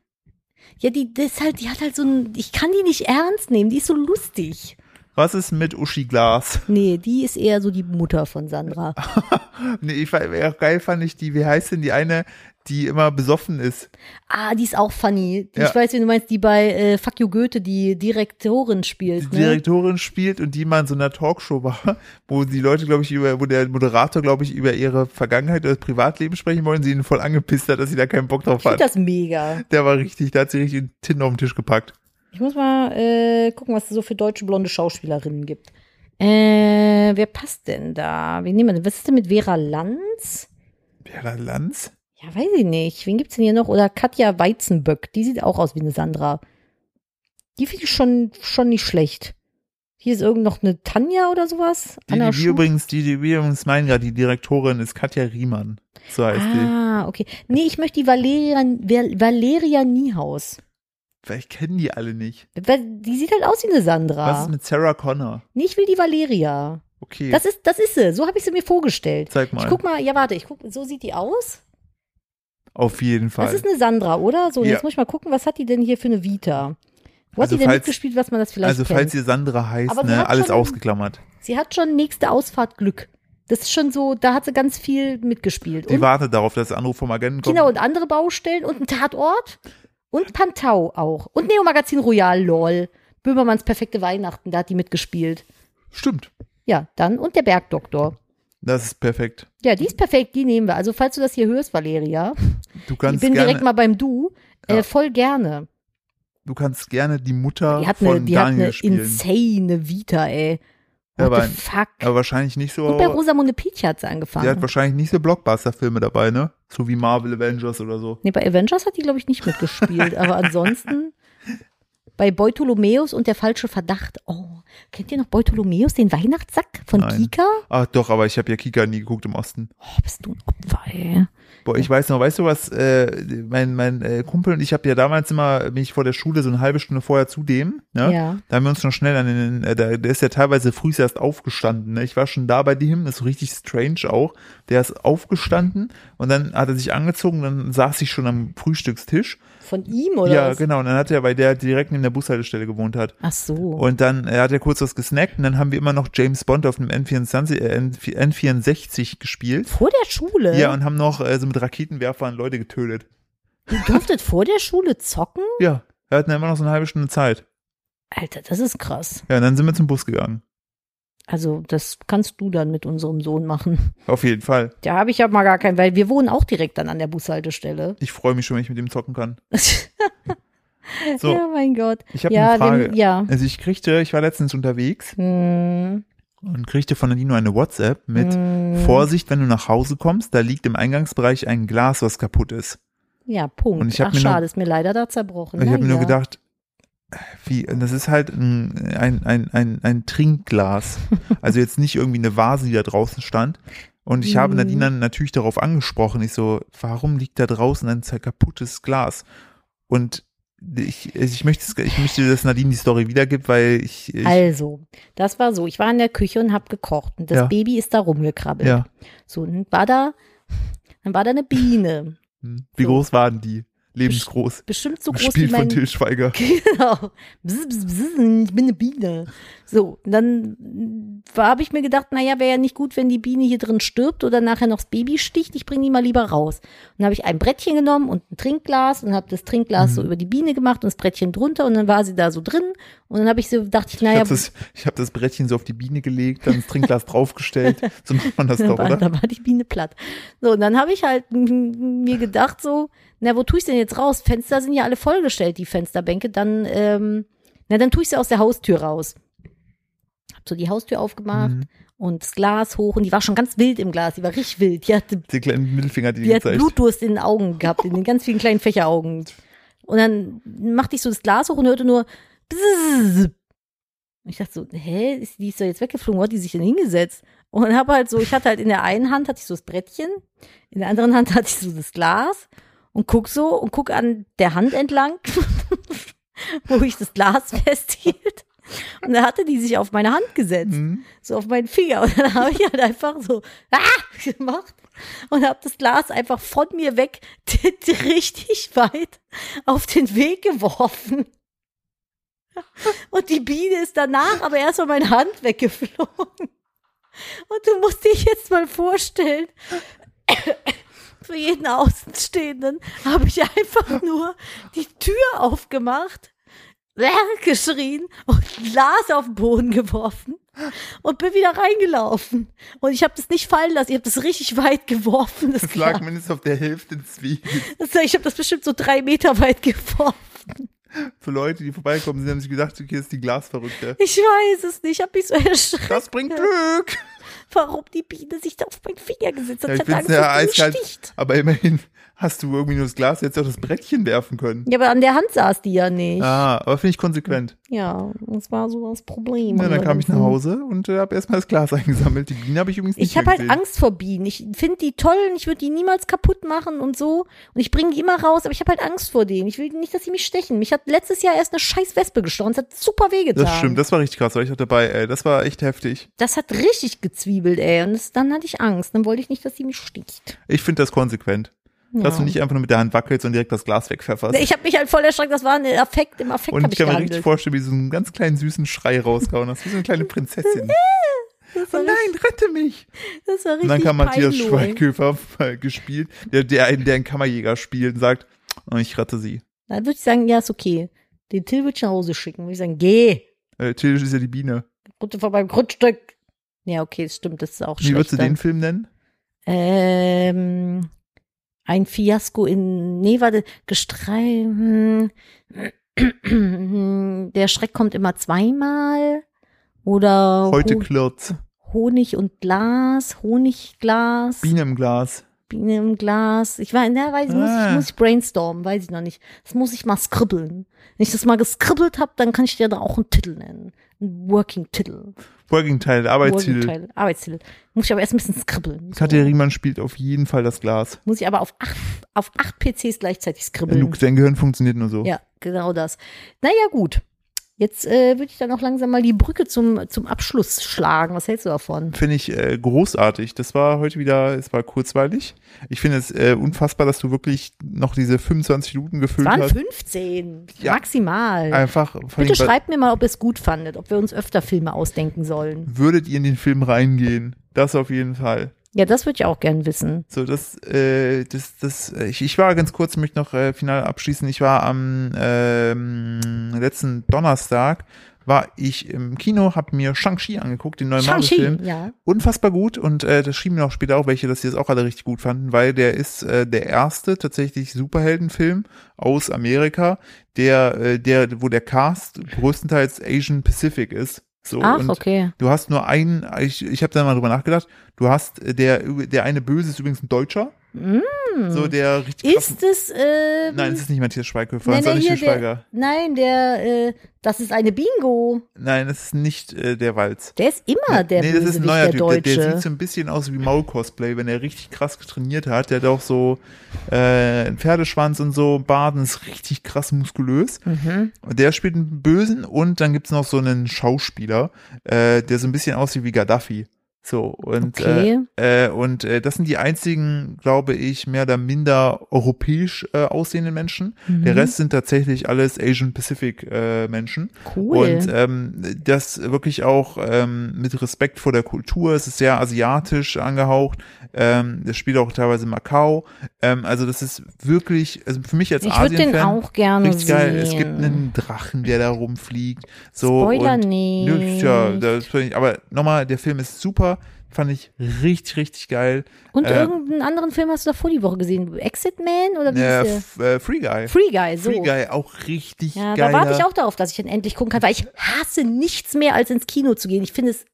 [SPEAKER 2] ja, die, das ist halt, die hat halt so ein, ich kann die nicht ernst nehmen, die ist so lustig.
[SPEAKER 1] Was ist mit Uschi Glas?
[SPEAKER 2] Nee, die ist eher so die Mutter von Sandra.
[SPEAKER 1] Nee, ich fand, ja, geil fand ich die, wie heißt denn die eine, die immer besoffen ist?
[SPEAKER 2] Ah, die ist auch funny. Die,
[SPEAKER 1] Ja.
[SPEAKER 2] Ich weiß, wie du meinst, die bei äh, Fuck You Goethe die Direktorin
[SPEAKER 1] Die
[SPEAKER 2] spielt. Ne?
[SPEAKER 1] Direktorin spielt und die mal in so einer Talkshow war, wo die Leute, glaube ich, über, wo der Moderator, glaube ich, über ihre Vergangenheit oder das Privatleben sprechen wollen, sie ihn voll angepisst hat, dass sie da keinen Bock drauf
[SPEAKER 2] Ich finde
[SPEAKER 1] hat.
[SPEAKER 2] das mega.
[SPEAKER 1] Der war richtig, da hat sie richtig den Tint auf den Tisch gepackt.
[SPEAKER 2] Ich muss mal äh, gucken, was es so für deutsche blonde Schauspielerinnen gibt. Äh, wer passt denn da? Wen nehmen wir denn? Was ist denn mit Vera Lanz?
[SPEAKER 1] Vera Lanz?
[SPEAKER 2] Ja, weiß ich nicht. Wen gibt's denn hier noch? Oder Katja Weizenböck. Die sieht auch aus wie eine Sandra. Die finde ich schon, schon nicht schlecht. Hier ist irgend noch eine Tanja oder sowas.
[SPEAKER 1] Die, die wir
[SPEAKER 2] Schu-
[SPEAKER 1] übrigens, die, die wir übrigens meinen gerade, die Direktorin ist Katja Riemann. So heißt die.
[SPEAKER 2] Ah, okay. Nee, ich möchte die Valeria, Val- Valeria Niehaus.
[SPEAKER 1] Vielleicht kennen die alle nicht.
[SPEAKER 2] Weil Die sieht halt aus wie eine
[SPEAKER 1] Was ist
[SPEAKER 2] Sandra.
[SPEAKER 1] mit Sarah Connor?
[SPEAKER 2] Nee, ich will die Valeria.
[SPEAKER 1] Okay,
[SPEAKER 2] Das ist, das ist sie. So habe ich sie mir vorgestellt.
[SPEAKER 1] zeig
[SPEAKER 2] Ich
[SPEAKER 1] mal.
[SPEAKER 2] guck mal, ja, warte, ich guck, so sieht die aus.
[SPEAKER 1] Auf jeden Fall.
[SPEAKER 2] Das ist eine Sandra, oder? So,
[SPEAKER 1] Ja.
[SPEAKER 2] jetzt muss ich mal gucken, was hat die denn hier für eine Vita? Wo hat
[SPEAKER 1] Also
[SPEAKER 2] die denn
[SPEAKER 1] falls-
[SPEAKER 2] mitgespielt, was man das vielleicht
[SPEAKER 1] also
[SPEAKER 2] kennt?
[SPEAKER 1] falls ihr Sandra heißt,
[SPEAKER 2] Aber sie
[SPEAKER 1] ne,
[SPEAKER 2] hat
[SPEAKER 1] alles
[SPEAKER 2] schon-
[SPEAKER 1] ausgeklammert.
[SPEAKER 2] sie hat schon nächste Ausfahrt Glück. Das ist schon so, da hat sie ganz viel mitgespielt.
[SPEAKER 1] Die
[SPEAKER 2] Und Genau.
[SPEAKER 1] wartet darauf, dass der Anruf vom Agenten kommt.
[SPEAKER 2] Kinder und andere Baustellen und ein Tatort und Pantau auch. Und Neomagazin Royal, lol. Böhmermanns perfekte Weihnachten, da hat die mitgespielt.
[SPEAKER 1] Stimmt,
[SPEAKER 2] Ja, dann und der Bergdoktor.
[SPEAKER 1] das ist perfekt.
[SPEAKER 2] Ja, die ist perfekt, die nehmen wir. Also falls du das hier hörst, Valeria,
[SPEAKER 1] Du kannst
[SPEAKER 2] ich bin direkt
[SPEAKER 1] gerne,
[SPEAKER 2] mal beim Du,
[SPEAKER 1] Ja.
[SPEAKER 2] äh, voll gerne.
[SPEAKER 1] du kannst gerne die Mutter
[SPEAKER 2] Die hat
[SPEAKER 1] von
[SPEAKER 2] eine, die hat
[SPEAKER 1] Daniel
[SPEAKER 2] eine
[SPEAKER 1] spielen.
[SPEAKER 2] insane Vita, ey.
[SPEAKER 1] Ja,
[SPEAKER 2] What
[SPEAKER 1] aber-
[SPEAKER 2] the fuck?
[SPEAKER 1] Aber wahrscheinlich nicht
[SPEAKER 2] Und bei
[SPEAKER 1] so.
[SPEAKER 2] Rosamunde Peach hat sie
[SPEAKER 1] Die hat
[SPEAKER 2] angefangen.
[SPEAKER 1] wahrscheinlich nicht so Blockbuster-Filme dabei, ne? So wie Marvel Avengers oder so.
[SPEAKER 2] Nee, bei Avengers hat die, glaube ich, nicht mitgespielt. aber ansonsten bei Beutolomäus und der falsche Verdacht. Oh, kennt ihr noch Beutolomäus, den Weihnachtssack von
[SPEAKER 1] Nein.
[SPEAKER 2] Kika?
[SPEAKER 1] Ach doch, aber ich habe ja Kika nie geguckt im Osten.
[SPEAKER 2] Oh, bist du ein Opfer, ey.
[SPEAKER 1] Boah, ich weiß noch, weißt du was, äh, mein, mein äh, Kumpel und ich habe ja damals immer, bin ich vor der Schule so eine halbe Stunde vorher zu dem, ne?
[SPEAKER 2] Ja.
[SPEAKER 1] Da haben wir uns schon schnell an den, äh, der, der ist ja teilweise früh erst aufgestanden, ne? Ich war schon da bei dem, ist so richtig strange auch. Der ist aufgestanden und dann hat er sich angezogen, dann saß ich schon am Frühstückstisch.
[SPEAKER 2] Von ihm oder
[SPEAKER 1] ja,
[SPEAKER 2] was?
[SPEAKER 1] genau, und dann hat er, weil der direkt neben der Bushaltestelle gewohnt hat.
[SPEAKER 2] Ach so.
[SPEAKER 1] Und dann äh, hat er kurz was gesnackt und dann haben wir immer noch James Bond auf dem N24, äh, N64 gespielt.
[SPEAKER 2] vor der Schule?
[SPEAKER 1] Ja, und haben noch äh, so mit Raketenwerfern Leute getötet.
[SPEAKER 2] Ihr durftet vor der Schule zocken?
[SPEAKER 1] Ja, wir hatten ja immer noch so eine halbe Stunde Zeit.
[SPEAKER 2] Alter, das ist krass.
[SPEAKER 1] Ja, und dann sind wir zum Bus gegangen.
[SPEAKER 2] Also, das kannst du dann mit unserem Sohn machen.
[SPEAKER 1] Auf jeden Fall.
[SPEAKER 2] Da habe ich ja mal gar keinen, weil wir wohnen auch direkt dann an der Bushaltestelle.
[SPEAKER 1] Ich freue mich schon, wenn ich mit dem zocken kann. So,
[SPEAKER 2] ja, mein Gott.
[SPEAKER 1] ich habe
[SPEAKER 2] ja,
[SPEAKER 1] eine Frage.
[SPEAKER 2] dem- ja.
[SPEAKER 1] Also ich kriegte, ich war letztens unterwegs
[SPEAKER 2] Hm,
[SPEAKER 1] und kriegte von Nino eine WhatsApp mit
[SPEAKER 2] hm,
[SPEAKER 1] Vorsicht, wenn du nach Hause kommst, da liegt im Eingangsbereich ein Glas, was kaputt ist.
[SPEAKER 2] Ja, Punkt.
[SPEAKER 1] Und ich hab
[SPEAKER 2] Ach,
[SPEAKER 1] mir nur-
[SPEAKER 2] schade, ist mir leider da zerbrochen.
[SPEAKER 1] Und ich
[SPEAKER 2] Na
[SPEAKER 1] habe mir nur
[SPEAKER 2] ja.
[SPEAKER 1] gedacht, wie, und das ist halt ein, ein, ein, ein, ein Trinkglas. Also jetzt nicht irgendwie eine Vase, die da draußen stand. Und ich habe
[SPEAKER 2] Mhm.
[SPEAKER 1] Nadine dann natürlich darauf angesprochen. Ich so, warum liegt da draußen ein zer- kaputtes Glas? Und ich, ich, möchte, es- ich möchte, dass Nadine die Story wiedergibt, weil ich, ich
[SPEAKER 2] Also, das war so. Ich war in der Küche und habe gekocht und das
[SPEAKER 1] Ja.
[SPEAKER 2] Baby ist da rumgekrabbelt.
[SPEAKER 1] ja.
[SPEAKER 2] So, dann war da, dann war da eine Biene.
[SPEAKER 1] Hm. Wie
[SPEAKER 2] So.
[SPEAKER 1] groß waren die? Lebensgroß.
[SPEAKER 2] Bestimmt so groß
[SPEAKER 1] Spiel
[SPEAKER 2] wie mein.
[SPEAKER 1] von Til Schweiger.
[SPEAKER 2] Genau. Bzz, bzz, bzz, ich bin eine Biene. So, und dann habe ich mir gedacht, naja, wäre ja nicht gut, wenn die Biene hier drin stirbt oder nachher noch das Baby sticht. Ich bringe die mal lieber raus. Und dann habe ich ein Brettchen genommen und ein Trinkglas und habe das Trinkglas so über die Biene gemacht und das Brettchen drunter und dann war sie da so drin. Und dann habe ich so, dachte ich,
[SPEAKER 1] Ich
[SPEAKER 2] naja,
[SPEAKER 1] habe das, ich hab das Brettchen so auf die Biene gelegt, dann das Trinkglas draufgestellt. So macht man das
[SPEAKER 2] Da
[SPEAKER 1] doch,
[SPEAKER 2] war,
[SPEAKER 1] oder?
[SPEAKER 2] da war die Biene platt. So, und dann habe ich halt m- mir gedacht, so, na, wo tue ich denn jetzt raus? Fenster sind ja alle vollgestellt, die Fensterbänke. Dann, ähm, na, dann tue ich sie aus der Haustür raus. Hab so die Haustür aufgemacht
[SPEAKER 1] Mhm.
[SPEAKER 2] und das Glas hoch. Und die war schon ganz wild im Glas, die war richtig wild. Die hatte
[SPEAKER 1] Die kleinen Mittelfinger, die,
[SPEAKER 2] die hat
[SPEAKER 1] gezeigt.
[SPEAKER 2] Blutdurst in den Augen gehabt, in den ganz vielen kleinen Fächeraugen. Und dann machte ich so das Glas hoch und hörte nur Bzzz. Und ich dachte so, hä, ist, die ist doch jetzt weggeflogen, wo hat die sich denn hingesetzt? Und habe halt so, ich hatte halt in der einen Hand hatte ich so das Brettchen, in der anderen Hand hatte ich so das Glas und guck so und guck an der Hand entlang, wo ich das Glas festhielt. Und da hatte die sich auf meine Hand gesetzt
[SPEAKER 1] Mhm.
[SPEAKER 2] so auf meinen Finger. Und dann habe ich halt einfach so ah! gemacht und habe das Glas einfach von mir weg richtig weit auf den Weg geworfen. Und die Biene ist danach aber erst mal meine Hand weggeflogen. Und du musst dich jetzt mal vorstellen, für jeden Außenstehenden habe ich einfach nur die Tür aufgemacht, geschrien und Glas auf den Boden geworfen und bin wieder reingelaufen. Und ich habe das nicht fallen lassen, ich habe das richtig weit geworfen. Das
[SPEAKER 1] Es lag
[SPEAKER 2] Glas.
[SPEAKER 1] mindestens auf der Hälfte des Weges.
[SPEAKER 2] Also Ich habe das bestimmt so drei Meter weit geworfen.
[SPEAKER 1] Für Leute, die vorbeikommen, sie haben sich gedacht, okay, das ist die Glasverrückte.
[SPEAKER 2] Ich weiß es nicht, ich habe mich so erschreckt,
[SPEAKER 1] Das bringt Glück.
[SPEAKER 2] warum die Biene sich da auf meinen Finger gesetzt hat.
[SPEAKER 1] Ja, ich
[SPEAKER 2] ich hatte
[SPEAKER 1] bin's
[SPEAKER 2] Angst,
[SPEAKER 1] ja
[SPEAKER 2] dass die mich
[SPEAKER 1] eiskalt.
[SPEAKER 2] sticht.
[SPEAKER 1] Aber immerhin hast du irgendwie nur das Glas jetzt auch das Brettchen werfen können.
[SPEAKER 2] Ja, aber an der Hand saß die ja nicht.
[SPEAKER 1] Ah, aber finde ich konsequent.
[SPEAKER 2] Ja, das war so das Problem.
[SPEAKER 1] Ja, dann kam ich nach
[SPEAKER 2] Mhm.
[SPEAKER 1] Hause und äh, habe erstmal das Glas eingesammelt. Die Biene habe ich übrigens nicht
[SPEAKER 2] Ich habe
[SPEAKER 1] mehr
[SPEAKER 2] halt
[SPEAKER 1] gesehen.
[SPEAKER 2] Angst vor Bienen. Ich finde die toll und ich würde die niemals kaputt machen und so. Und ich bringe die immer raus, aber ich habe halt Angst vor denen. Ich will nicht, dass sie mich stechen. Mich hat letztes Jahr erst eine scheiß Wespe gestochen. Das hat super wehgetan.
[SPEAKER 1] Das stimmt, das war richtig krass, weil ich auch dabei, ey, das war echt heftig.
[SPEAKER 2] Das hat richtig gezwiebelt, ey. Und das, dann hatte ich Angst. Dann wollte ich nicht, dass sie mich sticht.
[SPEAKER 1] Ich finde das konsequent. Dass
[SPEAKER 2] Ja.
[SPEAKER 1] du nicht einfach nur mit der Hand wackelst und direkt das Glas wegpfefferst.
[SPEAKER 2] Ich habe mich halt voll erschreckt. Das war ein Affekt. Im Affekt
[SPEAKER 1] und
[SPEAKER 2] habe
[SPEAKER 1] ich
[SPEAKER 2] ich
[SPEAKER 1] kann mir richtig
[SPEAKER 2] gehandelt.
[SPEAKER 1] vorstellen, wie so einen ganz kleinen süßen Schrei rausgehauen hast, wie so eine kleine Prinzessin.
[SPEAKER 2] Das
[SPEAKER 1] Oh
[SPEAKER 2] war, richtig-
[SPEAKER 1] nein, rette mich!
[SPEAKER 2] das war richtig
[SPEAKER 1] Und dann kam Matthias
[SPEAKER 2] peinlich.
[SPEAKER 1] Schweighöfer äh, gespielt, der, der, einen, der einen Kammerjäger spielt und sagt, oh, ich rette sie.
[SPEAKER 2] Dann würde ich sagen, ja, ist okay. Den Till würde ich nach Hause schicken. Würde ich sagen, geh.
[SPEAKER 1] Äh, Tillich ist ja die Biene.
[SPEAKER 2] Runter vor meinem Grundstück. Ja, okay, das stimmt, das ist auch
[SPEAKER 1] Wie
[SPEAKER 2] schlecht.
[SPEAKER 1] würdest du
[SPEAKER 2] dann.
[SPEAKER 1] den Film nennen?
[SPEAKER 2] Ähm, ein Fiasko in, nee, warte, Gestrei, hm, der Schreck kommt immer zweimal. Oder
[SPEAKER 1] Heute
[SPEAKER 2] Ho-
[SPEAKER 1] klirrt's.
[SPEAKER 2] Honig und Glas, Honigglas.
[SPEAKER 1] Biene im Glas.
[SPEAKER 2] Biene im Glas. Ich war, na, weiß, muss,
[SPEAKER 1] Ah.
[SPEAKER 2] ich, muss ich brainstormen, weiß ich noch nicht. Das muss ich mal skribbeln. Wenn ich das mal geskribbelt habe, dann kann ich dir da auch einen Titel nennen. Einen Working-Titel.
[SPEAKER 1] Working-Teil, Arbeitstitel.
[SPEAKER 2] Working-Titel. Arbeitstitel. Muss ich aber erst ein bisschen skribbeln. So.
[SPEAKER 1] Katja Riemann spielt auf jeden Fall das Glas.
[SPEAKER 2] Muss ich aber auf acht, auf acht PCs gleichzeitig skribbeln.
[SPEAKER 1] Luke, dein Gehirn funktioniert nur so.
[SPEAKER 2] Ja, genau das. Naja, gut. Jetzt äh, würde ich dann auch langsam mal die Brücke zum, zum Abschluss schlagen. Was hältst du davon?
[SPEAKER 1] Finde ich äh, großartig. Das war heute wieder, es war kurzweilig. Ich finde es äh, unfassbar, dass du wirklich noch diese 25 Minuten
[SPEAKER 2] Es
[SPEAKER 1] gefüllt
[SPEAKER 2] waren
[SPEAKER 1] hast.
[SPEAKER 2] 15,
[SPEAKER 1] Ja.
[SPEAKER 2] maximal.
[SPEAKER 1] Einfach, vor
[SPEAKER 2] Bitte
[SPEAKER 1] allem,
[SPEAKER 2] schreibt mir mal, ob ihr es gut fandet, ob wir uns öfter Filme ausdenken sollen.
[SPEAKER 1] würdet ihr in den Film reingehen? Das auf jeden Fall.
[SPEAKER 2] Ja, das würde ich auch gern wissen.
[SPEAKER 1] So, das, äh, das, das, äh, ich, ich war ganz kurz, möchte noch äh, final abschließen. Ich war am ähm, letzten Donnerstag, war ich im Kino, habe mir Shang-Chi angeguckt, den neuen Marvel-Film.
[SPEAKER 2] Shang-Chi, ja.
[SPEAKER 1] Unfassbar gut und äh, das schrieben mir auch später auch welche, dass sie das auch alle richtig gut fanden, weil der ist äh, der erste tatsächlich Superheldenfilm aus Amerika, der, äh, der, wo der Cast größtenteils Asian Pacific ist. So,
[SPEAKER 2] Ach,
[SPEAKER 1] Oh, und
[SPEAKER 2] Ah, okay.
[SPEAKER 1] Du hast nur einen, ich, ich habe da mal drüber nachgedacht, du hast, äh, der, der eine Böse ist übrigens ein Deutscher. So der richtig krassen-
[SPEAKER 2] Mm. Ist es, äh,
[SPEAKER 1] Nein, es ist nicht Matthias Schweighöfer, es
[SPEAKER 2] nein,
[SPEAKER 1] ist auch
[SPEAKER 2] nein,
[SPEAKER 1] nicht
[SPEAKER 2] hier
[SPEAKER 1] Til
[SPEAKER 2] der,
[SPEAKER 1] Schweiger.
[SPEAKER 2] nein, der, äh, das ist eine Bingo.
[SPEAKER 1] Nein, es ist nicht äh, der Walz.
[SPEAKER 2] Der ist immer der
[SPEAKER 1] nee, das
[SPEAKER 2] Bösewicht,
[SPEAKER 1] ist ein neuer
[SPEAKER 2] der
[SPEAKER 1] Typ,
[SPEAKER 2] Deutsche.
[SPEAKER 1] Der, der sieht so ein bisschen aus wie Maul-Cosplay, wenn er richtig krass trainiert hat. Der hat auch so äh, einen Pferdeschwanz und so, Baden ist richtig krass muskulös.
[SPEAKER 2] Mhm,
[SPEAKER 1] Und der spielt einen Bösen und dann gibt's noch so einen Schauspieler, äh, der so ein bisschen aussieht wie Gaddafi. So, und,
[SPEAKER 2] Okay.
[SPEAKER 1] äh, äh, und äh, das sind die einzigen, glaube ich, mehr oder minder europäisch äh, aussehenden Menschen.
[SPEAKER 2] Mhm.
[SPEAKER 1] Der Rest sind tatsächlich alles Asian Pacific äh, Menschen.
[SPEAKER 2] Cool.
[SPEAKER 1] Und ähm, das wirklich auch ähm, mit Respekt vor der Kultur. Es ist sehr asiatisch angehaucht. Ähm, das spielt auch teilweise Macau. Ähm, also das ist wirklich, also für mich als
[SPEAKER 2] ich würde den
[SPEAKER 1] Asien-Fan
[SPEAKER 2] auch gerne
[SPEAKER 1] richtig
[SPEAKER 2] sehen.
[SPEAKER 1] geil. Es gibt einen Drachen, der da rumfliegt. So,
[SPEAKER 2] Spoiler
[SPEAKER 1] und,
[SPEAKER 2] nicht.
[SPEAKER 1] Nö, tja, das find ich, aber nochmal, der Film ist super. Fand ich richtig, richtig geil.
[SPEAKER 2] Und
[SPEAKER 1] äh,
[SPEAKER 2] irgendeinen anderen Film hast du davor die Woche gesehen? Exit Man oder wie
[SPEAKER 1] Äh,
[SPEAKER 2] ist der?
[SPEAKER 1] F- äh, Free Guy.
[SPEAKER 2] Free Guy, so.
[SPEAKER 1] Free Guy, auch richtig
[SPEAKER 2] Ja,
[SPEAKER 1] geil.
[SPEAKER 2] da warte ich auch darauf, dass ich ihn endlich gucken kann, weil ich hasse nichts mehr, als ins Kino zu gehen. Ich finde es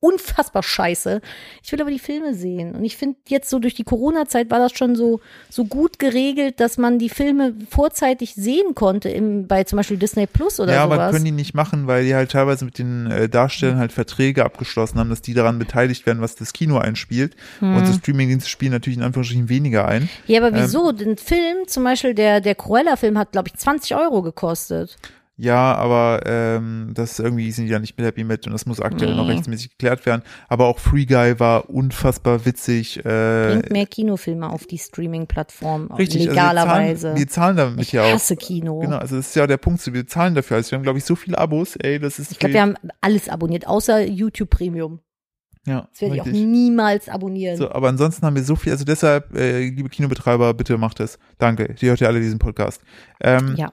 [SPEAKER 2] unfassbar scheiße. Ich will aber die Filme sehen. Und ich finde jetzt so durch die Corona-Zeit war das schon so, so gut geregelt, dass man die Filme vorzeitig sehen konnte, im, bei zum Beispiel Disney Plus oder
[SPEAKER 1] ja,
[SPEAKER 2] sowas. Mhm.
[SPEAKER 1] aber können die nicht machen, weil die halt teilweise mit den äh, Darstellern halt Verträge abgeschlossen haben, dass die daran beteiligt werden, was das Kino einspielt.
[SPEAKER 2] Mhm.
[SPEAKER 1] Und so Streamingdienste spielen natürlich in Anführungsstrichen weniger ein.
[SPEAKER 2] ja, aber wieso?
[SPEAKER 1] Ähm.
[SPEAKER 2] Den Film, zum Beispiel der, der Cruella-Film hat, glaube ich, 20 Euro gekostet.
[SPEAKER 1] Ja, aber ähm, das irgendwie sind die da nicht mit happy mit und das muss aktuell
[SPEAKER 2] Mhm.
[SPEAKER 1] noch rechtsmäßig geklärt werden. Aber auch Free Guy war unfassbar witzig. Äh, also
[SPEAKER 2] Bringt mehr Kinofilme auf die Streaming-Plattform,
[SPEAKER 1] richtig,
[SPEAKER 2] legalerweise.
[SPEAKER 1] Also wir, zahlen, wir zahlen damit ja auch.
[SPEAKER 2] hasse Kino.
[SPEAKER 1] Genau, also das ist ja der Punkt, so, wir zahlen dafür. Also wir haben, glaube ich, so viele Abos, ey, das ist
[SPEAKER 2] Ich glaube, wir haben alles abonniert, außer YouTube Premium.
[SPEAKER 1] ja,
[SPEAKER 2] Das werde ich auch
[SPEAKER 1] richtig.
[SPEAKER 2] niemals abonnieren.
[SPEAKER 1] So, aber ansonsten haben wir so viel, also deshalb, äh, liebe Kinobetreiber, bitte macht es. Danke, die hört ja alle diesen Podcast. Ähm,
[SPEAKER 2] Ja.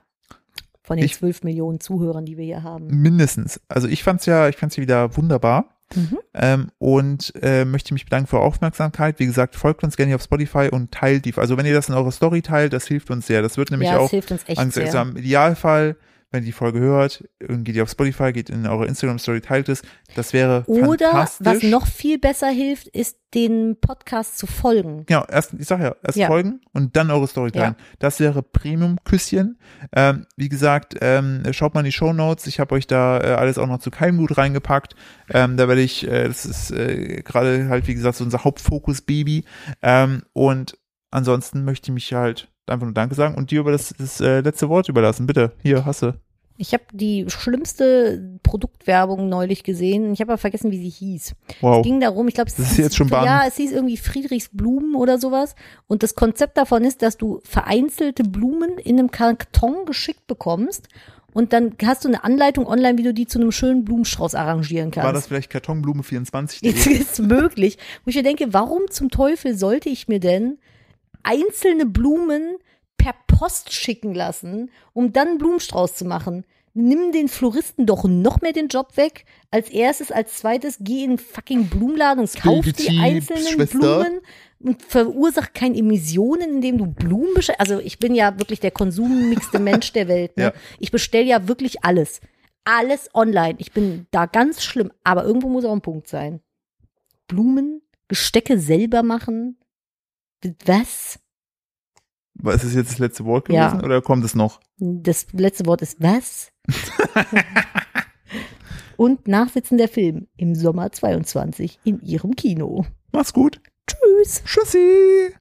[SPEAKER 2] Von den
[SPEAKER 1] Ich-
[SPEAKER 2] zwölf Millionen Zuhörern, die wir hier haben.
[SPEAKER 1] Mindestens. Also ich fand's ja, ich fand's ja wieder wunderbar.
[SPEAKER 2] Mhm.
[SPEAKER 1] Ähm, und äh, möchte mich bedanken für eure Aufmerksamkeit. Wie gesagt, folgt uns gerne auf Spotify und teilt die. Also wenn ihr das in eurer Story teilt, das hilft uns sehr. Das wird nämlich
[SPEAKER 2] Ja, das
[SPEAKER 1] auch
[SPEAKER 2] hilft uns echt sehr.
[SPEAKER 1] angstexam. Im Idealfall, wenn ihr die Folge hört, geht ihr auf Spotify, geht in eure Instagram-Story, teilt es. Das wäre
[SPEAKER 2] Oder
[SPEAKER 1] fantastisch.
[SPEAKER 2] was noch viel besser hilft, ist den Podcast zu folgen.
[SPEAKER 1] Genau, erst, ich sag ja, erst
[SPEAKER 2] Ja.
[SPEAKER 1] folgen und dann eure Story teilen. Das wäre Premium-Küsschen. Ähm, wie gesagt, ähm, schaut mal in die Show Notes. Ich habe euch da äh, alles auch noch zu Keimgut reingepackt. Ähm, da werde ich, äh, das ist äh, gerade halt, wie gesagt, so unser Hauptfokus-Baby. Ähm, und ansonsten möchte ich mich halt einfach nur Danke sagen und dir über das, das äh, letzte Wort überlassen. Bitte, hier, hasse.
[SPEAKER 2] Ich habe die schlimmste Produktwerbung neulich gesehen. Ich habe aber vergessen, wie sie hieß.
[SPEAKER 1] Wow.
[SPEAKER 2] ging darum, ich glaube, es
[SPEAKER 1] Oh. Das ist
[SPEAKER 2] hieß-
[SPEAKER 1] jetzt schon Bahn.
[SPEAKER 2] Ja, es hieß irgendwie Friedrichs Blumen oder sowas. Und das Konzept davon ist, dass du vereinzelte Blumen in einem Karton geschickt bekommst. Und dann hast du eine Anleitung online, wie du die zu einem schönen Blumenstrauß arrangieren kannst.
[SPEAKER 1] War das vielleicht Kartonblume 24?
[SPEAKER 2] Jetzt ist möglich. Wo ich mir denke, warum zum Teufel sollte ich mir denn einzelne Blumen per Post schicken lassen, um dann einen Blumenstrauß zu machen? Nimm den Floristen doch noch mehr den Job weg. Als erstes, als zweites, geh in den fucking Blumenladen und kauf die
[SPEAKER 1] Spiegeltee,
[SPEAKER 2] einzelnen
[SPEAKER 1] Schwester.
[SPEAKER 2] Blumen und verursach keine Emissionen, indem du Blumen bestellst. Also ich bin ja wirklich der konsummixte Mensch der Welt. Ne?
[SPEAKER 1] Ja.
[SPEAKER 2] Ich bestelle ja wirklich alles. Alles online. Ich bin da ganz schlimm. Aber irgendwo muss auch ein Punkt sein. Blumen, Gestecke selber machen. Was?
[SPEAKER 1] Was ist jetzt das letzte Wort
[SPEAKER 2] Ja.
[SPEAKER 1] gewesen oder kommt es noch?
[SPEAKER 2] Das letzte Wort ist was? Und nachsitzen der Film im Sommer 22 in ihrem Kino.
[SPEAKER 1] Mach's gut.
[SPEAKER 2] Tschüss.
[SPEAKER 1] Tschüssi.